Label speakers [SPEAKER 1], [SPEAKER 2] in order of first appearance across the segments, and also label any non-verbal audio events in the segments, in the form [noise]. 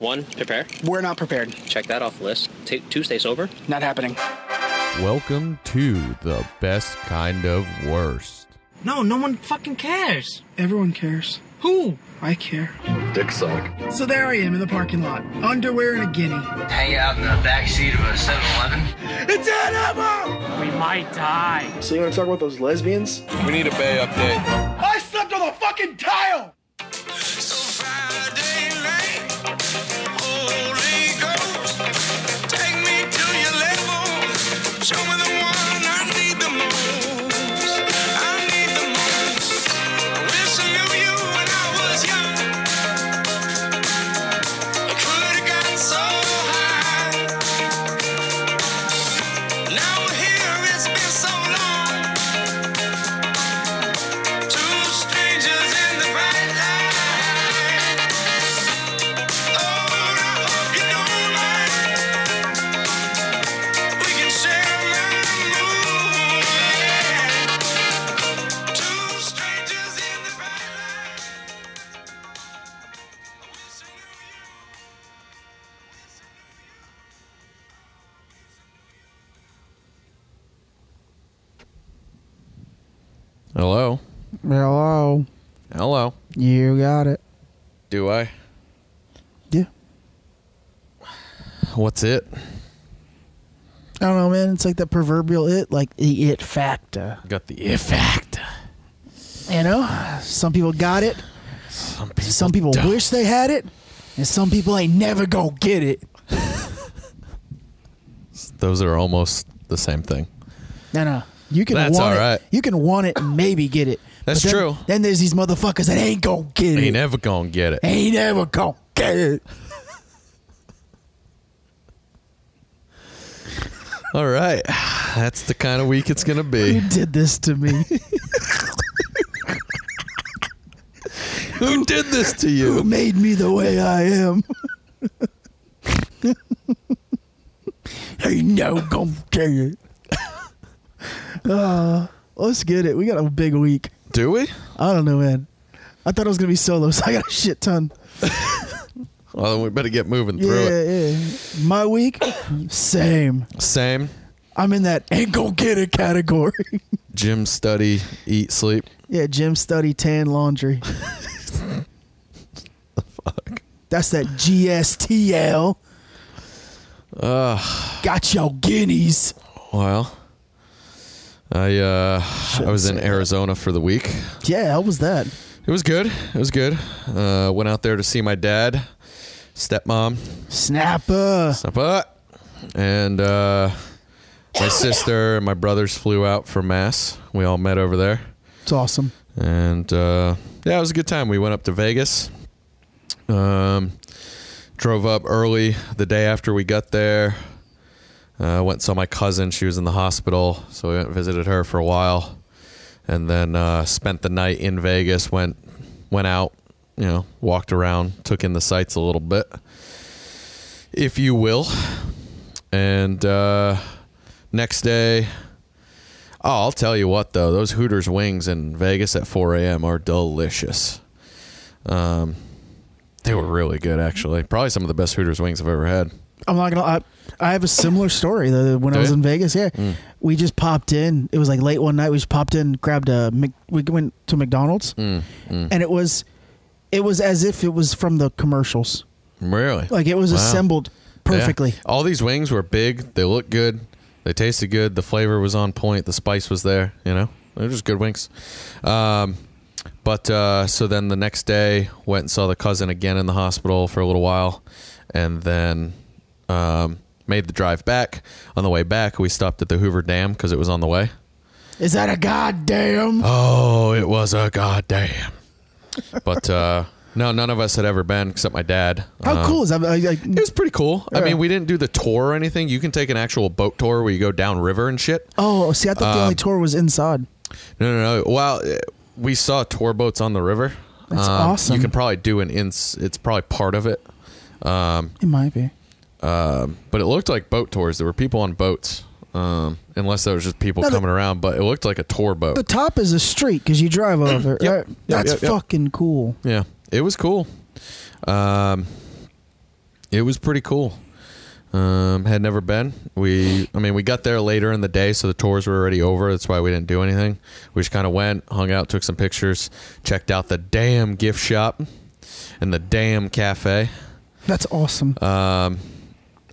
[SPEAKER 1] One, prepare.
[SPEAKER 2] We're not prepared.
[SPEAKER 1] Check that off the list. T- two, stay sober.
[SPEAKER 2] Not happening.
[SPEAKER 3] Welcome to the best kind of worst.
[SPEAKER 4] No, no one fucking cares.
[SPEAKER 2] Everyone cares.
[SPEAKER 4] Who?
[SPEAKER 2] I care.
[SPEAKER 5] Dick suck.
[SPEAKER 2] So there I am in the parking lot, underwear and a guinea.
[SPEAKER 6] hang out in the back seat of a 7-Eleven.
[SPEAKER 4] We might die.
[SPEAKER 5] So you want to talk about those lesbians?
[SPEAKER 7] We need a Bay update.
[SPEAKER 5] I slept on the fucking tile.
[SPEAKER 3] Hello.
[SPEAKER 8] Hello.
[SPEAKER 3] Hello.
[SPEAKER 8] You got it.
[SPEAKER 3] Do I?
[SPEAKER 8] Yeah.
[SPEAKER 3] What's it?
[SPEAKER 8] I don't know, man. It's like that proverbial it, like the it factor.
[SPEAKER 3] Got the effect.
[SPEAKER 8] You know, some people got it.
[SPEAKER 3] Some people,
[SPEAKER 8] Some people
[SPEAKER 3] don't.
[SPEAKER 8] wish they had it, and some people ain't never gonna get it.
[SPEAKER 3] Those are almost the same thing.
[SPEAKER 8] No, no. You can
[SPEAKER 3] That's
[SPEAKER 8] want
[SPEAKER 3] all right.
[SPEAKER 8] it. You can want it and maybe get it.
[SPEAKER 3] That's
[SPEAKER 8] But then-
[SPEAKER 3] true.
[SPEAKER 8] Then there's these motherfuckers that ain't gonna get it.
[SPEAKER 3] Ain't ever gonna get it.
[SPEAKER 8] Ain't ever gonna get it.
[SPEAKER 3] All right. That's the kind of week it's gonna be.
[SPEAKER 8] You did this to me.
[SPEAKER 3] Who did this to
[SPEAKER 8] Who
[SPEAKER 3] you?
[SPEAKER 8] made me the way I am? ain't no gonna get [laughs] it. Uh, let's get it. We got a big week.
[SPEAKER 3] Do we?
[SPEAKER 8] I don't know, man. I thought it was gonna be solo, [laughs] so I got a shit ton.
[SPEAKER 3] Well, then we better get moving through
[SPEAKER 8] Yeah,
[SPEAKER 3] it.
[SPEAKER 8] yeah. My week, [coughs] same.
[SPEAKER 3] Same.
[SPEAKER 8] I'm in that ain't gonna get it category. [laughs]
[SPEAKER 3] Gym, study, eat, sleep.
[SPEAKER 8] Yeah, gym, study,
[SPEAKER 3] [laughs]
[SPEAKER 8] tan, laundry.
[SPEAKER 3] Fuck.
[SPEAKER 8] That's that GSTL. Got your guineas.
[SPEAKER 3] Well, I uh, I was in Arizona for the week.
[SPEAKER 8] Yeah, how was that?
[SPEAKER 3] It was good. It was good. Uh, went out there to see my dad, stepmom,
[SPEAKER 8] Snapper.
[SPEAKER 3] Snappa, and uh, my sister and my brothers flew out for mass. We all met over there,
[SPEAKER 8] It's awesome.
[SPEAKER 3] and uh, yeah, it was a good time. We went up to Vegas. Um, drove up early the day after we got there. Uh, went and saw my cousin. She was in the hospital, so we went and visited her for a while, and then uh, spent the night in Vegas. Went went out, you know, walked around, took in the sights a little bit, if you will. And uh, next day, oh, I'll tell you what though, those Hooters wings in Vegas at 4 a.m. are delicious. Um, they were really good, actually. Probably some of the best Hooters wings I've ever had.
[SPEAKER 8] I'm not gonna. I, I have a similar story though. When
[SPEAKER 3] Do Mm.
[SPEAKER 8] I was
[SPEAKER 3] ya?
[SPEAKER 8] in Vegas, yeah, we just popped in. It was like late one night. We just popped in, grabbed a. Mc- We went to McDonald's,
[SPEAKER 3] Mm,
[SPEAKER 8] and it was, it was as if it was from the commercials.
[SPEAKER 3] Really?
[SPEAKER 8] Like it was
[SPEAKER 3] Wow.
[SPEAKER 8] assembled
[SPEAKER 3] Yeah.
[SPEAKER 8] perfectly.
[SPEAKER 3] All these wings were big. They looked good. They tasted good. The flavor was on point. The spice was there. You know, they're just good wings. Um, but uh, so then the next day, went and saw the cousin again in the hospital for a little while, and then um, made the drive back. On the way back, we stopped at the Hoover Dam because it was on the way.
[SPEAKER 8] Is that a goddamn?
[SPEAKER 3] Oh, it was a goddamn. But uh, no, none of us had ever been except my dad.
[SPEAKER 8] How
[SPEAKER 3] Um,
[SPEAKER 8] cool is that? I, I,
[SPEAKER 3] it was pretty cool. I
[SPEAKER 8] Yeah.
[SPEAKER 3] mean, we didn't do the tour or anything. You can take an actual boat tour where you go down river and shit.
[SPEAKER 8] oh, see, I thought the only
[SPEAKER 3] Uh,
[SPEAKER 8] tour was inside.
[SPEAKER 3] No, no, no. Well, eh, we saw tour boats on the river. Um,
[SPEAKER 8] That's awesome.
[SPEAKER 3] You can probably do an ins. It's probably part of it,
[SPEAKER 8] It might be.
[SPEAKER 3] but it looked like boat tours. There were people on boats, um, unless there was just people
[SPEAKER 8] No, the-
[SPEAKER 3] coming around. But it looked like a tour boat.
[SPEAKER 8] The top is a street because you drive over. it,
[SPEAKER 3] Yep.
[SPEAKER 8] right?
[SPEAKER 3] Yep,
[SPEAKER 8] That's
[SPEAKER 3] yep, yep.
[SPEAKER 8] fucking cool.
[SPEAKER 3] yeah, it was cool. Um, It was pretty cool. Um, had never been. We, I mean, we got there later in the day, so the tours were already over. That's why we didn't do anything. We just kind of went, hung out, took some pictures, checked out the damn gift shop and the damn cafe,
[SPEAKER 8] That's awesome.
[SPEAKER 3] Uh,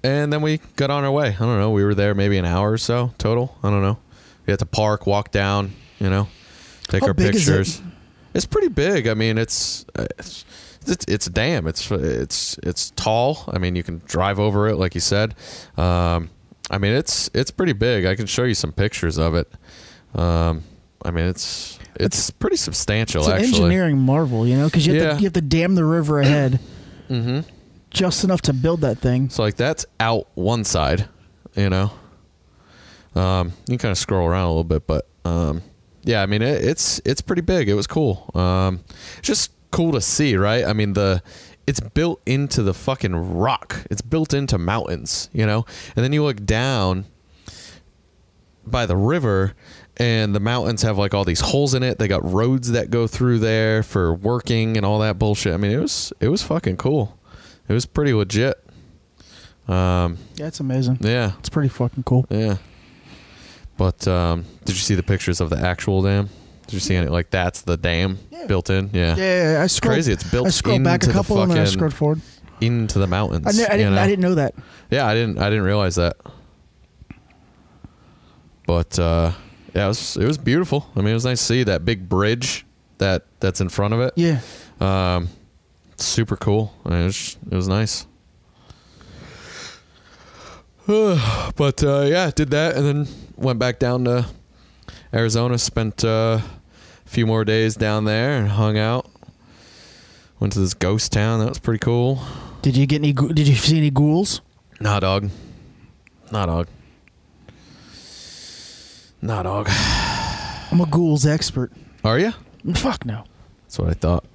[SPEAKER 3] and then we got on our way. I don't know. We were there maybe an hour or so total. I don't know. We had to park, walk down, you know, take
[SPEAKER 8] How
[SPEAKER 3] our
[SPEAKER 8] big is it?
[SPEAKER 3] pictures. It's pretty big. I mean, it's it's it's, it's a dam. It's it's it's tall. I mean, you can drive over it, like you said. Um, I mean, it's it's pretty big. I can show you some pictures of it. Um, I mean, it's it's, pretty substantial,
[SPEAKER 8] it's an
[SPEAKER 3] actually.
[SPEAKER 8] engineering marvel, you know, because you, have
[SPEAKER 3] Yeah. Mm-hmm.
[SPEAKER 8] to you have to dam the river ahead,
[SPEAKER 3] [clears throat]
[SPEAKER 8] just enough to build that thing.
[SPEAKER 3] So like that's out one side, you know. Um, you can kind of scroll around a little bit, but um, yeah, I mean it, it's it's pretty big. It was cool. Um, it's just cool to see, right? I mean the it's built into the fucking rock. It's built into mountains, you know. And then you look down by the river and the mountains have like all these holes in it. They got roads that go through there for working and all that bullshit. I mean, it was it was fucking cool. It was pretty legit.
[SPEAKER 8] Yeah, it's amazing.
[SPEAKER 3] Yeah,
[SPEAKER 8] It's pretty fucking cool.
[SPEAKER 3] yeah. But um, did you see the pictures of the actual dam? Did you see any? Like that's the dam built in. Yeah.
[SPEAKER 8] Yeah, I scrolled.
[SPEAKER 3] Crazy, it's built
[SPEAKER 8] I scrolled back
[SPEAKER 3] into
[SPEAKER 8] a
[SPEAKER 3] the
[SPEAKER 8] couple and then I
[SPEAKER 3] fucking-
[SPEAKER 8] scrolled forward.
[SPEAKER 3] Into the mountains.
[SPEAKER 8] I, kn- I
[SPEAKER 3] you
[SPEAKER 8] didn't.
[SPEAKER 3] know?
[SPEAKER 8] I didn't know that.
[SPEAKER 3] Yeah, I didn't. I didn't realize that. But uh, yeah, it was, it was beautiful. I mean, it was nice to see that big bridge that that's in front of it.
[SPEAKER 8] Yeah,
[SPEAKER 3] Super cool. I mean, it was it was nice. [sighs] but uh, yeah, did that and then went back down to Arizona. Spent uh, a few more days down there and hung out. Went to this ghost town. That was pretty cool.
[SPEAKER 8] Did you get any? ghou- Did you see any ghouls?
[SPEAKER 3] Nah, dog. Nah, dog. Nah, dog.
[SPEAKER 8] I'm a ghouls expert.
[SPEAKER 3] Are you?
[SPEAKER 8] Fuck no.
[SPEAKER 3] That's what I thought.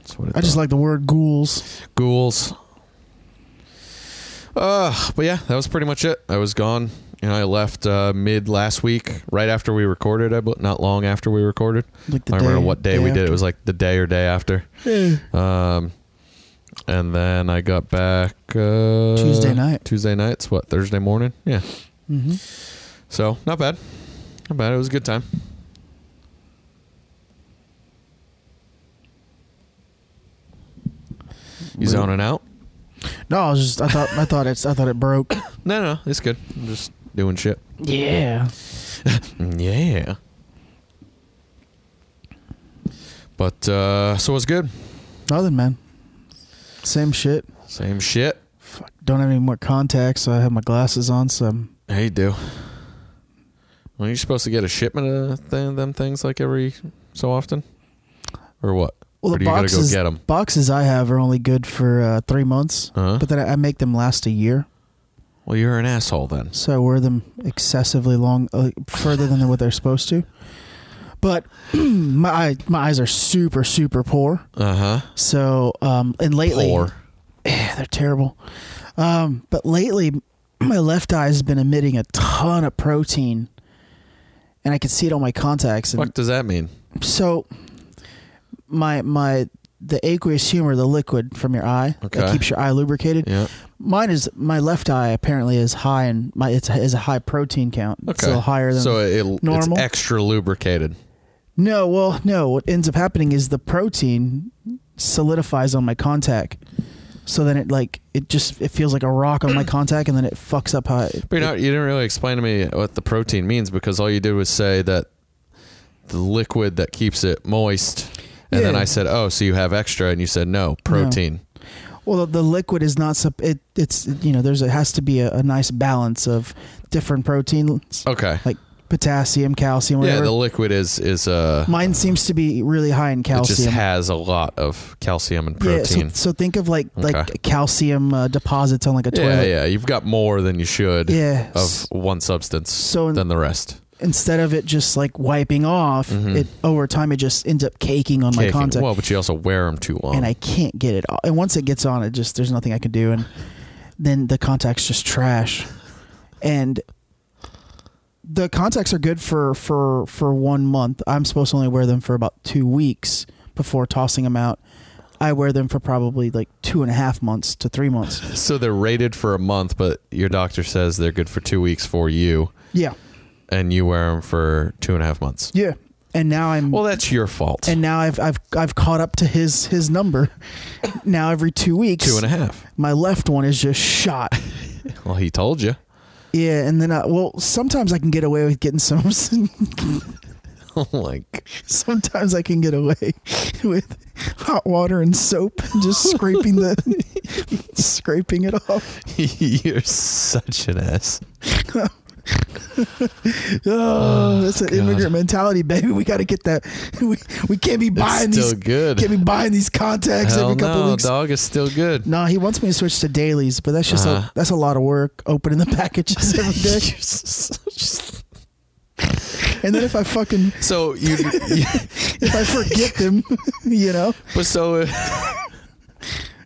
[SPEAKER 3] That's what I,
[SPEAKER 8] I just
[SPEAKER 3] thought.
[SPEAKER 8] like the word ghouls.
[SPEAKER 3] ghouls. Uh, but yeah, that was pretty much it. I was gone. You know, I left uh, mid last week, right after we recorded. I bel- not long after we recorded.
[SPEAKER 8] Like the
[SPEAKER 3] I don't remember
[SPEAKER 8] day-
[SPEAKER 3] what day,
[SPEAKER 8] day
[SPEAKER 3] we did. It
[SPEAKER 8] after.
[SPEAKER 3] was like the day or day after. Um, and then I got back uh,
[SPEAKER 8] Tuesday night.
[SPEAKER 3] Tuesday night's what Thursday morning. Yeah. Mm-hmm. So not bad, not bad. It was a good time. You zoning out?
[SPEAKER 8] No, I was just. I thought. I thought it's. I thought it broke. [coughs]
[SPEAKER 3] No, no, it's good. I'm just doing shit.
[SPEAKER 8] Yeah.
[SPEAKER 3] [laughs] Yeah. But uh so it's good.
[SPEAKER 8] Nothing, man. Same shit.
[SPEAKER 3] Same shit.
[SPEAKER 8] Fuck. Don't have any more contacts. So I have my glasses on. So I'm
[SPEAKER 3] Hey, you do. Well, you supposed to get a shipment of th- them things like every so often, or what?
[SPEAKER 8] Well,
[SPEAKER 3] or do
[SPEAKER 8] the boxes,
[SPEAKER 3] you gotta go get them?
[SPEAKER 8] boxes I have are only good for uh, three months,
[SPEAKER 3] Uh-huh.
[SPEAKER 8] but then I, I make them last a year.
[SPEAKER 3] Well, you're an asshole then.
[SPEAKER 8] So I wear them excessively long, uh, further than what they're supposed to. But [clears throat] my eye- my eyes are super super poor.
[SPEAKER 3] Uh huh.
[SPEAKER 8] So um, and lately
[SPEAKER 3] Poor.
[SPEAKER 8] Yeah, they're terrible. Um, but lately, my left eye has been emitting a ton of protein, and I can see it on my contacts. And
[SPEAKER 3] Fuck does that mean?
[SPEAKER 8] so my my the aqueous humor, the liquid from your eye
[SPEAKER 3] Okay.
[SPEAKER 8] that keeps your eye lubricated.
[SPEAKER 3] Yeah.
[SPEAKER 8] Mine is my left eye apparently is high and my it's is a high protein count.
[SPEAKER 3] Okay.
[SPEAKER 8] So higher than
[SPEAKER 3] so it, it-
[SPEAKER 8] normal.
[SPEAKER 3] It's extra lubricated.
[SPEAKER 8] no, well, no. What ends up happening is the protein solidifies on my contact. So then it like it just it feels like a
[SPEAKER 3] [clears throat]
[SPEAKER 8] rock on my contact and then it fucks up how it,
[SPEAKER 3] But you're not, you didn't really explain to me what the protein means because all you did was say that the liquid that keeps it moist, and then
[SPEAKER 8] Yeah.
[SPEAKER 3] I said, "Oh, so you have extra," and you said, "No, protein."
[SPEAKER 8] Well, the liquid is not sup- it. It's you know there's it has to be a, a nice balance of different proteins.
[SPEAKER 3] Okay.
[SPEAKER 8] Like potassium, calcium,
[SPEAKER 3] yeah,
[SPEAKER 8] whatever.
[SPEAKER 3] the liquid is is uh,
[SPEAKER 8] Mine seems to be really high in
[SPEAKER 3] it
[SPEAKER 8] calcium.
[SPEAKER 3] just has a lot of calcium and
[SPEAKER 8] Yeah, so,
[SPEAKER 3] protein.
[SPEAKER 8] so think of like
[SPEAKER 3] Okay.
[SPEAKER 8] like calcium uh, deposits on like a
[SPEAKER 3] Yeah,
[SPEAKER 8] toilet.
[SPEAKER 3] yeah. You've got more than you should
[SPEAKER 8] Yeah.
[SPEAKER 3] of one substance
[SPEAKER 8] So in-
[SPEAKER 3] than the rest.
[SPEAKER 8] Instead of it just like wiping off,
[SPEAKER 3] Mm-hmm.
[SPEAKER 8] it over time it just ends up caking on my
[SPEAKER 3] Taking-
[SPEAKER 8] contact,
[SPEAKER 3] Well, but you also wear them too long.
[SPEAKER 8] and I can't get it. off. And once it gets on, it just there's nothing I can do, and then the contacts just trash. And the contacts are good for for for one month. I'm supposed to only wear them for about two weeks before tossing them out. I wear them for probably like two and a half months to three months.
[SPEAKER 3] [laughs] So they're rated for a month, but your doctor says they're good for two weeks for you,
[SPEAKER 8] Yeah,
[SPEAKER 3] and you wear them for two and a half months.
[SPEAKER 8] yeah. And now I'm
[SPEAKER 3] Well, that's your fault.
[SPEAKER 8] and now I've I've I've caught up to his his number. [laughs] now every two weeks,
[SPEAKER 3] two and a half.
[SPEAKER 8] my left one is just shot.
[SPEAKER 3] Well, he told you. [laughs]
[SPEAKER 8] Yeah, and then I, well, sometimes I can get away with getting some. [laughs]
[SPEAKER 3] like, [laughs]
[SPEAKER 8] sometimes I can get away [laughs] with hot water and soap
[SPEAKER 3] [laughs]
[SPEAKER 8] and just scraping the [laughs] scraping it off.
[SPEAKER 3] Oh, you're such an ass.
[SPEAKER 8] Oh, that's an
[SPEAKER 3] God.
[SPEAKER 8] immigrant mentality, baby. We got to get that. [laughs] We, we can't be buying
[SPEAKER 3] still
[SPEAKER 8] these.
[SPEAKER 3] good.
[SPEAKER 8] Can't be buying these contacts
[SPEAKER 3] Hell
[SPEAKER 8] every couple
[SPEAKER 3] no,
[SPEAKER 8] weeks.
[SPEAKER 3] dog is still good.
[SPEAKER 8] No, he wants me to switch to dailies, but that's just
[SPEAKER 3] Uh-huh.
[SPEAKER 8] a, that's a lot of work opening the packages every day.
[SPEAKER 3] [laughs]
[SPEAKER 8] and then if I fucking
[SPEAKER 3] [laughs] So you, you
[SPEAKER 8] if I forget them, [laughs] you know,
[SPEAKER 3] but so uh,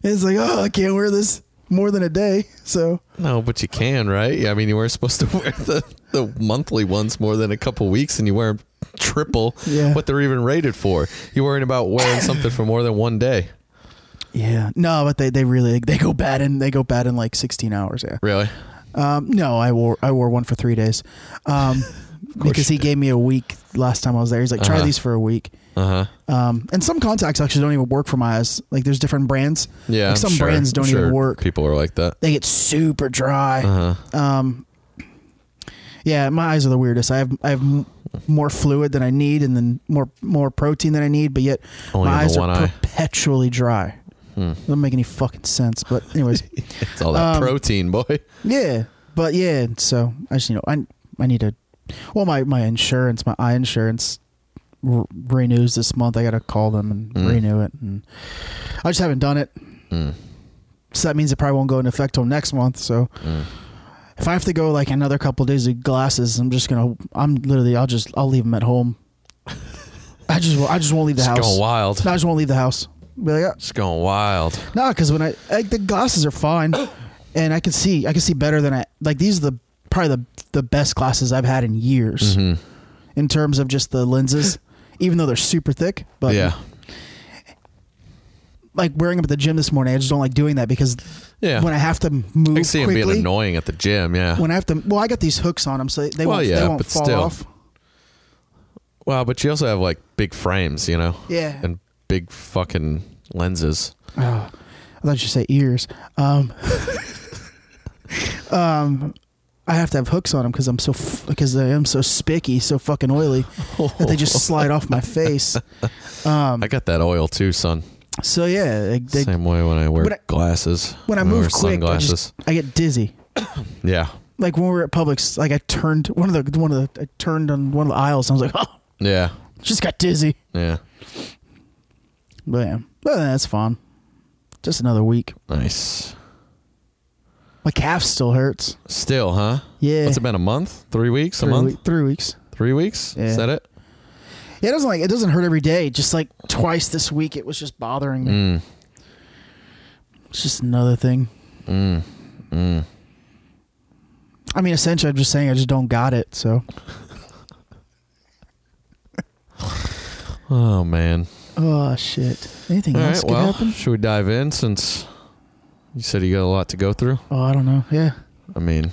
[SPEAKER 8] it's like oh I can't wear this more than a day. So
[SPEAKER 3] no, but you can, right? I mean, you weren't supposed to [laughs] wear the the monthly ones more than a couple weeks, and you wear 'em triple
[SPEAKER 8] Yeah.
[SPEAKER 3] what they're even rated for. You're worrying about wearing something for more than one day.
[SPEAKER 8] yeah, no, but they they really they go bad in they go bad in like sixteen hours. Yeah,
[SPEAKER 3] Really?
[SPEAKER 8] um, no, I wore I wore one for three days,
[SPEAKER 3] [laughs]
[SPEAKER 8] um, because he gave me a week last time I was there. He's like try
[SPEAKER 3] Uh-huh.
[SPEAKER 8] these for a week.
[SPEAKER 3] Uh huh.
[SPEAKER 8] Um, and some contacts actually don't even work for my eyes. Like there's different brands.
[SPEAKER 3] Yeah.
[SPEAKER 8] Like
[SPEAKER 3] I'm
[SPEAKER 8] some
[SPEAKER 3] sure-
[SPEAKER 8] brands don't
[SPEAKER 3] I'm sure
[SPEAKER 8] even work.
[SPEAKER 3] People are like that.
[SPEAKER 8] They get super dry.
[SPEAKER 3] Uh-huh.
[SPEAKER 8] Um, yeah, my eyes are the weirdest. I have I have m- more fluid than I need, and then more more protein than I need, but yet
[SPEAKER 3] Only in
[SPEAKER 8] my
[SPEAKER 3] the
[SPEAKER 8] eyes are
[SPEAKER 3] one eye. Hmm.
[SPEAKER 8] perpetually dry. Doesn't make any fucking sense. But
[SPEAKER 3] [laughs]
[SPEAKER 8] anyways,
[SPEAKER 3] It's all that
[SPEAKER 8] Um,
[SPEAKER 3] protein, boy.
[SPEAKER 8] yeah, but yeah. So I just you know I I need to. Well, my my insurance, my eye insurance r- renews this month. I got to call them and
[SPEAKER 3] Mm.
[SPEAKER 8] renew it, and I just haven't done it. So that means it probably won't go into effect till next month. So
[SPEAKER 3] Mm.
[SPEAKER 8] if I have to go like another couple days of glasses, I'm just gonna. I'm literally. I'll just. I'll leave them at
[SPEAKER 3] [laughs]
[SPEAKER 8] home. I just. won't- I just won't leave the
[SPEAKER 3] It's
[SPEAKER 8] house.
[SPEAKER 3] going wild.
[SPEAKER 8] No, I just won't leave the house. Be like, "Ah,
[SPEAKER 3] It's going wild.
[SPEAKER 8] no, because when I like the glasses are
[SPEAKER 3] [coughs]
[SPEAKER 8] fine, and I can see I can see better than I like. These are the probably the the best glasses I've had in years,
[SPEAKER 3] Mm-hmm.
[SPEAKER 8] in terms of just the lenses, even though they're super thick. But
[SPEAKER 3] yeah.
[SPEAKER 8] like wearing them at the gym this morning, I just don't like doing that because
[SPEAKER 3] Yeah.
[SPEAKER 8] when I have to move
[SPEAKER 3] I can see him
[SPEAKER 8] quickly,
[SPEAKER 3] being annoying at the gym. Yeah.
[SPEAKER 8] when I have to, well, I got these hooks on them, so they
[SPEAKER 3] Well,
[SPEAKER 8] won't
[SPEAKER 3] yeah,
[SPEAKER 8] they won't
[SPEAKER 3] but
[SPEAKER 8] fall
[SPEAKER 3] still.
[SPEAKER 8] off.
[SPEAKER 3] Wow, but you also have like big frames, you know?
[SPEAKER 8] Yeah.
[SPEAKER 3] And big fucking lenses.
[SPEAKER 8] I thought you say ears. Um, um, [laughs] I have to have hooks on them because I'm so because I am so spicky, so fucking oily that
[SPEAKER 3] [laughs]
[SPEAKER 8] they just slide off my face.
[SPEAKER 3] I got that oil too, son.
[SPEAKER 8] So yeah, they, Um, they,
[SPEAKER 3] Same way when I wear
[SPEAKER 8] When I-
[SPEAKER 3] glasses.
[SPEAKER 8] when I
[SPEAKER 3] wear
[SPEAKER 8] move quick, I,
[SPEAKER 3] sunglasses.
[SPEAKER 8] just, I get dizzy.
[SPEAKER 3] yeah.
[SPEAKER 8] Like when we were at Publix, like I turned one of the one of the I turned on one of the aisles, and I was like, [laughs] oh,
[SPEAKER 3] Yeah.
[SPEAKER 8] just got dizzy.
[SPEAKER 3] Yeah.
[SPEAKER 8] But yeah, but that's fun. Just another week.
[SPEAKER 3] Nice.
[SPEAKER 8] My calf still hurts.
[SPEAKER 3] Still, huh?
[SPEAKER 8] Yeah.
[SPEAKER 3] What's it been? A month? Three weeks?
[SPEAKER 8] Three,
[SPEAKER 3] a month?
[SPEAKER 8] wee- three weeks.
[SPEAKER 3] Three weeks?
[SPEAKER 8] Yeah.
[SPEAKER 3] Is that it?
[SPEAKER 8] Yeah, it doesn't like it doesn't hurt every day. Just like twice this week, it was just bothering me.
[SPEAKER 3] Mm.
[SPEAKER 8] It's just another thing.
[SPEAKER 3] Mm.
[SPEAKER 8] I mean, essentially, I'm just saying I just don't got it. So,
[SPEAKER 3] Oh man.
[SPEAKER 8] oh shit. Anything
[SPEAKER 3] All
[SPEAKER 8] else
[SPEAKER 3] right.
[SPEAKER 8] could
[SPEAKER 3] Well,
[SPEAKER 8] happen?
[SPEAKER 3] should we dive in since you said you got a lot to go through?
[SPEAKER 8] Oh, I don't know. Yeah,
[SPEAKER 3] I mean,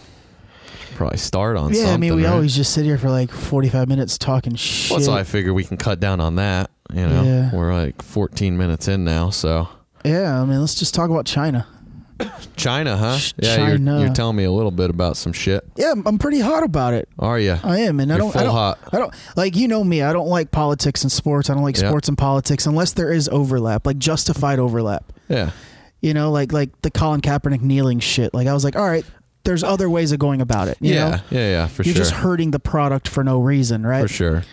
[SPEAKER 3] should probably start on
[SPEAKER 8] yeah.
[SPEAKER 3] something.
[SPEAKER 8] I mean, we
[SPEAKER 3] right?
[SPEAKER 8] always just sit here for like 45 minutes talking shit.
[SPEAKER 3] Well, so I figure we can cut down on that. You know,
[SPEAKER 8] Yeah.
[SPEAKER 3] we're like 14 minutes in now, so
[SPEAKER 8] yeah, I mean, let's just talk about China.
[SPEAKER 3] China, huh?
[SPEAKER 8] Sh-
[SPEAKER 3] yeah, You're,
[SPEAKER 8] China.
[SPEAKER 3] you're telling me a little bit about some shit.
[SPEAKER 8] Yeah, I'm- I'm pretty hot about it.
[SPEAKER 3] Are you?
[SPEAKER 8] I am, and I
[SPEAKER 3] You're
[SPEAKER 8] don't,
[SPEAKER 3] full
[SPEAKER 8] I don't,
[SPEAKER 3] hot.
[SPEAKER 8] I don't like you know me. I don't like politics and sports. I don't like
[SPEAKER 3] Yeah.
[SPEAKER 8] sports and politics unless there is overlap, like justified overlap.
[SPEAKER 3] Yeah.
[SPEAKER 8] You know, like like the Colin Kaepernick kneeling shit. Like I was like, all right, there's other ways of going about it. You
[SPEAKER 3] yeah.
[SPEAKER 8] know?
[SPEAKER 3] yeah. Yeah. For
[SPEAKER 8] you're
[SPEAKER 3] sure.
[SPEAKER 8] just hurting the product for no reason, right?
[SPEAKER 3] for sure.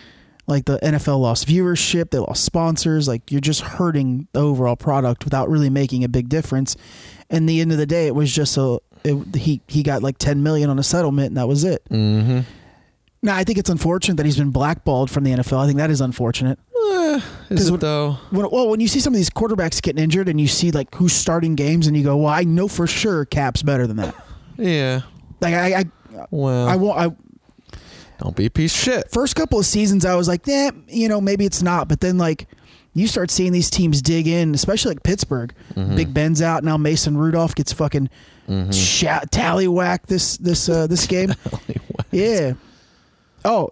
[SPEAKER 8] Like the NFL lost viewership, they lost sponsors. Like you're just hurting the overall product without really making a big difference. And the end of the day, it was just a it, he he got like 10 million on a settlement, and that was it. Mm-hmm. Now I think it's unfortunate that he's been blackballed from the NFL. I think that is unfortunate.
[SPEAKER 3] Is it though?
[SPEAKER 8] When, well, when you see some of these quarterbacks getting injured, and you see like who's starting games, and you go, "Well, I know for sure Cap's better than that."
[SPEAKER 3] Yeah.
[SPEAKER 8] Like I, I,
[SPEAKER 3] Well,
[SPEAKER 8] I won't. I
[SPEAKER 3] don't be a piece of shit.
[SPEAKER 8] first couple of seasons, I was like, yeah, you know, maybe it's not. But then like you start seeing these teams dig in, especially like Pittsburgh. Big Ben's out now. Mason Rudolph gets fucking shout, tallywhack this this uh, this game. yeah. Oh,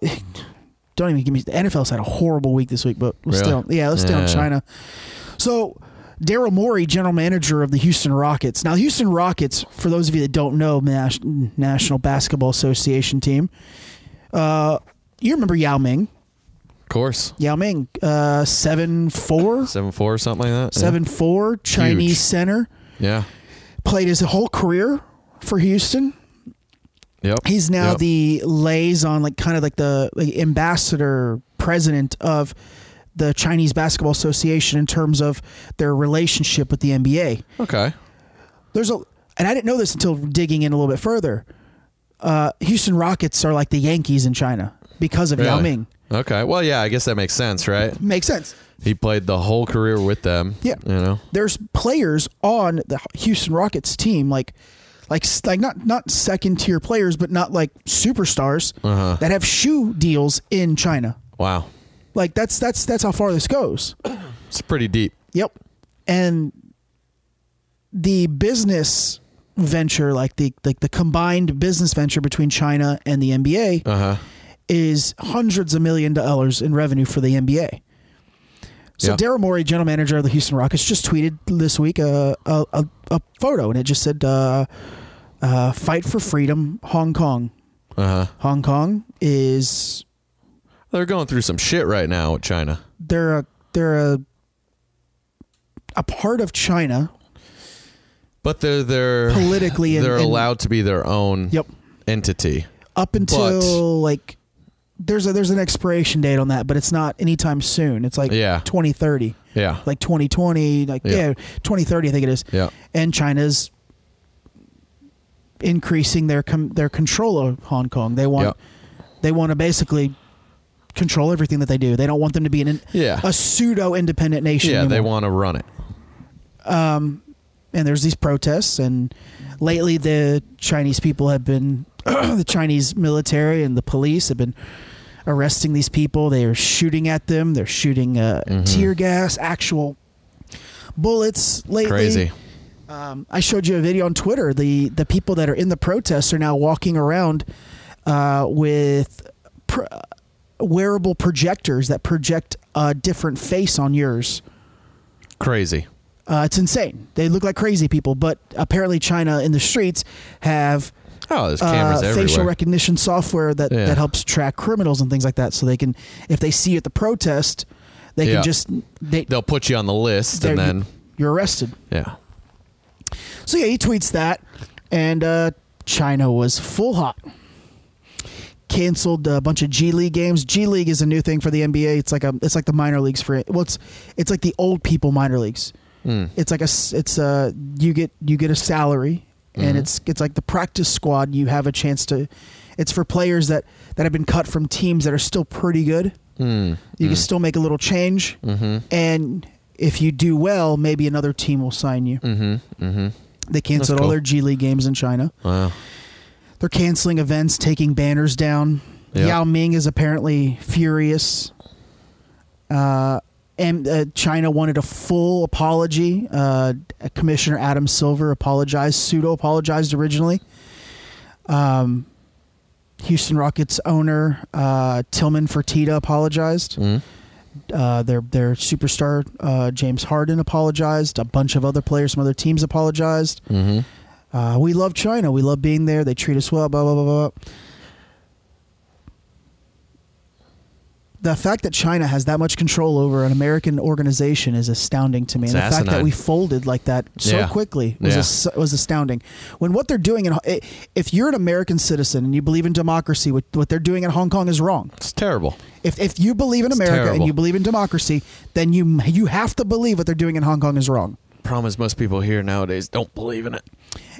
[SPEAKER 8] don't even give me the NFL's had a horrible week this week, but let's stay
[SPEAKER 3] Really?
[SPEAKER 8] on, yeah, let's stay
[SPEAKER 3] Yeah.
[SPEAKER 8] on China. So Daryl Morey, general manager of the Houston Rockets. Now, the Houston Rockets, for those of you that don't know, Nas- National Basketball Association team. Uh, you remember Yao Ming?
[SPEAKER 3] Of course.
[SPEAKER 8] Yao Ming, uh, seven four,
[SPEAKER 3] Seven four or something like that. yeah.
[SPEAKER 8] seven four, Chinese
[SPEAKER 3] Huge.
[SPEAKER 8] center.
[SPEAKER 3] Yeah.
[SPEAKER 8] Played his whole career for Houston.
[SPEAKER 3] Yep.
[SPEAKER 8] He's now
[SPEAKER 3] Yep.
[SPEAKER 8] the liaison, like kind of like the like ambassador president of the Chinese Basketball Association in terms of their relationship with the NBA.
[SPEAKER 3] Okay.
[SPEAKER 8] There's a, and I didn't know this until digging in a little bit further. Uh, Houston Rockets are like the Yankees in China because of Yao
[SPEAKER 3] Really?
[SPEAKER 8] Ming.
[SPEAKER 3] Okay. Well, yeah, I guess that makes sense, right?
[SPEAKER 8] Makes sense.
[SPEAKER 3] He played the whole career with them.
[SPEAKER 8] Yeah.
[SPEAKER 3] You know?
[SPEAKER 8] there's players on the Houston Rockets team, like, like, like not not second tier players, but not like superstars that have shoe deals in China.
[SPEAKER 3] Wow.
[SPEAKER 8] Like that's that's that's how far this goes.
[SPEAKER 3] It's pretty deep.
[SPEAKER 8] Yep. And the business venture, like the like the combined business venture between China and the NBA, is hundreds of million dollars in revenue for the NBA. So
[SPEAKER 3] Yeah.
[SPEAKER 8] Daryl Morey, general manager of the Houston Rockets, just tweeted this week a a, a, a photo, and it just said, uh, uh, "Fight for freedom, Hong Kong."
[SPEAKER 3] Uh huh.
[SPEAKER 8] Hong Kong is
[SPEAKER 3] They're going through some shit right now with China.
[SPEAKER 8] they're a they're a a part of China
[SPEAKER 3] But they're they're
[SPEAKER 8] Politically and-
[SPEAKER 3] they're
[SPEAKER 8] and-
[SPEAKER 3] allowed to be their own
[SPEAKER 8] Yep.
[SPEAKER 3] entity.
[SPEAKER 8] up until like there's a there's an expiration date on that, but it's not anytime soon. It's like
[SPEAKER 3] Yeah.
[SPEAKER 8] 2030.
[SPEAKER 3] Yeah.
[SPEAKER 8] Like 2020, like yeah.
[SPEAKER 3] Yeah.
[SPEAKER 8] 2030 I think it is.
[SPEAKER 3] Yeah.
[SPEAKER 8] And China's increasing their com- their control of Hong Kong. They want they want to basically control everything that they do. They don't want them to be an,
[SPEAKER 3] Yeah.
[SPEAKER 8] a pseudo independent nation.
[SPEAKER 3] yeah, they
[SPEAKER 8] anymore.
[SPEAKER 3] want to run it.
[SPEAKER 8] and there's these protests and lately the chinese people have been [clears throat] the chinese military and the police have been arresting these people they are shooting at them they're shooting uh, tear gas actual bullets lately
[SPEAKER 3] Crazy.
[SPEAKER 8] i showed you a video on twitter the the people that are in the protests are now walking around uh, with pr- wearable projectors that project a different face on yours
[SPEAKER 3] Crazy.
[SPEAKER 8] uh, it's insane. They look like crazy people, but apparently China in the streets have
[SPEAKER 3] Oh, there's
[SPEAKER 8] uh,
[SPEAKER 3] cameras everywhere.
[SPEAKER 8] facial recognition software that,
[SPEAKER 3] Yeah.
[SPEAKER 8] that helps track criminals and things like that. So they can, if they see you at the protest, they
[SPEAKER 3] Yeah.
[SPEAKER 8] can just they
[SPEAKER 3] They'll put you on the list
[SPEAKER 8] they're-
[SPEAKER 3] and then
[SPEAKER 8] you're arrested.
[SPEAKER 3] yeah.
[SPEAKER 8] So yeah, he tweets that, and uh, China was full hot. Canceled a bunch of G League games. G League is a new thing for the NBA. It's like a, it's like the minor leagues for it. Well, it's it's like the old people minor leagues. It's like a, s- it's a you get you get a salary, and it's it's like the practice squad. You have a chance to. It's for players that that have been cut from teams that are still pretty good. You can still make a little change, and if you do well, maybe another team will sign you. They canceled all
[SPEAKER 3] cool.
[SPEAKER 8] their G League games in China.
[SPEAKER 3] Wow.
[SPEAKER 8] They're canceling events, taking banners down.
[SPEAKER 3] Yeah.
[SPEAKER 8] Yao Ming is apparently furious. Uh, and uh, China wanted a full apology. Uh, Commissioner Adam Silver apologized, pseudo apologized originally. Um, Houston Rockets owner uh, Tillman Fertitta apologized. Uh, their their superstar uh, James Harden apologized. A bunch of other players from other teams apologized
[SPEAKER 3] Mm-hmm.
[SPEAKER 8] uh, we love China. We love being there. They treat us well. Blah blah blah blah. The fact that China has that much control over an American organization is astounding to me,
[SPEAKER 3] It's
[SPEAKER 8] and the fact that
[SPEAKER 3] asinine.
[SPEAKER 8] we folded like that so
[SPEAKER 3] Yeah.
[SPEAKER 8] quickly was
[SPEAKER 3] Yeah.
[SPEAKER 8] as- was astounding. When what they're doing in i- if you're an American citizen and you believe in democracy, what, what they're doing in Hong Kong is wrong.
[SPEAKER 3] It's terrible.
[SPEAKER 8] If if you believe in America and
[SPEAKER 3] terrible.
[SPEAKER 8] you believe in democracy, then you you have to believe what they're doing in Hong Kong is wrong.
[SPEAKER 3] Problem is most people here nowadays don't believe in it.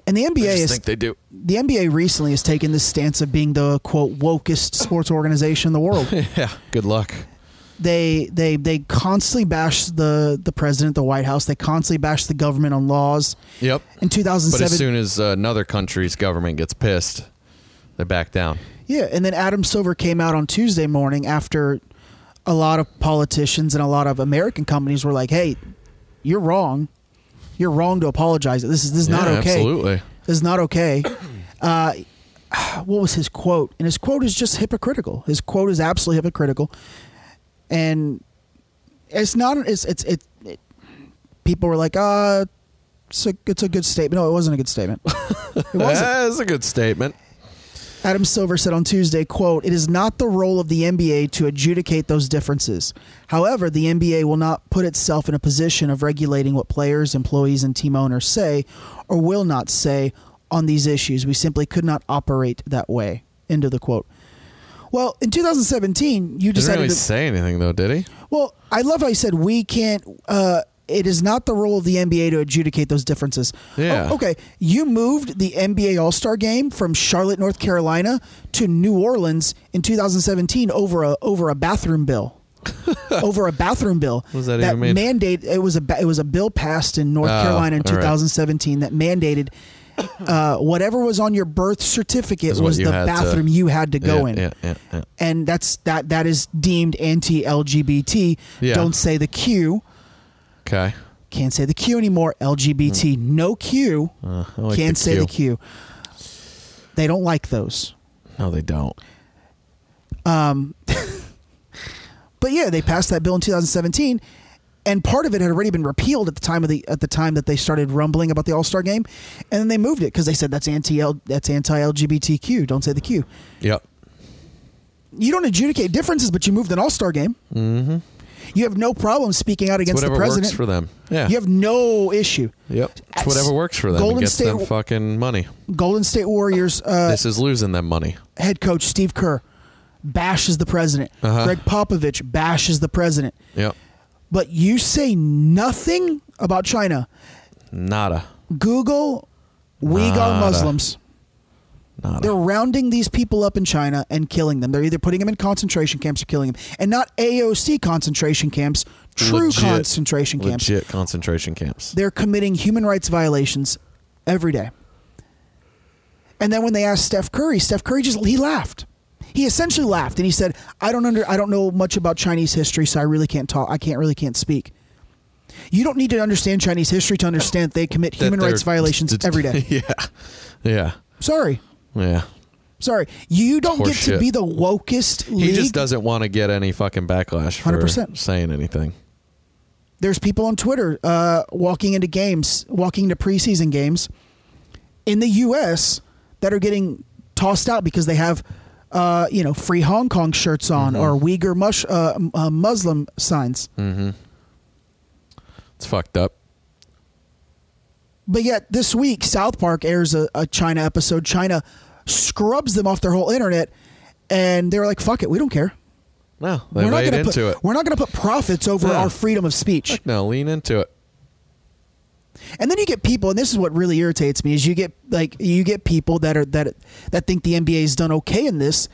[SPEAKER 8] And the
[SPEAKER 3] I
[SPEAKER 8] NBA
[SPEAKER 3] just
[SPEAKER 8] is
[SPEAKER 3] think they do.
[SPEAKER 8] the NBA recently has taken this stance of being the quote wokest sports organization in
[SPEAKER 3] [laughs]
[SPEAKER 8] the world.
[SPEAKER 3] Yeah. Good luck.
[SPEAKER 8] they they they constantly bash the the president, the White House. They constantly bash the government on laws.
[SPEAKER 3] Yep.
[SPEAKER 8] In
[SPEAKER 3] But
[SPEAKER 8] 2007,
[SPEAKER 3] as soon as uh, another country's government gets pissed, they back down.
[SPEAKER 8] yeah, and then Adam Silver came out on Tuesday morning after a lot of politicians and a lot of American companies were like, "Hey, you're wrong. You're wrong to apologize. This is this is not
[SPEAKER 3] Yeah,
[SPEAKER 8] okay.
[SPEAKER 3] Absolutely.
[SPEAKER 8] This is not
[SPEAKER 3] [clears throat]
[SPEAKER 8] okay." Uh, what was his quote? And his quote is just hypocritical. His quote is absolutely hypocritical, and it's not. It's it's it. it people were like, "Uh, it's a it's a good statement." No, it wasn't a good statement. it wasn't.
[SPEAKER 3] That's a good statement.
[SPEAKER 8] Adam Silver said on Tuesday, quote, "It is not the role of the NBA to adjudicate those differences. However, the NBA will not put itself in a position of regulating what players, employees, and team owners say or will not say on these issues. We simply could not operate that way." End of the quote. Well, in 2017, you
[SPEAKER 3] Didn't
[SPEAKER 8] decided
[SPEAKER 3] really
[SPEAKER 8] to
[SPEAKER 3] say anything though, did he?
[SPEAKER 8] well, I love how you said we can't. Uh, it is not the role of the NBA to adjudicate those differences.
[SPEAKER 3] Yeah.
[SPEAKER 8] Oh, okay. You moved the NBA All Star Game from Charlotte, North Carolina, to New Orleans in 2017 over a over a
[SPEAKER 3] [laughs]
[SPEAKER 8] bathroom bill. over a bathroom bill.
[SPEAKER 3] does
[SPEAKER 8] What
[SPEAKER 3] that even mean?
[SPEAKER 8] Mandate. It was a ba- it was a bill passed in North
[SPEAKER 3] Oh,
[SPEAKER 8] Carolina in
[SPEAKER 3] all right.
[SPEAKER 8] 2017 that mandated. Uh, whatever was on your birth certificate
[SPEAKER 3] Is what
[SPEAKER 8] was
[SPEAKER 3] you
[SPEAKER 8] the
[SPEAKER 3] had to-
[SPEAKER 8] bathroom you had to go
[SPEAKER 3] Yeah,
[SPEAKER 8] in
[SPEAKER 3] yeah, yeah, yeah.
[SPEAKER 8] and that's that that is deemed anti-LGBT.
[SPEAKER 3] Yeah.
[SPEAKER 8] Don't say the Q.
[SPEAKER 3] Okay.
[SPEAKER 8] Can't say the Q anymore. LGBT. No Q.
[SPEAKER 3] Mm. Uh, I like
[SPEAKER 8] Can't
[SPEAKER 3] the
[SPEAKER 8] say
[SPEAKER 3] Q.
[SPEAKER 8] the Q. They don't like those.
[SPEAKER 3] No, they don't.
[SPEAKER 8] But yeah, they passed that bill in 2017, and part of it had already been repealed at the time of the at the time that they started rumbling about the All Star Game, and then they moved it because they said that's anti that's anti LGBTQ. Don't say the Q.
[SPEAKER 3] Yep.
[SPEAKER 8] You don't adjudicate differences, but you moved an All Star Game. Mm-hmm. You have no problem speaking out against the
[SPEAKER 3] whatever
[SPEAKER 8] president.
[SPEAKER 3] works for them. Yeah.
[SPEAKER 8] You have no issue.
[SPEAKER 3] Yep. It's whatever works for them.
[SPEAKER 8] Golden
[SPEAKER 3] it gets them
[SPEAKER 8] State-
[SPEAKER 3] fucking money.
[SPEAKER 8] Golden State Warriors uh,
[SPEAKER 3] This is losing them money.
[SPEAKER 8] head coach Steve Kerr bashes the president.
[SPEAKER 3] Uh-huh.
[SPEAKER 8] Greg Popovich bashes the president.
[SPEAKER 3] Yep.
[SPEAKER 8] But you say nothing about China.
[SPEAKER 3] Nada.
[SPEAKER 8] Google Uyghur
[SPEAKER 3] Nada.
[SPEAKER 8] Muslims.
[SPEAKER 3] Nada.
[SPEAKER 8] They're rounding these people up in China and killing them. They're either putting them in concentration camps or killing them. And not AOC concentration camps, true
[SPEAKER 3] Legit-
[SPEAKER 8] concentration camps.
[SPEAKER 3] Legit concentration camps.
[SPEAKER 8] they're committing human rights violations every day. And then when they asked Steph Curry, Steph Curry just he laughed. He essentially laughed and he said, "I don't under I don't know much about Chinese history, so I really can't talk. I can't really can't speak." You don't need to understand Chinese history to understand they commit
[SPEAKER 3] That
[SPEAKER 8] human
[SPEAKER 3] they're- [laughs]
[SPEAKER 8] rights violations every day.
[SPEAKER 3] yeah. Yeah.
[SPEAKER 8] Sorry.
[SPEAKER 3] Yeah.
[SPEAKER 8] Sorry. You don't
[SPEAKER 3] Horse
[SPEAKER 8] get to
[SPEAKER 3] shit.
[SPEAKER 8] be the wokest
[SPEAKER 3] He
[SPEAKER 8] league.
[SPEAKER 3] just doesn't want to get any fucking backlash for
[SPEAKER 8] 100%.
[SPEAKER 3] saying anything.
[SPEAKER 8] there's people on Twitter uh, walking into games, walking into preseason games in the U.S. that are getting tossed out because they have, uh, you know, free Hong Kong shirts on
[SPEAKER 3] Mm-hmm.
[SPEAKER 8] or Uyghur mush, uh, m- uh, Muslim signs.
[SPEAKER 3] Mm. It's fucked up.
[SPEAKER 8] But yet this week, South Park airs a, a China episode. China scrubs them off their whole internet, and they were like, "Fuck it, we don't care.
[SPEAKER 3] No, they
[SPEAKER 8] we're not
[SPEAKER 3] laid
[SPEAKER 8] gonna
[SPEAKER 3] into
[SPEAKER 8] put
[SPEAKER 3] it.
[SPEAKER 8] we're not going to put profits over
[SPEAKER 3] No.
[SPEAKER 8] our freedom of speech."
[SPEAKER 3] No, lean into it.
[SPEAKER 8] And then you get people, and this is what really irritates me: is you get like you get people that are that that think the NBA's done okay in this,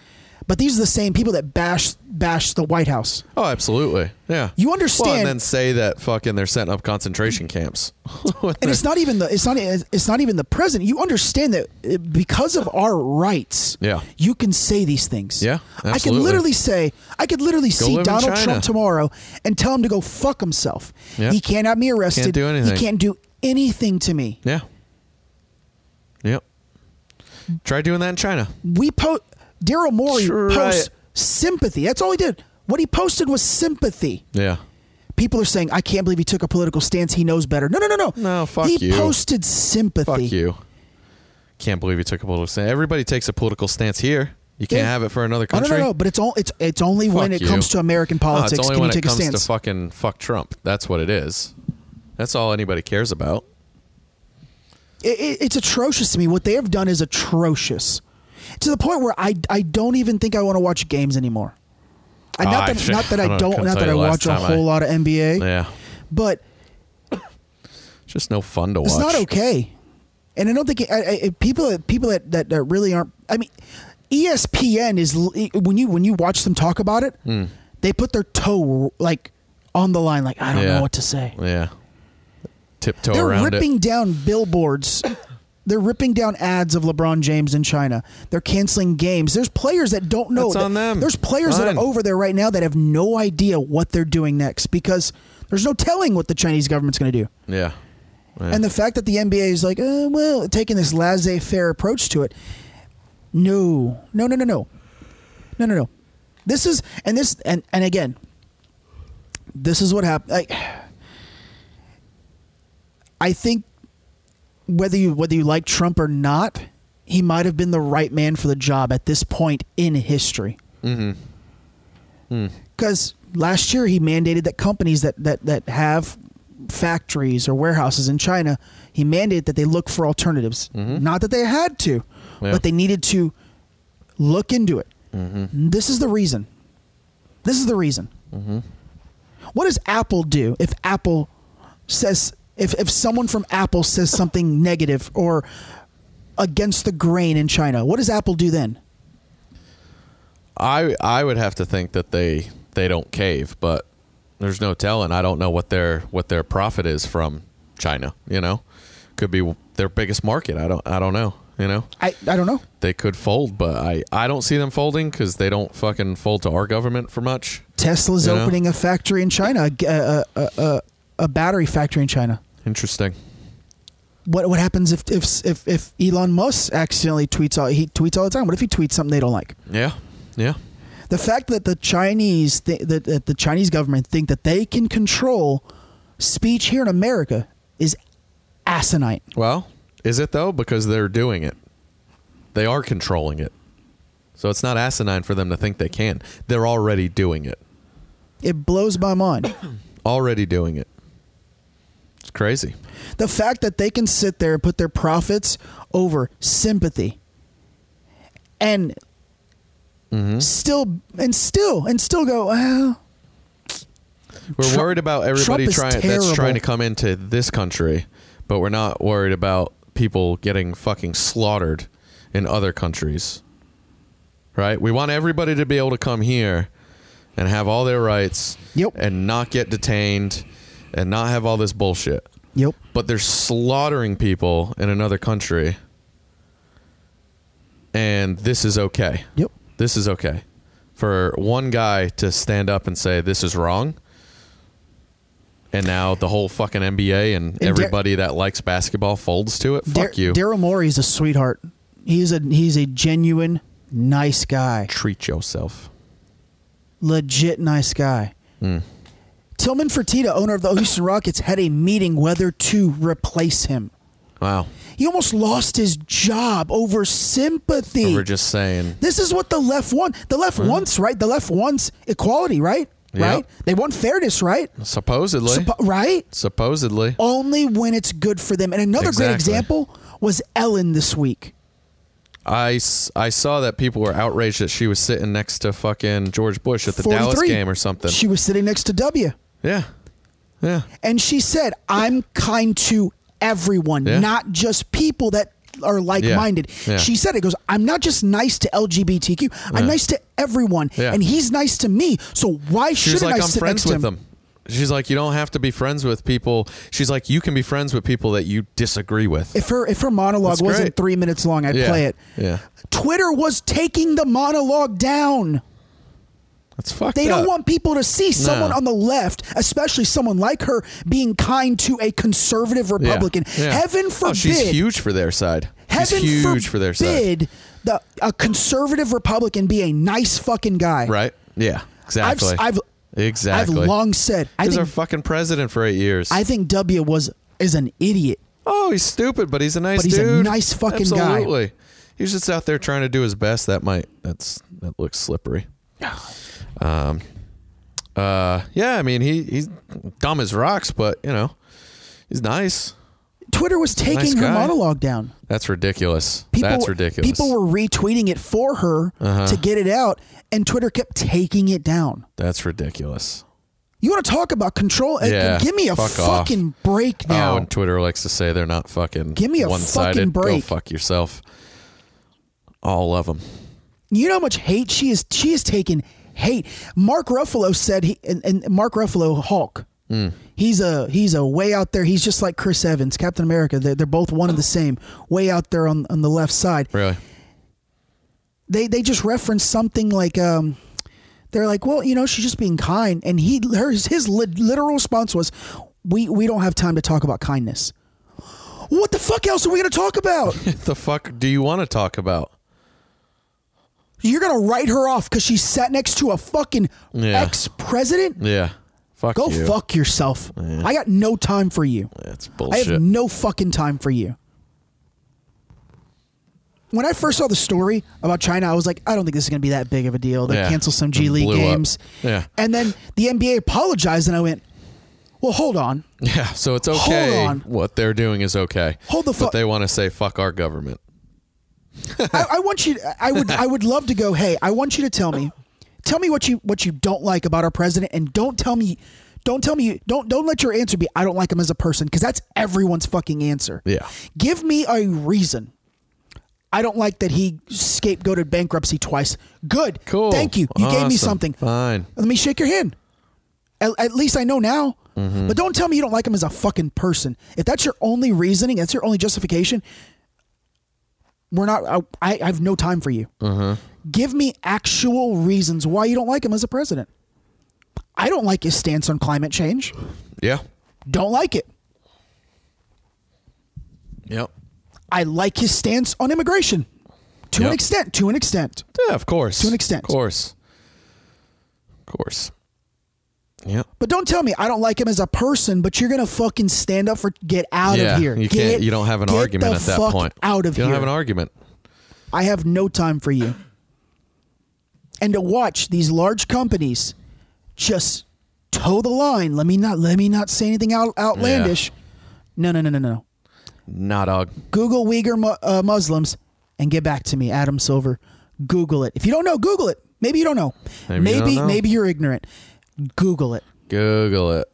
[SPEAKER 8] but these are the same people that bash bash the White House.
[SPEAKER 3] Oh, absolutely. Yeah.
[SPEAKER 8] You
[SPEAKER 3] Well,
[SPEAKER 8] understand-
[SPEAKER 3] and then say that fucking they're setting up concentration camps. [laughs]
[SPEAKER 8] And it's not even the it's not it's not even the president. You understand that uh, because of our rights,
[SPEAKER 3] Yeah.
[SPEAKER 8] you can say these things.
[SPEAKER 3] Yeah,
[SPEAKER 8] I could
[SPEAKER 3] absolutely.
[SPEAKER 8] literally say I could literally see
[SPEAKER 3] live in
[SPEAKER 8] Donald
[SPEAKER 3] China.
[SPEAKER 8] Trump tomorrow and tell him to go fuck himself.
[SPEAKER 3] Yeah.
[SPEAKER 8] He can't have me arrested.
[SPEAKER 3] do anything.
[SPEAKER 8] He can't do anything to me.
[SPEAKER 3] Yeah. Yep. Try doing that in China.
[SPEAKER 8] we post Daryl Morey
[SPEAKER 3] Sure,
[SPEAKER 8] posts
[SPEAKER 3] right.
[SPEAKER 8] sympathy. That's all he did. What he posted was sympathy.
[SPEAKER 3] Yeah.
[SPEAKER 8] People are saying, I can't believe he took a political stance. He knows better. No, no, no, no.
[SPEAKER 3] No, fuck
[SPEAKER 8] he
[SPEAKER 3] you.
[SPEAKER 8] posted
[SPEAKER 3] Fuck
[SPEAKER 8] sympathy.
[SPEAKER 3] you. Can't believe you took a political stance. Everybody takes a political stance here. You can't
[SPEAKER 8] Yeah.
[SPEAKER 3] have it for another
[SPEAKER 8] Oh, no,
[SPEAKER 3] country.
[SPEAKER 8] no, no. But it's all it's it's only when
[SPEAKER 3] Fuck
[SPEAKER 8] it
[SPEAKER 3] you.
[SPEAKER 8] comes to American politics
[SPEAKER 3] No, it's only
[SPEAKER 8] can
[SPEAKER 3] when
[SPEAKER 8] you take
[SPEAKER 3] it comes
[SPEAKER 8] a stance.
[SPEAKER 3] to fucking fuck Trump. That's what it is. That's all anybody cares about.
[SPEAKER 8] It- it- it's atrocious to me. What they have done is atrocious, to the point where I I don't even think I want to watch games anymore. And not,
[SPEAKER 3] Ah, I-
[SPEAKER 8] that, not
[SPEAKER 3] [laughs]
[SPEAKER 8] that
[SPEAKER 3] I
[SPEAKER 8] I
[SPEAKER 3] don't-
[SPEAKER 8] don't,
[SPEAKER 3] couldn't
[SPEAKER 8] not
[SPEAKER 3] tell
[SPEAKER 8] that
[SPEAKER 3] you
[SPEAKER 8] I
[SPEAKER 3] the last
[SPEAKER 8] watch a
[SPEAKER 3] time I-
[SPEAKER 8] whole lot of NBA,
[SPEAKER 3] Yeah.
[SPEAKER 8] but
[SPEAKER 3] It's just no fun to
[SPEAKER 8] It's
[SPEAKER 3] watch.
[SPEAKER 8] not okay, and I don't think I, I, I- people that people that, that that really aren't. I mean, E ESPN is l- e, when you when you watch them talk about it,
[SPEAKER 3] Hmm.
[SPEAKER 8] they put their toe like on the line. Like I don't
[SPEAKER 3] Yeah.
[SPEAKER 8] know what to say.
[SPEAKER 3] Yeah. Tiptoe
[SPEAKER 8] They're
[SPEAKER 3] around
[SPEAKER 8] ripping
[SPEAKER 3] it.
[SPEAKER 8] down billboards They're ripping down ads of LeBron James in China. They're canceling games. There's players that don't know.
[SPEAKER 3] That's on them.
[SPEAKER 8] There's players that
[SPEAKER 3] Fine.
[SPEAKER 8] are over there right now that have no idea what they're doing next because there's no telling what the Chinese government's going to do.
[SPEAKER 3] Yeah.
[SPEAKER 8] And the fact that the NBA is like, uh, well, taking this laissez-faire approach to it. No, no, no, no, no, no, no, no. This is and this and and again, this is what happened. I, I think whether you whether you like Trump or not, he might have been the right man for the job at this point in history. Because last year he mandated that companies that, that, that have factories or warehouses in China, he mandated that they look for alternatives. Not that they had to,
[SPEAKER 3] Yeah.
[SPEAKER 8] but they needed to look into it. This is the reason. This is the reason. What does Apple do if Apple says if, if someone from Apple says something negative or against the grain in China? What does Apple do then?
[SPEAKER 3] I I would have to think that they they don't cave, but there's no telling. I don't know what their what their profit is from China. You know, could be their biggest market. I don't I don't know. You know,
[SPEAKER 8] I, I don't know.
[SPEAKER 3] they could fold, but I I don't see them folding because they don't fucking fold to our government for much.
[SPEAKER 8] Tesla's
[SPEAKER 3] You know?
[SPEAKER 8] opening a factory in China, a, a, a, a, a battery factory in China.
[SPEAKER 3] Interesting.
[SPEAKER 8] What what happens if if if, if Elon Musk accidentally tweets all he tweets all the time? What if he tweets something they don't like?
[SPEAKER 3] Yeah, yeah,
[SPEAKER 8] The fact that the Chinese th- that, that the Chinese government think that they can control speech here in America is asinine.
[SPEAKER 3] Well, is it though? Because they're doing it. They are controlling it. So it's not asinine for them to think they can. They're already doing it.
[SPEAKER 8] It blows
[SPEAKER 3] [coughs]
[SPEAKER 8] my mind.
[SPEAKER 3] Already doing it. It's crazy.
[SPEAKER 8] the fact that they can sit there and put their profits over sympathy and
[SPEAKER 3] Mm-hmm.
[SPEAKER 8] still and still and still go well
[SPEAKER 3] We're
[SPEAKER 8] Trump-
[SPEAKER 3] worried about everybody
[SPEAKER 8] Trump is
[SPEAKER 3] trying that's
[SPEAKER 8] terrible.
[SPEAKER 3] trying to come into this country, but we're not worried about people getting fucking slaughtered in other countries. Right? We want everybody to be able to come here and have all their rights
[SPEAKER 8] Yep.
[SPEAKER 3] and not get detained and not have all this bullshit.
[SPEAKER 8] yep
[SPEAKER 3] But they're slaughtering people in another country. And this is okay.
[SPEAKER 8] yep
[SPEAKER 3] This is okay. For one guy to stand up and say this is wrong. And now the whole fucking NBA and,
[SPEAKER 8] Dar-
[SPEAKER 3] everybody that likes basketball folds to it. Fuck you.
[SPEAKER 8] daryl morey is a sweetheart he's a he's a genuine nice guy
[SPEAKER 3] Treat yourself.
[SPEAKER 8] legit nice guy
[SPEAKER 3] Mm.
[SPEAKER 8] tillman fertitta owner of the
[SPEAKER 3] [coughs]
[SPEAKER 8] houston rockets had a meeting whether to replace him
[SPEAKER 3] Wow.
[SPEAKER 8] he almost lost his job over sympathy
[SPEAKER 3] We're just saying
[SPEAKER 8] This is what the left wants. The left wants, right? The left wants equality, right?
[SPEAKER 3] Yep.
[SPEAKER 8] Right? They want fairness, right?
[SPEAKER 3] supposedly.
[SPEAKER 8] Suppo- right?
[SPEAKER 3] supposedly.
[SPEAKER 8] Only when it's good for them. And another
[SPEAKER 3] Exactly.
[SPEAKER 8] great example was Ellen this week.
[SPEAKER 3] I, s- I saw that people were outraged that she was sitting next to fucking George Bush at the
[SPEAKER 8] 43.
[SPEAKER 3] Dallas game or something.
[SPEAKER 8] She was sitting next to W.
[SPEAKER 3] yeah. Yeah.
[SPEAKER 8] And she said, I'm kind to everyone,
[SPEAKER 3] Yeah.
[SPEAKER 8] not just people that are like minded.
[SPEAKER 3] Yeah.
[SPEAKER 8] She said, It goes, I'm not just nice to LGBTQ, I'm nice to everyone.
[SPEAKER 3] Yeah.
[SPEAKER 8] And he's nice to me. So why
[SPEAKER 3] She was
[SPEAKER 8] shouldn't
[SPEAKER 3] like,
[SPEAKER 8] I
[SPEAKER 3] I'm
[SPEAKER 8] sit
[SPEAKER 3] friends
[SPEAKER 8] next to
[SPEAKER 3] with them. She's like, you don't have to be friends with people. She's like, you can be friends with people that you disagree with.
[SPEAKER 8] If her if her monologue
[SPEAKER 3] That's great.
[SPEAKER 8] wasn't three minutes long, I'd
[SPEAKER 3] yeah.
[SPEAKER 8] play it.
[SPEAKER 3] Yeah.
[SPEAKER 8] Twitter was taking the monologue down.
[SPEAKER 3] That's fucked
[SPEAKER 8] They
[SPEAKER 3] up.
[SPEAKER 8] don't want people to see someone on the left, especially someone like her, being kind to a conservative
[SPEAKER 3] Yeah.
[SPEAKER 8] Republican.
[SPEAKER 3] Yeah.
[SPEAKER 8] Heaven forbid.
[SPEAKER 3] Oh, she's huge for their side.
[SPEAKER 8] Heaven
[SPEAKER 3] she's huge
[SPEAKER 8] forbid
[SPEAKER 3] for their side.
[SPEAKER 8] The, a conservative Republican be a nice fucking guy.
[SPEAKER 3] Right? Yeah.
[SPEAKER 8] I've,
[SPEAKER 3] Exactly.
[SPEAKER 8] I've,
[SPEAKER 3] exactly.
[SPEAKER 8] I've long said I
[SPEAKER 3] He was our
[SPEAKER 8] think,
[SPEAKER 3] fucking president for eight years.
[SPEAKER 8] I think W was is an idiot.
[SPEAKER 3] oh, he's stupid, but he's a nice
[SPEAKER 8] But he's a
[SPEAKER 3] dude.
[SPEAKER 8] nice fucking guy.
[SPEAKER 3] Absolutely. He's just out there trying to do his best. That might. That's that looks
[SPEAKER 8] [sighs]
[SPEAKER 3] slippery. Um. Uh. Yeah. I mean, he he's dumb as rocks, but you know, he's nice.
[SPEAKER 8] Twitter was taking
[SPEAKER 3] Nice
[SPEAKER 8] her
[SPEAKER 3] guy.
[SPEAKER 8] monologue down.
[SPEAKER 3] That's ridiculous.
[SPEAKER 8] People,
[SPEAKER 3] That's ridiculous. Uh-huh.
[SPEAKER 8] People were retweeting it for her to get it out, and Twitter kept taking it down.
[SPEAKER 3] That's ridiculous.
[SPEAKER 8] You want to talk about control? Uh,
[SPEAKER 3] Yeah,
[SPEAKER 8] give me a
[SPEAKER 3] fuck off.
[SPEAKER 8] fucking break now.
[SPEAKER 3] Oh, and Twitter likes to say they're not fucking.
[SPEAKER 8] Give me a
[SPEAKER 3] one-sided.
[SPEAKER 8] fucking break.
[SPEAKER 3] Go fuck yourself. All of them.
[SPEAKER 8] you know how much hate she is. She is taking hate. Mark Ruffalo said he and, and Mark Ruffalo Hulk.
[SPEAKER 3] Hmm.
[SPEAKER 8] He's a he's a way out there. He's just like Chris Evans, Captain America. They're, they're both one and the same, way out there on on the left side.
[SPEAKER 3] Really? [laughs]
[SPEAKER 8] They they just reference something like um, they're like, well, you know, she's just being kind, and he her his lit literal response was, we we don't have time to talk about kindness. What the fuck else are we gonna talk about?
[SPEAKER 3] the fuck do you want to talk about?
[SPEAKER 8] You're gonna write her off because she sat next to a fucking
[SPEAKER 3] Yeah. Mm.
[SPEAKER 8] ex president.
[SPEAKER 3] Yeah. Fuck
[SPEAKER 8] Go
[SPEAKER 3] you.
[SPEAKER 8] fuck yourself. I got no time for you.
[SPEAKER 3] That's
[SPEAKER 8] I
[SPEAKER 3] bullshit.
[SPEAKER 8] have no fucking time for you. When I first saw the story about China, I was like, I don't think this is going to be that big of a deal. They
[SPEAKER 3] Yeah.
[SPEAKER 8] cancel some G
[SPEAKER 3] And
[SPEAKER 8] League
[SPEAKER 3] blew up.
[SPEAKER 8] games.
[SPEAKER 3] Yeah.
[SPEAKER 8] And then the NBA apologized, and I went, well, hold on.
[SPEAKER 3] yeah, so it's okay.
[SPEAKER 8] on.
[SPEAKER 3] What they're doing is okay.
[SPEAKER 8] Hold the
[SPEAKER 3] But
[SPEAKER 8] fuck-
[SPEAKER 3] they want to say fuck our government.
[SPEAKER 8] I, I want you. I would. I would love to go. Hey, I want you to tell me, tell me what you what you don't like about our president, and don't tell me, don't tell me, don't don't let your answer be I don't like him as a person because that's everyone's fucking answer.
[SPEAKER 3] Yeah.
[SPEAKER 8] Give me a reason. I don't like that he scapegoated bankruptcy twice. Good.
[SPEAKER 3] Cool.
[SPEAKER 8] Thank you. You gave me
[SPEAKER 3] Awesome.
[SPEAKER 8] something.
[SPEAKER 3] Fine.
[SPEAKER 8] Let me shake your hand. At, at least I know now.
[SPEAKER 3] Mm-hmm.
[SPEAKER 8] But don't tell me you don't like him as a fucking person. If that's your only reasoning, that's your only justification. We're not. I, I I have no time for you.
[SPEAKER 3] Mm-hmm.
[SPEAKER 8] Give me actual reasons why you don't like him as a president. I don't like his stance on climate change.
[SPEAKER 3] Yeah.
[SPEAKER 8] Don't like it.
[SPEAKER 3] Yep.
[SPEAKER 8] I like his stance on immigration. To an
[SPEAKER 3] Yep.
[SPEAKER 8] extent. To an extent.
[SPEAKER 3] Yeah, of course.
[SPEAKER 8] To an extent.
[SPEAKER 3] Of course. Of course. Yep.
[SPEAKER 8] But don't tell me I don't like him as a person. But you're gonna fucking stand up for get out
[SPEAKER 3] yeah,
[SPEAKER 8] of here.
[SPEAKER 3] You
[SPEAKER 8] Get-
[SPEAKER 3] can't you don't have an
[SPEAKER 8] get
[SPEAKER 3] argument
[SPEAKER 8] the
[SPEAKER 3] at that
[SPEAKER 8] fuck
[SPEAKER 3] point.
[SPEAKER 8] Out of
[SPEAKER 3] you
[SPEAKER 8] here.
[SPEAKER 3] don't have an argument.
[SPEAKER 8] I have no time for you. And to watch these large companies just toe the line. Let me not let me not say anything out, outlandish. No, no, no, no, no.
[SPEAKER 3] Nah dog.
[SPEAKER 8] Google Uyghur mu- uh, Muslims and get back to me, Adam Silver. Google it. If you don't know, Google it. Maybe you don't know.
[SPEAKER 3] Maybe you
[SPEAKER 8] maybe
[SPEAKER 3] don't know.
[SPEAKER 8] maybe you're ignorant. Google it.
[SPEAKER 3] Google it.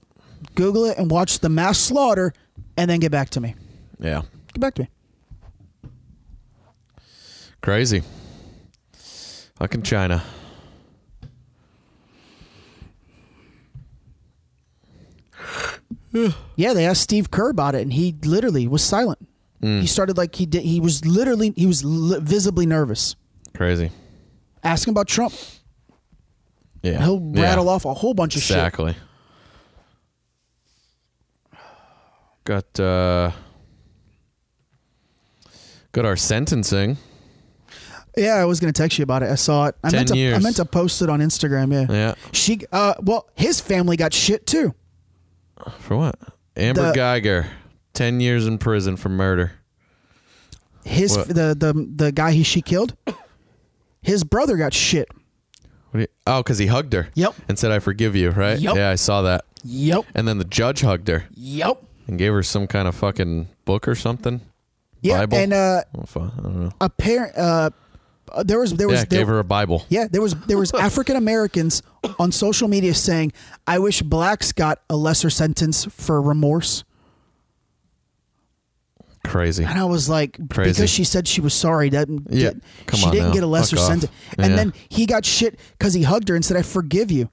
[SPEAKER 8] Google it and watch the mass slaughter, and then get back to me.
[SPEAKER 3] Yeah.
[SPEAKER 8] Get back to me.
[SPEAKER 3] Crazy. Fucking China.
[SPEAKER 8] Yeah, they asked Steve Kerr about it, and he literally was silent.
[SPEAKER 3] Hmm.
[SPEAKER 8] He started like he did. He was literally he was li- visibly nervous.
[SPEAKER 3] Crazy.
[SPEAKER 8] Ask him about Trump.
[SPEAKER 3] Yeah.
[SPEAKER 8] He'll
[SPEAKER 3] Yeah.
[SPEAKER 8] rattle off a whole bunch of shit.
[SPEAKER 3] Exactly. Got uh got our sentencing.
[SPEAKER 8] Yeah, I was gonna text you about it. I saw it. I
[SPEAKER 3] 10
[SPEAKER 8] meant to, I
[SPEAKER 3] years.
[SPEAKER 8] meant to post it on Instagram. Yeah.
[SPEAKER 3] Yeah.
[SPEAKER 8] She. Uh. Well, his family got shit too.
[SPEAKER 3] For what? Amber
[SPEAKER 8] The-
[SPEAKER 3] Geiger. Ten years in prison for murder.
[SPEAKER 8] His
[SPEAKER 3] What?
[SPEAKER 8] the the the guy he she killed. His brother got shit.
[SPEAKER 3] What do you, oh, because he hugged her.
[SPEAKER 8] Yep.
[SPEAKER 3] And said, "I forgive you." Right.
[SPEAKER 8] Yep.
[SPEAKER 3] Yeah, I saw that.
[SPEAKER 8] Yep.
[SPEAKER 3] And then the judge hugged her
[SPEAKER 8] Yep.
[SPEAKER 3] and gave her some kind of fucking book or something.
[SPEAKER 8] Yeah.
[SPEAKER 3] Bible?
[SPEAKER 8] And uh,
[SPEAKER 3] Oh, fu- I don't know.
[SPEAKER 8] apparent. Uh, uh, there was there was
[SPEAKER 3] Yeah,
[SPEAKER 8] there,
[SPEAKER 3] gave her a Bible.
[SPEAKER 8] Yeah, there was there
[SPEAKER 3] [laughs]
[SPEAKER 8] was African Americans on social media saying, "I wish blacks got a lesser sentence for remorse."
[SPEAKER 3] Crazy.
[SPEAKER 8] And I was like,
[SPEAKER 3] Crazy.
[SPEAKER 8] because she said she was sorry, that
[SPEAKER 3] Yeah,
[SPEAKER 8] that-
[SPEAKER 3] come
[SPEAKER 8] she
[SPEAKER 3] on
[SPEAKER 8] didn't
[SPEAKER 3] now.
[SPEAKER 8] get a lesser
[SPEAKER 3] Fuck off.
[SPEAKER 8] sentence. And
[SPEAKER 3] Yeah.
[SPEAKER 8] then he got shit because he hugged her and said, "I forgive you."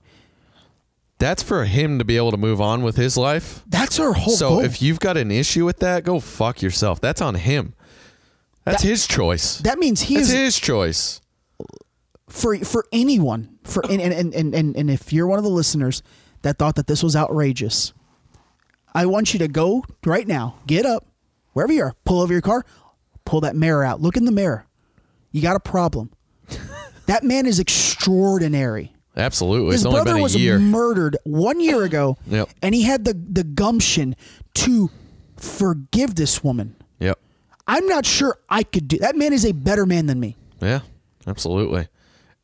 [SPEAKER 3] That's for him to be able to move on with his life.
[SPEAKER 8] That's her whole
[SPEAKER 3] So
[SPEAKER 8] goal.
[SPEAKER 3] if you've got an issue with that, go fuck yourself. That's on him. That's his choice.
[SPEAKER 8] that means he
[SPEAKER 3] That's
[SPEAKER 8] is
[SPEAKER 3] his choice.
[SPEAKER 8] for for anyone for and and, and and and and if you're one of the listeners that thought that this was outrageous i want you to go right now get up wherever you are pull over your car pull that mirror out look in the mirror you got a
[SPEAKER 3] [laughs]
[SPEAKER 8] problem that man is extraordinary
[SPEAKER 3] Absolutely.
[SPEAKER 8] his
[SPEAKER 3] it's only
[SPEAKER 8] brother
[SPEAKER 3] been a
[SPEAKER 8] was
[SPEAKER 3] year.
[SPEAKER 8] murdered one year ago
[SPEAKER 3] Yep.
[SPEAKER 8] and he had the the gumption to forgive this woman
[SPEAKER 3] yep.
[SPEAKER 8] i'm not sure i could do that man is a better man than me
[SPEAKER 3] Yeah. Absolutely.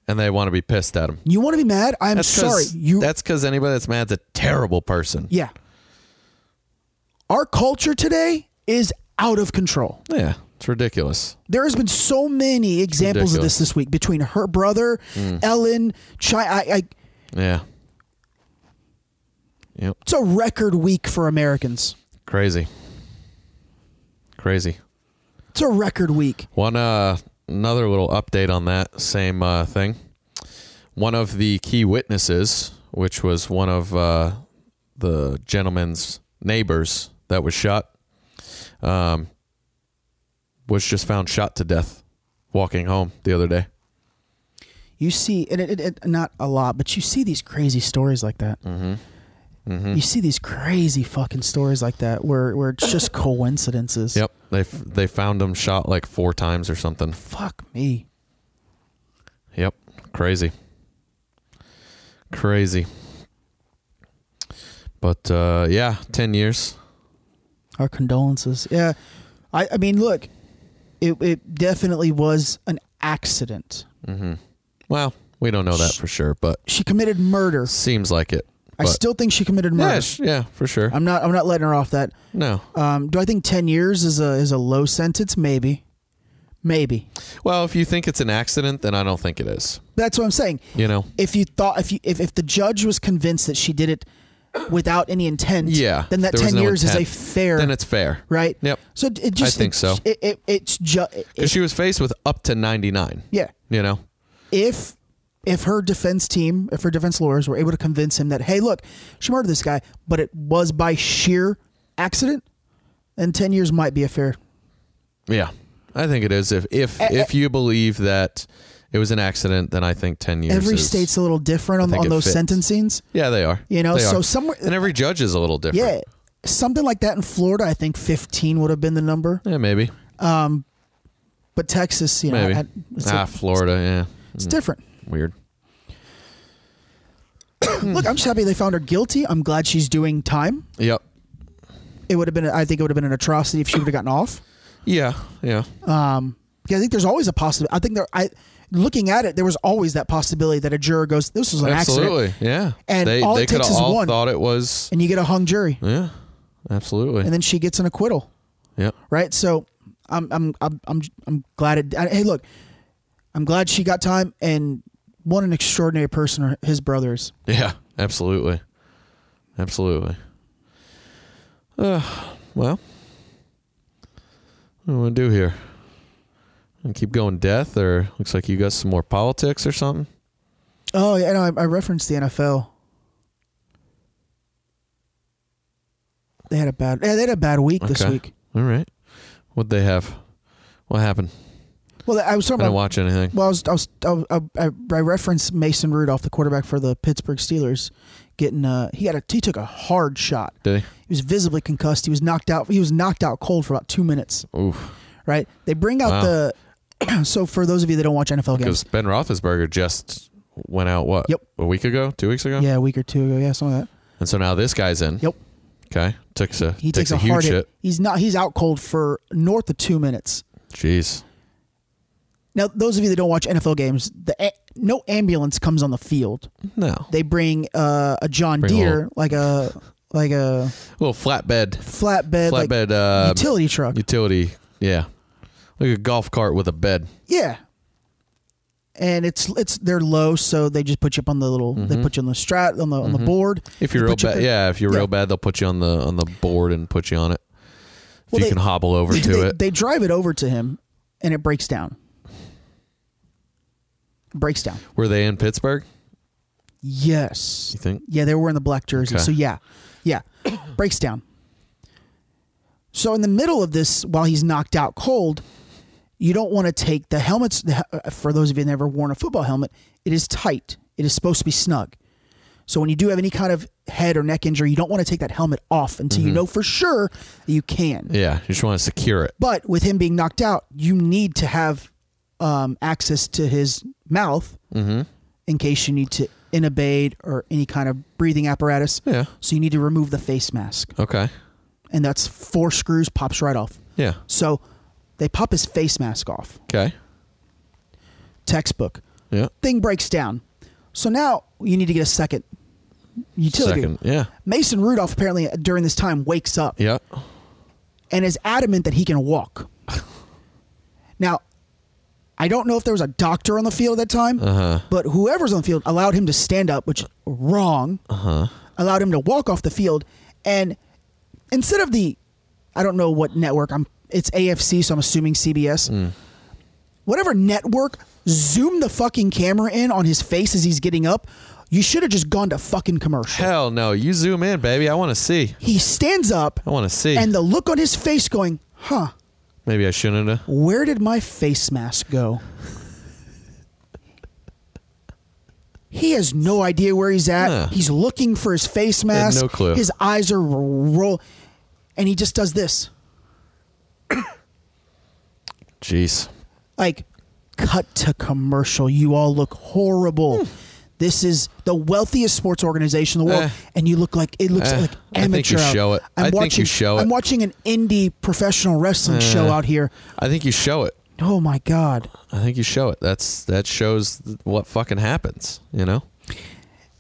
[SPEAKER 3] And they want to be pissed at him.
[SPEAKER 8] you want to be mad i'm
[SPEAKER 3] That's 'cause-
[SPEAKER 8] sorry you
[SPEAKER 3] That's because anybody that's mad's a terrible person.
[SPEAKER 8] Yeah. Our culture today is out of control.
[SPEAKER 3] Yeah, it's ridiculous.
[SPEAKER 8] There has been so many examples of this
[SPEAKER 3] ridiculous. Mm.
[SPEAKER 8] this week between her brother, Ellen, China. I, I,
[SPEAKER 3] Yeah. Yep.
[SPEAKER 8] it's a record week for Americans.
[SPEAKER 3] Crazy. Crazy.
[SPEAKER 8] It's a record week.
[SPEAKER 3] One uh another little update on that same uh, thing. One of the key witnesses, which was one of uh, the gentleman's neighbors that was shot um, was just found shot to death walking home the other day.
[SPEAKER 8] you see and it, it, it not a lot but you see these crazy stories like that mm-hmm.
[SPEAKER 3] Mm-hmm.
[SPEAKER 8] you see these crazy fucking stories like that where, where it's
[SPEAKER 3] [laughs]
[SPEAKER 8] just coincidences
[SPEAKER 3] Yep, they f- they found him shot like four times or something.
[SPEAKER 8] fuck me
[SPEAKER 3] Yep, crazy, crazy. But uh, yeah, ten years.
[SPEAKER 8] our condolences yeah i, I mean look it, it definitely was an accident
[SPEAKER 3] Well, we don't know that for sure, but
[SPEAKER 8] she committed murder
[SPEAKER 3] seems like it.
[SPEAKER 8] i
[SPEAKER 3] But-
[SPEAKER 8] still think she committed murder
[SPEAKER 3] yeah, sh- yeah, for sure.
[SPEAKER 8] i'm not i'm not letting her off that
[SPEAKER 3] no,
[SPEAKER 8] um, do i think 10 years is a is a low sentence maybe maybe
[SPEAKER 3] well, if you think it's an accident, then I don't think it is.
[SPEAKER 8] that's what i'm saying
[SPEAKER 3] You know,
[SPEAKER 8] if you thought if you if, if the judge was convinced that she did it without any intent
[SPEAKER 3] yeah.
[SPEAKER 8] then that
[SPEAKER 3] there was
[SPEAKER 8] 10
[SPEAKER 3] no
[SPEAKER 8] years
[SPEAKER 3] intent,
[SPEAKER 8] is a fair
[SPEAKER 3] Then it's fair,
[SPEAKER 8] right
[SPEAKER 3] Yep.
[SPEAKER 8] so it- it just
[SPEAKER 3] think
[SPEAKER 8] it-
[SPEAKER 3] so.
[SPEAKER 8] it, it, it's just
[SPEAKER 3] Because she was faced with up to ninety nine.
[SPEAKER 8] yeah
[SPEAKER 3] You know,
[SPEAKER 8] if if her defense team if her defense lawyers were able to convince him that hey look she murdered this guy but it was by sheer accident then 10 years might be a fair
[SPEAKER 3] Yeah, I think it is. If if if you believe that it was an accident, then I think ten years.
[SPEAKER 8] every
[SPEAKER 3] is-
[SPEAKER 8] state's a little different on,
[SPEAKER 3] think
[SPEAKER 8] on
[SPEAKER 3] it
[SPEAKER 8] those
[SPEAKER 3] fits.
[SPEAKER 8] sentencings
[SPEAKER 3] Yeah, they are.
[SPEAKER 8] You know,
[SPEAKER 3] They
[SPEAKER 8] so
[SPEAKER 3] are.
[SPEAKER 8] somewhere-
[SPEAKER 3] and every judge is a little different.
[SPEAKER 8] yeah something like that in florida i think 15 would have been the number
[SPEAKER 3] Yeah, maybe,
[SPEAKER 8] but texas you know
[SPEAKER 3] maybe.
[SPEAKER 8] had- it's a-
[SPEAKER 3] ah, Florida. Yeah,
[SPEAKER 8] it's different
[SPEAKER 3] weird. Hmm.
[SPEAKER 8] Look, I'm just happy they found her guilty. I'm glad she's doing time.
[SPEAKER 3] Yep.
[SPEAKER 8] It would have been, I think it would have been an atrocity if she would have gotten off.
[SPEAKER 3] Yeah, yeah,
[SPEAKER 8] Because I think there's always a possibility. I think there, I, looking at it, there was always that possibility that a juror goes, "This was an
[SPEAKER 3] absolutely.
[SPEAKER 8] accident,"
[SPEAKER 3] Yeah,
[SPEAKER 8] And
[SPEAKER 3] they
[SPEAKER 8] all
[SPEAKER 3] they
[SPEAKER 8] it takes
[SPEAKER 3] coulda
[SPEAKER 8] is
[SPEAKER 3] all
[SPEAKER 8] one.
[SPEAKER 3] thought it was.
[SPEAKER 8] and you get a hung jury,
[SPEAKER 3] Yeah, absolutely.
[SPEAKER 8] and then she gets an acquittal,
[SPEAKER 3] yep.
[SPEAKER 8] right? So, I'm, I'm, I'm, I'm, I'm glad it. I, hey, look, I'm glad she got time, and what an extraordinary person her- his brother is.
[SPEAKER 3] Yeah, absolutely, absolutely. Uh, well, what do we want to do here? And keep going, death, or looks like you got some more politics or something.
[SPEAKER 8] Oh yeah, no, I, I referenced the NFL. They had a bad. Yeah, they had a bad week this
[SPEAKER 3] Okay.
[SPEAKER 8] week.
[SPEAKER 3] All right, what they have? What happened?
[SPEAKER 8] Well, I was
[SPEAKER 3] I
[SPEAKER 8] talking
[SPEAKER 3] didn't
[SPEAKER 8] about.
[SPEAKER 3] watch anything.
[SPEAKER 8] Well, I was, I was I, I, I referenced Mason Rudolph, the quarterback for the Pittsburgh Steelers, getting uh he got a he took a hard shot.
[SPEAKER 3] Did
[SPEAKER 8] He was visibly concussed. He was knocked out. He was knocked out cold for about two minutes.
[SPEAKER 3] he? Oof.
[SPEAKER 8] Right? They bring out
[SPEAKER 3] Wow.
[SPEAKER 8] the. [clears throat] so for those of you that don't watch NFL
[SPEAKER 3] Because
[SPEAKER 8] games,
[SPEAKER 3] Ben Roethlisberger just went out. What?
[SPEAKER 8] Yep.
[SPEAKER 3] A week ago? Two weeks ago?
[SPEAKER 8] yeah, a week or two ago, yeah, something like that.
[SPEAKER 3] And so now this guy's in.
[SPEAKER 8] Yep.
[SPEAKER 3] Okay. Takes a
[SPEAKER 8] He
[SPEAKER 3] takes,
[SPEAKER 8] takes, a,
[SPEAKER 3] huge
[SPEAKER 8] hard
[SPEAKER 3] hit.
[SPEAKER 8] hit. He's not. He's out cold for north of two minutes.
[SPEAKER 3] Jeez.
[SPEAKER 8] Now, those of you that don't watch NFL games, the a- no ambulance comes on the field.
[SPEAKER 3] No.
[SPEAKER 8] They bring uh, a John
[SPEAKER 3] Bring a
[SPEAKER 8] Deere,
[SPEAKER 3] little-
[SPEAKER 8] like a like a
[SPEAKER 3] little flatbed.
[SPEAKER 8] flatbed, like,
[SPEAKER 3] Flatbed. uh,
[SPEAKER 8] utility truck.
[SPEAKER 3] utility. Yeah, like a golf cart with a bed.
[SPEAKER 8] yeah, and it's it's they're low, so they just put you up on the little. They put you on the strat on the on the board.
[SPEAKER 3] Mm-hmm. If you're
[SPEAKER 8] They
[SPEAKER 3] real
[SPEAKER 8] put you up
[SPEAKER 3] bad,
[SPEAKER 8] there.
[SPEAKER 3] yeah. If you're
[SPEAKER 8] Yeah.
[SPEAKER 3] real bad, they'll put you on the on the board and put you on it. If
[SPEAKER 8] Well,
[SPEAKER 3] you
[SPEAKER 8] they-
[SPEAKER 3] can hobble over to
[SPEAKER 8] [laughs] they,
[SPEAKER 3] it,
[SPEAKER 8] they drive it over to him, and it breaks down. It breaks down.
[SPEAKER 3] were they in Pittsburgh?
[SPEAKER 8] Yes.
[SPEAKER 3] You think?
[SPEAKER 8] Yeah, they were in the black jersey.
[SPEAKER 3] Okay.
[SPEAKER 8] So yeah,
[SPEAKER 3] [coughs]
[SPEAKER 8] yeah, breaks down. So in the middle of this, while he's knocked out cold, you don't want to take the helmets. the he- uh, For those of you that never worn a football helmet, it is tight. It is supposed to be snug. So when you do have any kind of head or neck injury, you don't want to take that helmet off until
[SPEAKER 3] Mm-hmm.
[SPEAKER 8] you know for sure that you can.
[SPEAKER 3] Yeah, you just want to secure it.
[SPEAKER 8] But with him being knocked out, you need to have um, access to his mouth
[SPEAKER 3] Mm-hmm.
[SPEAKER 8] in case you need to intubate or any kind of breathing apparatus.
[SPEAKER 3] Yeah.
[SPEAKER 8] So you need to remove the face mask,
[SPEAKER 3] Okay.
[SPEAKER 8] and that's four screws pops right off.
[SPEAKER 3] Yeah.
[SPEAKER 8] So they pop his face mask off.
[SPEAKER 3] Okay.
[SPEAKER 8] Textbook
[SPEAKER 3] Yeah.
[SPEAKER 8] thing breaks down. So now you need to get a second utility.
[SPEAKER 3] Second. Yeah.
[SPEAKER 8] Mason Rudolph apparently uh, during this time wakes up.
[SPEAKER 3] Yeah.
[SPEAKER 8] and is adamant that he can walk. now, I don't know if there was a doctor on the field at that time,
[SPEAKER 3] Uh-huh.
[SPEAKER 8] but whoever's on the field allowed him to stand up, which wrong.
[SPEAKER 3] Uh-huh.
[SPEAKER 8] Allowed him to walk off the field, and instead of the, I don't know what network I'm. It's AFC, so I'm assuming CBS.
[SPEAKER 3] Hmm.
[SPEAKER 8] Whatever network, zoom the fucking camera in on his face as he's getting up. You should have just gone to fucking commercial.
[SPEAKER 3] Hell no. You zoom in, baby. I want to see.
[SPEAKER 8] He stands up
[SPEAKER 3] I want to see.
[SPEAKER 8] and the look on his face going, huh,
[SPEAKER 3] Maybe I shouldn't have.
[SPEAKER 8] where did my face mask go? He has no idea where he's at.
[SPEAKER 3] Huh.
[SPEAKER 8] He's looking for his face
[SPEAKER 3] had
[SPEAKER 8] mask.
[SPEAKER 3] no clue.
[SPEAKER 8] His eyes are roll, and he just does this.
[SPEAKER 3] Jeez.
[SPEAKER 8] like cut to commercial you all look horrible this is the wealthiest sports organization in the
[SPEAKER 3] Hmm.
[SPEAKER 8] world
[SPEAKER 3] Eh.
[SPEAKER 8] and you look like it looks
[SPEAKER 3] Eh,
[SPEAKER 8] like
[SPEAKER 3] I think
[SPEAKER 8] amateur
[SPEAKER 3] you show it.
[SPEAKER 8] I'm
[SPEAKER 3] I think you
[SPEAKER 8] watching,
[SPEAKER 3] show it. Eh.
[SPEAKER 8] i'm watching an indie professional wrestling show out here
[SPEAKER 3] I think you show it.
[SPEAKER 8] oh my god
[SPEAKER 3] I think you show it. That's that shows th- what fucking happens. You know.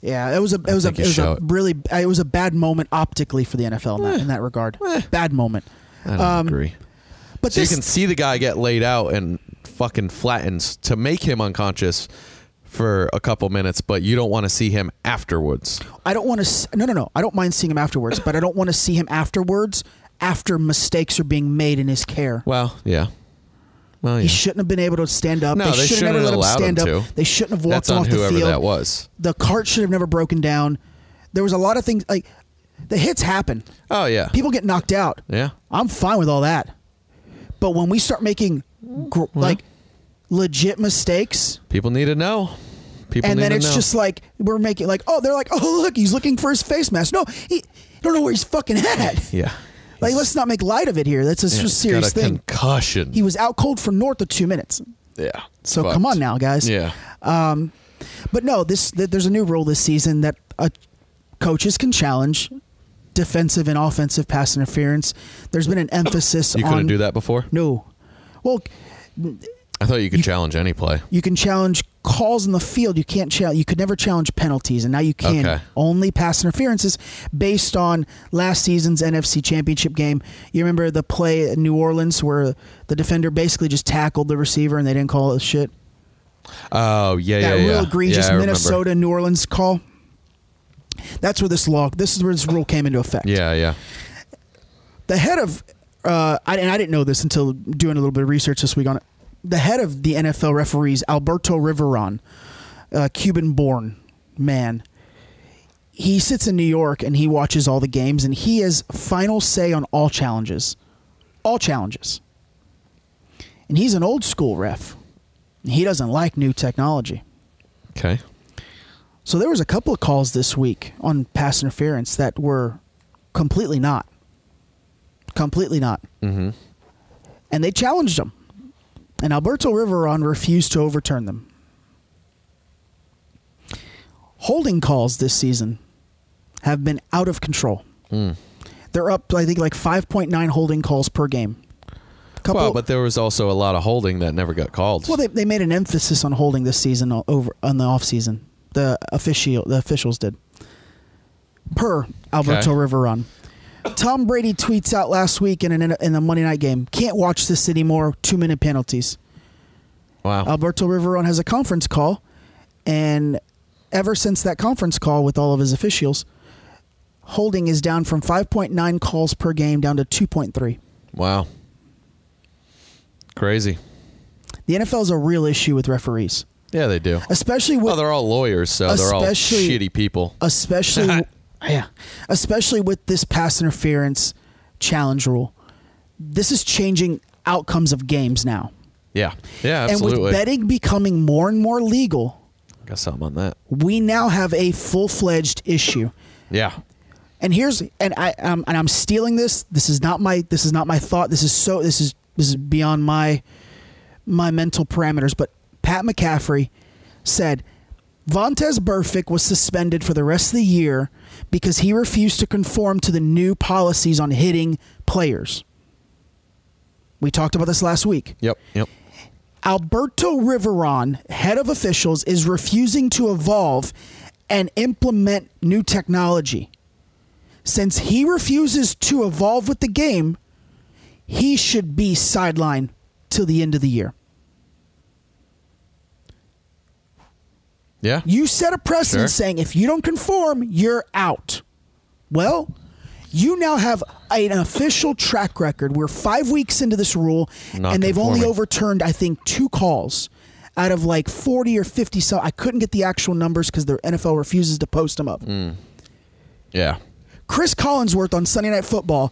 [SPEAKER 8] yeah it was a it was a,
[SPEAKER 3] think
[SPEAKER 8] it
[SPEAKER 3] you
[SPEAKER 8] was
[SPEAKER 3] show
[SPEAKER 8] a
[SPEAKER 3] it. Eh,
[SPEAKER 8] really it was a bad moment optically for the nfl in that, in that regard bad moment
[SPEAKER 3] I don't
[SPEAKER 8] Um,
[SPEAKER 3] agree.
[SPEAKER 8] but
[SPEAKER 3] So
[SPEAKER 8] this
[SPEAKER 3] you can see the guy get laid out and fucking flattens to make him unconscious for a couple minutes, but you don't want to see him afterwards.
[SPEAKER 8] I don't want to. No, no, no. I don't mind seeing him afterwards, but I don't want to see him afterwards after mistakes are being made in his care.
[SPEAKER 3] Well, yeah. Well,
[SPEAKER 8] He
[SPEAKER 3] yeah.
[SPEAKER 8] shouldn't have been able to stand up.
[SPEAKER 3] No, they
[SPEAKER 8] should have
[SPEAKER 3] shouldn't
[SPEAKER 8] never let him
[SPEAKER 3] allowed him
[SPEAKER 8] stand up.
[SPEAKER 3] to.
[SPEAKER 8] They shouldn't have walked
[SPEAKER 3] That's on
[SPEAKER 8] off the
[SPEAKER 3] whoever
[SPEAKER 8] field.
[SPEAKER 3] that was.
[SPEAKER 8] The cart should have never broken down. There was a lot of things like the hits happen.
[SPEAKER 3] Oh yeah.
[SPEAKER 8] People get knocked out.
[SPEAKER 3] Yeah.
[SPEAKER 8] I'm fine with all that. But when we start making gr- like legit mistakes,
[SPEAKER 3] People need to know. People
[SPEAKER 8] and
[SPEAKER 3] need
[SPEAKER 8] then
[SPEAKER 3] to
[SPEAKER 8] it's
[SPEAKER 3] know.
[SPEAKER 8] just like we're making like oh they're like [laughs] oh look he's looking for his face mask. No, he I don't know where
[SPEAKER 3] [laughs]
[SPEAKER 8] he's fucking at.
[SPEAKER 3] yeah.
[SPEAKER 8] Like, let's not make light of it here. That's a
[SPEAKER 3] Yeah,
[SPEAKER 8] s-
[SPEAKER 3] he's
[SPEAKER 8] serious
[SPEAKER 3] got a
[SPEAKER 8] thing.
[SPEAKER 3] Concussion.
[SPEAKER 8] he was out cold for north of two minutes.
[SPEAKER 3] yeah.
[SPEAKER 8] So
[SPEAKER 3] Fucked.
[SPEAKER 8] come on now, guys.
[SPEAKER 3] Yeah.
[SPEAKER 8] But no, this th- there's a new rule this season that uh, coaches can challenge defensive and offensive pass interference. There's been an
[SPEAKER 3] [coughs]
[SPEAKER 8] emphasis
[SPEAKER 3] You
[SPEAKER 8] on
[SPEAKER 3] couldn't do that before.
[SPEAKER 8] No, well,
[SPEAKER 3] I thought you could challenge any play.
[SPEAKER 8] you can challenge calls in the field. You can't challenge. You could never challenge penalties, and now you can
[SPEAKER 3] Okay.
[SPEAKER 8] only pass interferences based on last season's NFC Championship game. You remember the play in New Orleans where the defender basically just tackled the receiver and they didn't call it shit.
[SPEAKER 3] Oh yeah, yeah,
[SPEAKER 8] that
[SPEAKER 3] yeah.
[SPEAKER 8] real egregious
[SPEAKER 3] Yeah, I remember.
[SPEAKER 8] Minnesota New Orleans call. That's where this law. This is where this rule came into effect.
[SPEAKER 3] Yeah, yeah.
[SPEAKER 8] The head of, uh, I, and I didn't know this until doing a little bit of research this week on it. The head of the NFL referees, Alberto Riveron, a Cuban-born man. He sits in New York and he watches all the games, and he has final say on all challenges, all challenges. And he's an old school ref. He doesn't like new technology.
[SPEAKER 3] Okay.
[SPEAKER 8] So there was a couple of calls this week on pass interference that were completely not, completely not, mm-hmm. and they challenged them. And Alberto Riveron refused to overturn them. Holding calls this season have been out of control.
[SPEAKER 3] Mm.
[SPEAKER 8] They're up, I think, like five point nine holding calls per game. Couple,
[SPEAKER 3] Well, but there was also a lot of holding that never got called.
[SPEAKER 8] well, they, they made an emphasis on holding this season o- over on the off season. The official the officials did. Per Alberto
[SPEAKER 3] Okay.
[SPEAKER 8] Riveron, Tom Brady tweets out last week in an, in the Monday night game. Can't watch this anymore. Two minute penalties.
[SPEAKER 3] wow.
[SPEAKER 8] Alberto Riveron has a conference call, and ever since that conference call with all of his officials, holding is down from five point nine calls per game down to two point three.
[SPEAKER 3] wow. Crazy.
[SPEAKER 8] The NFL is a real issue with referees,
[SPEAKER 3] Yeah, they do.
[SPEAKER 8] especially with
[SPEAKER 3] Well, they're all lawyers, so they're all
[SPEAKER 8] Especially-
[SPEAKER 3] shitty people.
[SPEAKER 8] especially yeah, especially with this pass interference challenge rule. This is changing outcomes of games now.
[SPEAKER 3] Yeah, yeah, absolutely.
[SPEAKER 8] And with betting becoming more and more legal,
[SPEAKER 3] Got something on that.
[SPEAKER 8] we now have a full-fledged issue.
[SPEAKER 3] Yeah,
[SPEAKER 8] And here's and I um, and I'm stealing this. This is not my this is not my thought. This is so this is this is beyond my my mental parameters, but Pat McCaffrey said Vontez Burfict was suspended for the rest of the year because he refused to conform to the new policies on hitting players. We talked about this last week.
[SPEAKER 3] yep, yep.
[SPEAKER 8] Alberto Riveron, head of officials, is refusing to evolve and implement new technology. Since he refuses to evolve with the game, he should be sidelined till the end of the year.
[SPEAKER 3] Yeah,
[SPEAKER 8] You set a precedent
[SPEAKER 3] Sure.
[SPEAKER 8] saying if you don't conform, you're out. Well, you now have an official track record. We're five weeks into this rule,
[SPEAKER 3] Not
[SPEAKER 8] and they've only
[SPEAKER 3] conforming.
[SPEAKER 8] overturned, I think, two calls out of like 40 or 50 so I couldn't get the actual numbers because the NFL refuses to post them up.
[SPEAKER 3] Yeah.
[SPEAKER 8] Chris Collinsworth on Sunday Night Football.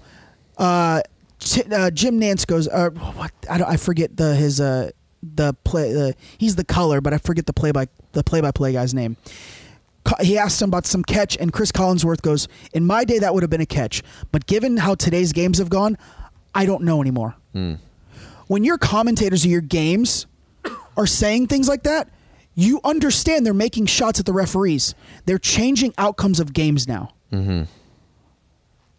[SPEAKER 8] Uh, t- uh, Jim Nance goes. Uh, what I, don't, I forget the his uh, the play. The, he's the color, but I forget the play by the play by play guy's name. Co- He asked him about some catch, and Chris Collinsworth goes, "In my day, that would have been a catch, but given how today's games have gone, I don't know anymore." When your commentators of your games are saying things like that, you understand they're making shots at the referees. They're changing outcomes of games now